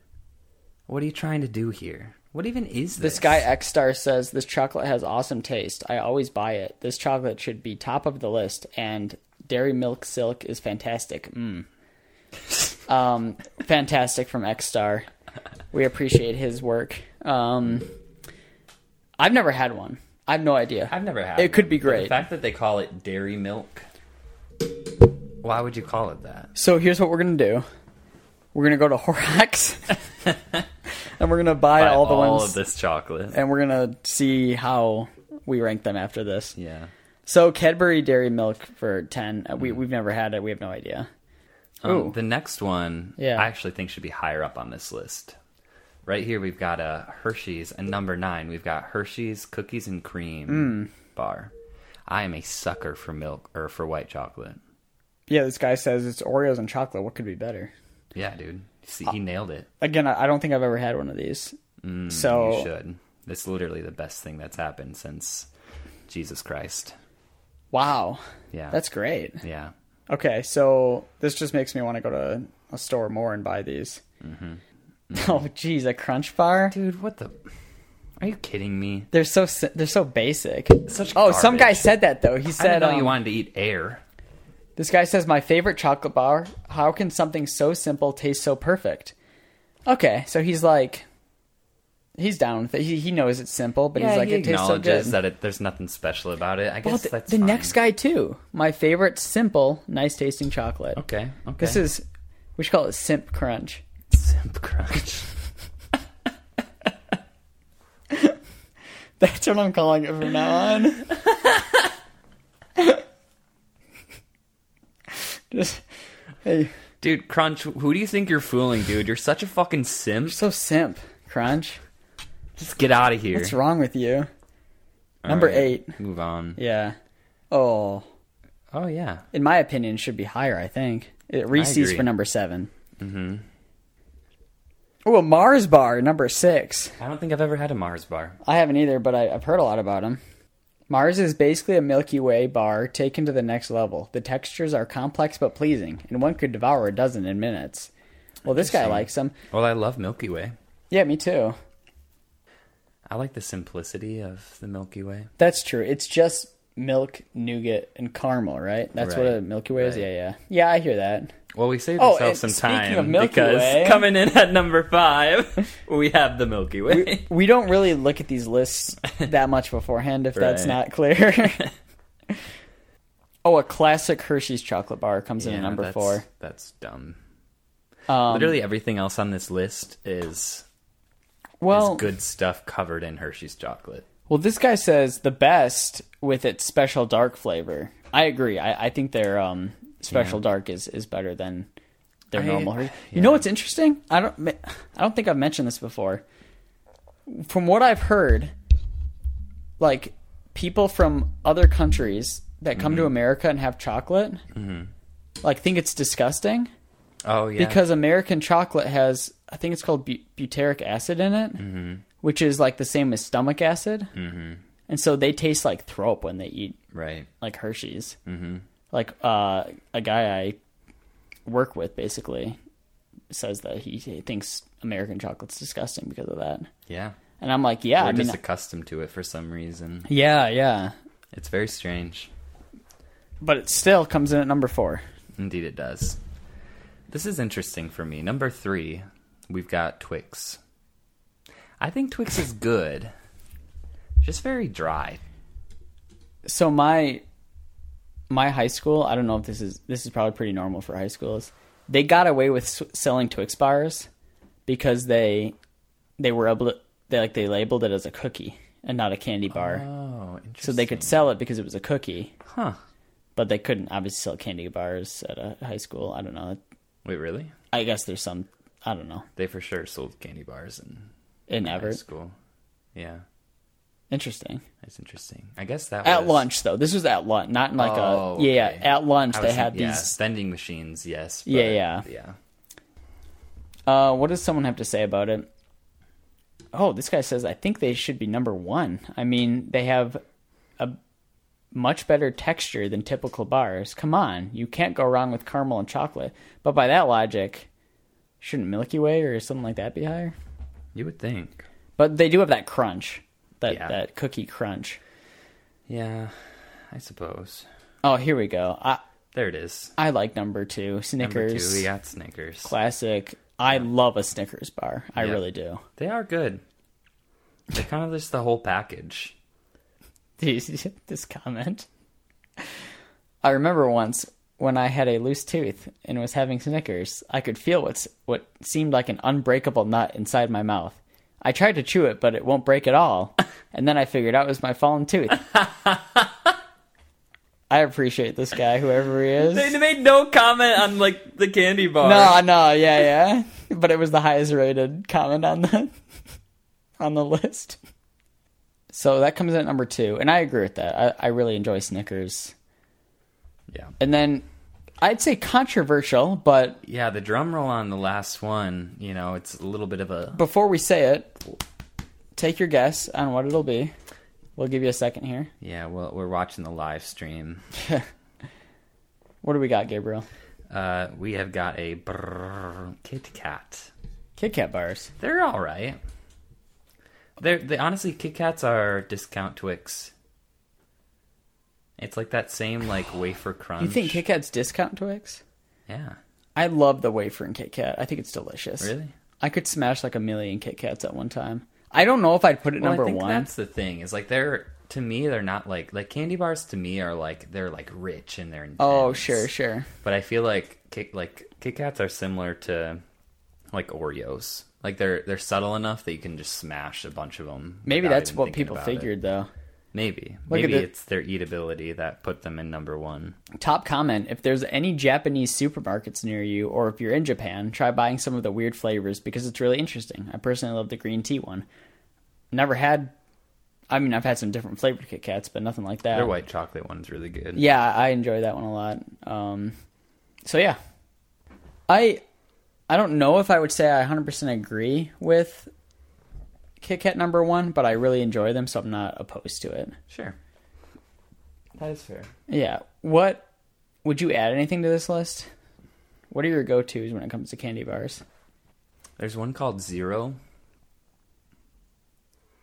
Speaker 2: What are you trying to do here? What even is this?
Speaker 1: This guy X Star says this chocolate has awesome taste. I always buy it. This chocolate should be top of the list, and Dairy Milk Silk is fantastic. Mm. um, fantastic from X Star. We appreciate his work. Um, I've never had one. I have no idea.
Speaker 2: I've never had.
Speaker 1: It could
Speaker 2: one,
Speaker 1: be
Speaker 2: but
Speaker 1: great.
Speaker 2: The fact that they call it dairy milk. Why would you call it that?
Speaker 1: So here's what we're gonna do. We're gonna go to <laughs> Horrocks, and we're gonna buy, all the
Speaker 2: all
Speaker 1: ones, Eh.
Speaker 2: of this chocolate.
Speaker 1: and we're gonna see how we rank them after this.
Speaker 2: Yeah.
Speaker 1: So Cadbury Dairy Milk for ten. Uh, We we've never had it. We have no idea. Ooh.
Speaker 2: Um, the next one,
Speaker 1: Yeah.
Speaker 2: I actually think should be higher up on this list. Right here, we've got a Hershey's, and number nine, we've got Hershey's cookies and cream
Speaker 1: Mm.
Speaker 2: bar. I am a sucker for milk or for white chocolate.
Speaker 1: Yeah, this guy says it's Oreos and chocolate. What could be better?
Speaker 2: Yeah, dude. See,
Speaker 1: Uh,
Speaker 2: he nailed it.
Speaker 1: Again, I I don't think I've ever had one of these. so
Speaker 2: Mm, You should. It's literally the best thing that's happened since Jesus Christ.
Speaker 1: wow,
Speaker 2: Yeah.
Speaker 1: that's great.
Speaker 2: yeah.
Speaker 1: Okay, so this just makes me want to go to a store more and buy these.
Speaker 2: Mm-hmm.
Speaker 1: <laughs> Oh, geez, a Crunch Bar.
Speaker 2: Dude, what the? Are you kidding me?
Speaker 1: They're so si- they're so basic.
Speaker 2: Such
Speaker 1: oh, some guy
Speaker 2: garbage.
Speaker 1: said that though. He
Speaker 2: I didn't
Speaker 1: said
Speaker 2: know
Speaker 1: um,
Speaker 2: you wanted to eat air.
Speaker 1: This guy says, My favorite chocolate bar. How can something so simple taste so perfect? Okay, so he's like, He's down with it. He, he knows it's simple, but he's like,
Speaker 2: he
Speaker 1: it tastes so good.
Speaker 2: acknowledges that it, there's nothing special about it. I
Speaker 1: well,
Speaker 2: guess
Speaker 1: the,
Speaker 2: that's
Speaker 1: the
Speaker 2: fine.
Speaker 1: next guy too. My favorite, simple, nice tasting chocolate.
Speaker 2: Okay, okay.
Speaker 1: This is we should call it Simp Crunch. <laughs>
Speaker 2: simp crunch.
Speaker 1: That's what I'm calling it from now on. <laughs> Just hey,
Speaker 2: Dude, Crunch, who do you think you're fooling, dude? You're such a fucking simp.
Speaker 1: so simp crunch.
Speaker 2: Just get out of here.
Speaker 1: What's wrong with you? Number
Speaker 2: All right,
Speaker 1: eight.
Speaker 2: Move on.
Speaker 1: Yeah. Oh,
Speaker 2: Oh, yeah.
Speaker 1: in my opinion, should be higher. I think it Reese's
Speaker 2: agree.
Speaker 1: for number 7 Mm-hmm. Oh, a Mars bar number six.
Speaker 2: I don't think I've ever had a Mars bar.
Speaker 1: I haven't either, but I, I've heard a lot about them. Mars is basically a Milky Way bar taken to the next level. The textures are complex but pleasing, and one could devour a dozen in minutes. Well, this guy
Speaker 2: Interesting.
Speaker 1: likes them.
Speaker 2: Well, I love Milky Way.
Speaker 1: Yeah, me too.
Speaker 2: I like the simplicity of the Milky Way.
Speaker 1: That's true. It's just milk, nougat, and caramel, right? That's what
Speaker 2: Right,
Speaker 1: a Milky Way is.
Speaker 2: right.
Speaker 1: Yeah, yeah, yeah. I hear that.
Speaker 2: Well, we saved
Speaker 1: Oh,
Speaker 2: ourselves some
Speaker 1: and speaking
Speaker 2: time
Speaker 1: of Milky
Speaker 2: because
Speaker 1: Way-
Speaker 2: coming in at number five,
Speaker 1: <laughs>
Speaker 2: we have the Milky Way.
Speaker 1: We,
Speaker 2: <laughs>
Speaker 1: we don't really look at these lists that much beforehand, if that's
Speaker 2: Right.
Speaker 1: not
Speaker 2: <laughs>
Speaker 1: clear. oh, a classic Hershey's chocolate bar comes in
Speaker 2: Yeah,
Speaker 1: at number
Speaker 2: that's-
Speaker 1: four.
Speaker 2: That's dumb.
Speaker 1: Um,
Speaker 2: Literally everything else on this list is
Speaker 1: well,
Speaker 2: is good stuff covered in Hershey's chocolate.
Speaker 1: Well, this guy says the best with its special dark flavor. I agree. I, I think their um, special dark is, is better than their
Speaker 2: I-
Speaker 1: normal.
Speaker 2: <sighs>
Speaker 1: Hershey. You
Speaker 2: yeah.
Speaker 1: know what's interesting? I don't ma- <sighs> I don't think I've mentioned this before. From what I've heard, like people from other countries that come
Speaker 2: Mm-hmm.
Speaker 1: to America and have chocolate, like think it's disgusting
Speaker 2: Oh yeah,
Speaker 1: because American chocolate has, I think it's called bu- butyric acid in it, which is like the same as stomach acid. Mm-hmm. And so they taste like throw up when they eat
Speaker 2: right.
Speaker 1: like Hershey's. Mm-hmm. Like uh, a guy I work with basically says that he, he thinks American chocolate's disgusting because of that.
Speaker 2: Yeah,
Speaker 1: And I'm like, yeah,
Speaker 2: we're
Speaker 1: I mean,
Speaker 2: just accustomed to it for some reason.
Speaker 1: yeah, yeah.
Speaker 2: It's very strange.
Speaker 1: But it still comes in at number four.
Speaker 2: Indeed, it does. This is interesting for me. Number three, we've got Twix. I think Twix is good, just very dry.
Speaker 1: so my my high school i don't know if this is this is probably pretty normal for high schools they got away with s- selling twix bars because they they were able to they like they labeled it as a cookie and not a candy bar
Speaker 2: Oh, interesting.
Speaker 1: so they could sell it because it was a cookie
Speaker 2: huh?
Speaker 1: but they couldn't obviously sell candy bars at a high school i don't know
Speaker 2: Wait, really?
Speaker 1: i guess there's some i don't know
Speaker 2: They for sure sold candy bars in
Speaker 1: in
Speaker 2: high
Speaker 1: Everett.
Speaker 2: school. Yeah,
Speaker 1: interesting
Speaker 2: that's interesting. I guess that
Speaker 1: at
Speaker 2: was...
Speaker 1: lunch though this was at lunch not in like
Speaker 2: Oh,
Speaker 1: a yeah
Speaker 2: okay.
Speaker 1: at lunch
Speaker 2: I
Speaker 1: they
Speaker 2: was-
Speaker 1: had
Speaker 2: yeah,
Speaker 1: these
Speaker 2: vending machines. Yes.
Speaker 1: Yeah,
Speaker 2: but-
Speaker 1: yeah.
Speaker 2: yeah.
Speaker 1: Uh, what does someone have to say about it? Oh, this guy says I think they should be number one. I mean, they have a much better texture than typical bars. Come on, you can't go wrong with caramel and chocolate. But by that logic, shouldn't Milky Way or something like that be higher?
Speaker 2: You would think.
Speaker 1: But they do have that crunch, that
Speaker 2: Yeah.
Speaker 1: that cookie crunch.
Speaker 2: Yeah, I suppose.
Speaker 1: Oh, here we go. I
Speaker 2: There it is.
Speaker 1: I like number two,
Speaker 2: Number
Speaker 1: Snickers,
Speaker 2: two, we got Snickers.
Speaker 1: classic. I love a Snickers bar. I
Speaker 2: Yeah.
Speaker 1: really do.
Speaker 2: They are good. They're kind of just the whole package.
Speaker 1: <laughs> These- this comment. I remember once when I had a loose tooth and was having Snickers, I could feel what's, what seemed like an unbreakable nut inside my mouth. I tried to chew it, but it won't break at all. And then I figured out it was my fallen tooth. I appreciate this guy, whoever he is.
Speaker 2: made no comment on like the candy bar.
Speaker 1: No, no, yeah, yeah. <laughs> But it was the highest rated comment on the <laughs> on the list. So that comes in at number two, and I agree with that. I, I really enjoy Snickers.
Speaker 2: Yeah.
Speaker 1: And then I'd say controversial, but
Speaker 2: Yeah, the drum roll on the last one, you know, it's a little bit of a
Speaker 1: before we say it, take your guess on what it'll be. We'll give you a second here.
Speaker 2: yeah, well we're watching the live stream.
Speaker 1: What do we got, Gabriel?
Speaker 2: Uh we have got a brrr Kit Kat.
Speaker 1: Kit Kat bars.
Speaker 2: They're all right. They're they honestly Kit Kats are discount Twix. It's like that same like wafer crunch.
Speaker 1: You think Kit Kat's discount Twix?
Speaker 2: Yeah.
Speaker 1: I love the wafer in Kit Kat. I think it's delicious.
Speaker 2: Really?
Speaker 1: I could smash like a million Kit Kats at one time. I don't know if I'd put it
Speaker 2: Well,
Speaker 1: number
Speaker 2: I think
Speaker 1: one.
Speaker 2: That's the thing. Is like they're to me they're not like like candy bars to me are like they're like rich and they're intense.
Speaker 1: Oh, sure, sure.
Speaker 2: But I feel like Kit like Kit Kats are similar to like Oreos. Like they're they're subtle enough that you can just smash a bunch of them.
Speaker 1: Maybe
Speaker 2: without
Speaker 1: that's
Speaker 2: even
Speaker 1: what
Speaker 2: thinking
Speaker 1: people
Speaker 2: about it.
Speaker 1: figured, though.
Speaker 2: Maybe
Speaker 1: at
Speaker 2: maybe
Speaker 1: the-
Speaker 2: it's their eatability that put them in number one.
Speaker 1: Top comment If there's any Japanese supermarkets near you, or if you're in Japan, try buying some of the weird flavors because it's really interesting. I personally love the green tea one. Never had, I mean, I've had some different flavored Kit Kats, but nothing like that.
Speaker 2: Their white chocolate one's really good.
Speaker 1: Yeah, I enjoy that one a lot. Um, so yeah, I I don't know if I would say I 100% agree with Kit Kat number one, but I really enjoy them, so I'm not opposed to it.
Speaker 2: sure. That is fair.
Speaker 1: Yeah. What would you add anything to this list? What are your go tos when it comes to candy bars?
Speaker 2: There's one called Zero.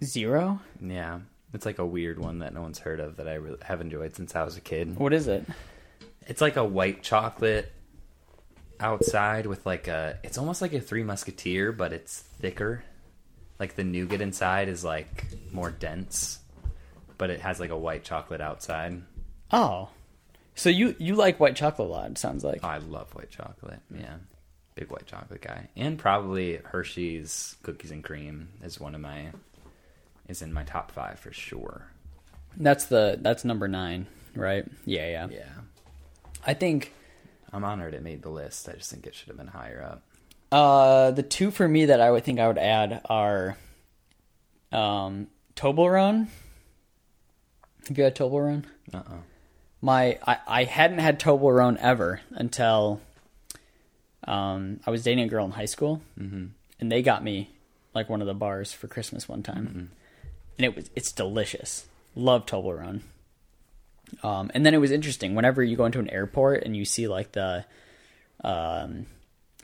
Speaker 1: Zero.
Speaker 2: Yeah. It's like a weird one that no one's heard of that I really have enjoyed since I was a kid.
Speaker 1: What is it?
Speaker 2: It's like a white chocolate outside with like a. It's almost like a Three Musketeer, but it's thicker. Like the nougat inside is like more dense, but it has like a white chocolate outside.
Speaker 1: Oh, so you you like white chocolate a lot? It sounds like.
Speaker 2: Oh, I love white chocolate. Yeah. Big white chocolate guy. And probably Hershey's cookies and cream is one of my. is in my top five for sure.
Speaker 1: That's the that's number nine, right? Yeah, yeah.
Speaker 2: Yeah.
Speaker 1: I think
Speaker 2: I'm honored it made the list. I just think it should have been higher up.
Speaker 1: Uh, the two for me that I would think I would add are um, Toblerone. Have you had Toblerone?
Speaker 2: Uh oh.
Speaker 1: My I, I hadn't had Toblerone ever until um, I was dating a girl in high school, mm-hmm. and they got me like one of the bars for Christmas one time, and it was it's delicious. Love Toblerone. Um, and then it was interesting whenever you go into an airport and you see like the um,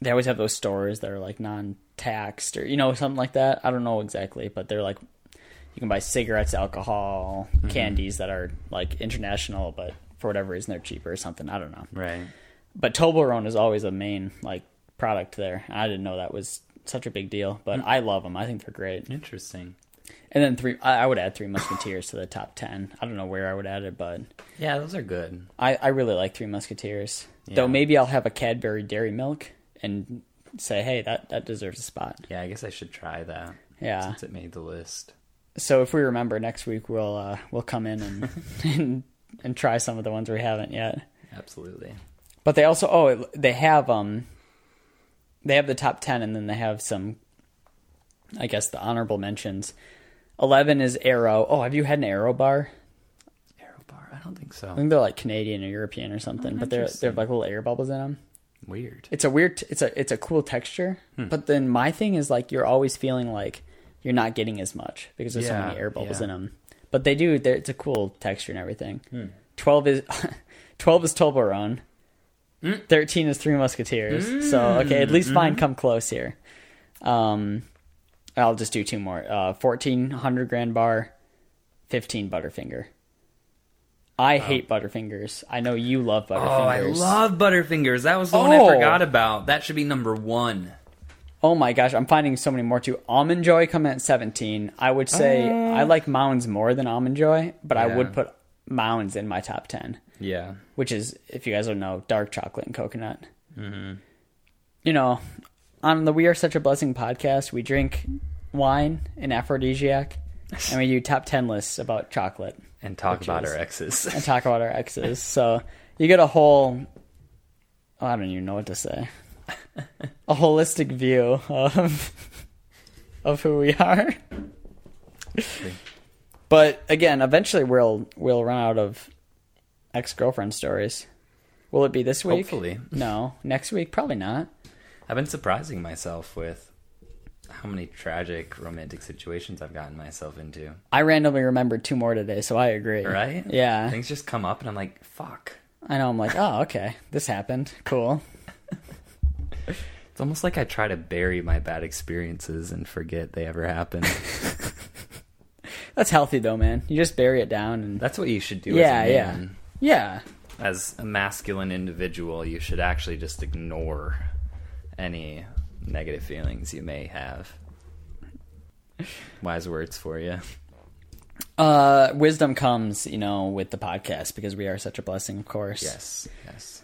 Speaker 1: they always have those stores that are like non-taxed or you know something like that. I don't know exactly, but they're like you can buy cigarettes, alcohol, candies that are like international, but for whatever reason they're cheaper or something. I don't know.
Speaker 2: Right.
Speaker 1: But Toblerone is always a main like product there. I didn't know that was such a big deal, but I love them. I think they're great.
Speaker 2: Interesting.
Speaker 1: And then three, I, I would add Three Musketeers to the top ten. I don't know where I would add it, but
Speaker 2: Yeah, those are good.
Speaker 1: I, I really like Three Musketeers.
Speaker 2: Yeah.
Speaker 1: Though maybe I'll have a Cadbury Dairy Milk and say, hey, that, that deserves a spot.
Speaker 2: Yeah, I guess I should try that.
Speaker 1: Yeah.
Speaker 2: Since it made the list.
Speaker 1: So if we remember next week, we'll uh, we'll come in and, and and try some of the ones we haven't yet.
Speaker 2: Absolutely.
Speaker 1: But they also oh it- they have um they have the top ten and then they have some I guess the honorable mentions. Eleven is Arrow. Oh, have you had an Arrow bar?
Speaker 2: Arrow bar. I don't think
Speaker 1: I
Speaker 2: so.
Speaker 1: think they're like Canadian or European or something, but they're they're
Speaker 2: interesting.
Speaker 1: like little air bubbles in them.
Speaker 2: Weird. Hmm.
Speaker 1: It's a weird. T- it's a it's a cool texture. But then my thing is like you're always feeling like you're not getting as much because there's so
Speaker 2: Yeah,
Speaker 1: many air bubbles
Speaker 2: yeah.
Speaker 1: in 'em. in them. But they do. they're- It's a cool texture and everything.
Speaker 2: Hmm.
Speaker 1: Twelve is <laughs> twelve is Toblerone.
Speaker 2: Hmm.
Speaker 1: Thirteen is Three Musketeers. So okay, at least mine come close here. Um, I'll just do two more. Uh, fourteen hundred grand bar, fifteen Butterfinger. I hate Butterfingers. I know you love Butterfingers.
Speaker 2: Oh, I love Butterfingers. That was the one I
Speaker 1: Oh.
Speaker 2: forgot about. That should be number one.
Speaker 1: Oh my gosh, I'm finding so many more too. Almond Joy coming at 17. I would say I like Mounds more than Almond Joy, but I would
Speaker 2: Yeah.
Speaker 1: put Mounds in my top 10,
Speaker 2: Yeah.
Speaker 1: which is, if you guys don't know, dark chocolate and coconut. You know, on the We Are Such a Blessing podcast, we drink wine and aphrodisiac, and we do top 10 lists about chocolate
Speaker 2: And talk
Speaker 1: Which
Speaker 2: about
Speaker 1: is-
Speaker 2: our <laughs> exes.
Speaker 1: and talk about our exes. So you get a whole, oh, I don't even know what to
Speaker 2: <laughs>
Speaker 1: say, a holistic view of of who we are. But again, eventually we'll we'll run out of ex girlfriend stories. Will it be this week?
Speaker 2: Hopefully.
Speaker 1: No, next week probably not.
Speaker 2: I've been surprising myself with how many tragic romantic situations I've gotten myself into.
Speaker 1: I randomly remembered two more today, so I agree.
Speaker 2: Right?
Speaker 1: Yeah.
Speaker 2: Things just come up and I'm like, fuck.
Speaker 1: I know. I'm like, oh, okay, this happened. Cool.
Speaker 2: It's almost like I try to bury my bad experiences and forget they
Speaker 1: <laughs>
Speaker 2: ever happened.
Speaker 1: That's healthy though, man. You just bury it down and
Speaker 2: That's what you should do
Speaker 1: yeah,
Speaker 2: as a
Speaker 1: yeah,
Speaker 2: man.
Speaker 1: yeah.
Speaker 2: as a masculine individual, you should actually just ignore any negative feelings you may have. Wise words for you.
Speaker 1: Uh, wisdom comes, you know, with the podcast because we are such a blessing, of course.
Speaker 2: Yes. Yes.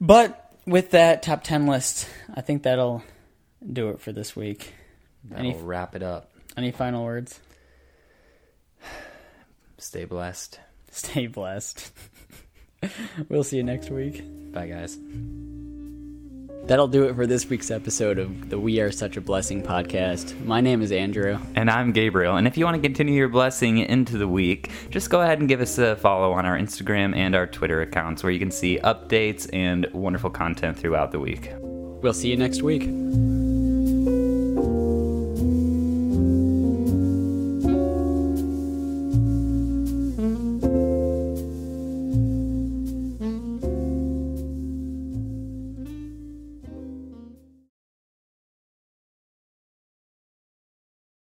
Speaker 1: But with that top 10 list, I think that'll do it for this week.
Speaker 2: That'll
Speaker 1: Any-
Speaker 2: wrap it up.
Speaker 1: Any final words? <laughs>
Speaker 2: Stay blessed.
Speaker 1: Stay blessed. <laughs> we'll see you next week.
Speaker 2: Bye, guys.
Speaker 1: That'll do it for this week's episode of the We Are Such a Blessing podcast. My name is Andrew.
Speaker 2: And I'm Gabriel. And if you want to continue your blessing into the week, just go ahead and give us a follow on our Instagram and our Twitter accounts where you can see updates and wonderful content throughout the week.
Speaker 1: We'll see you next week.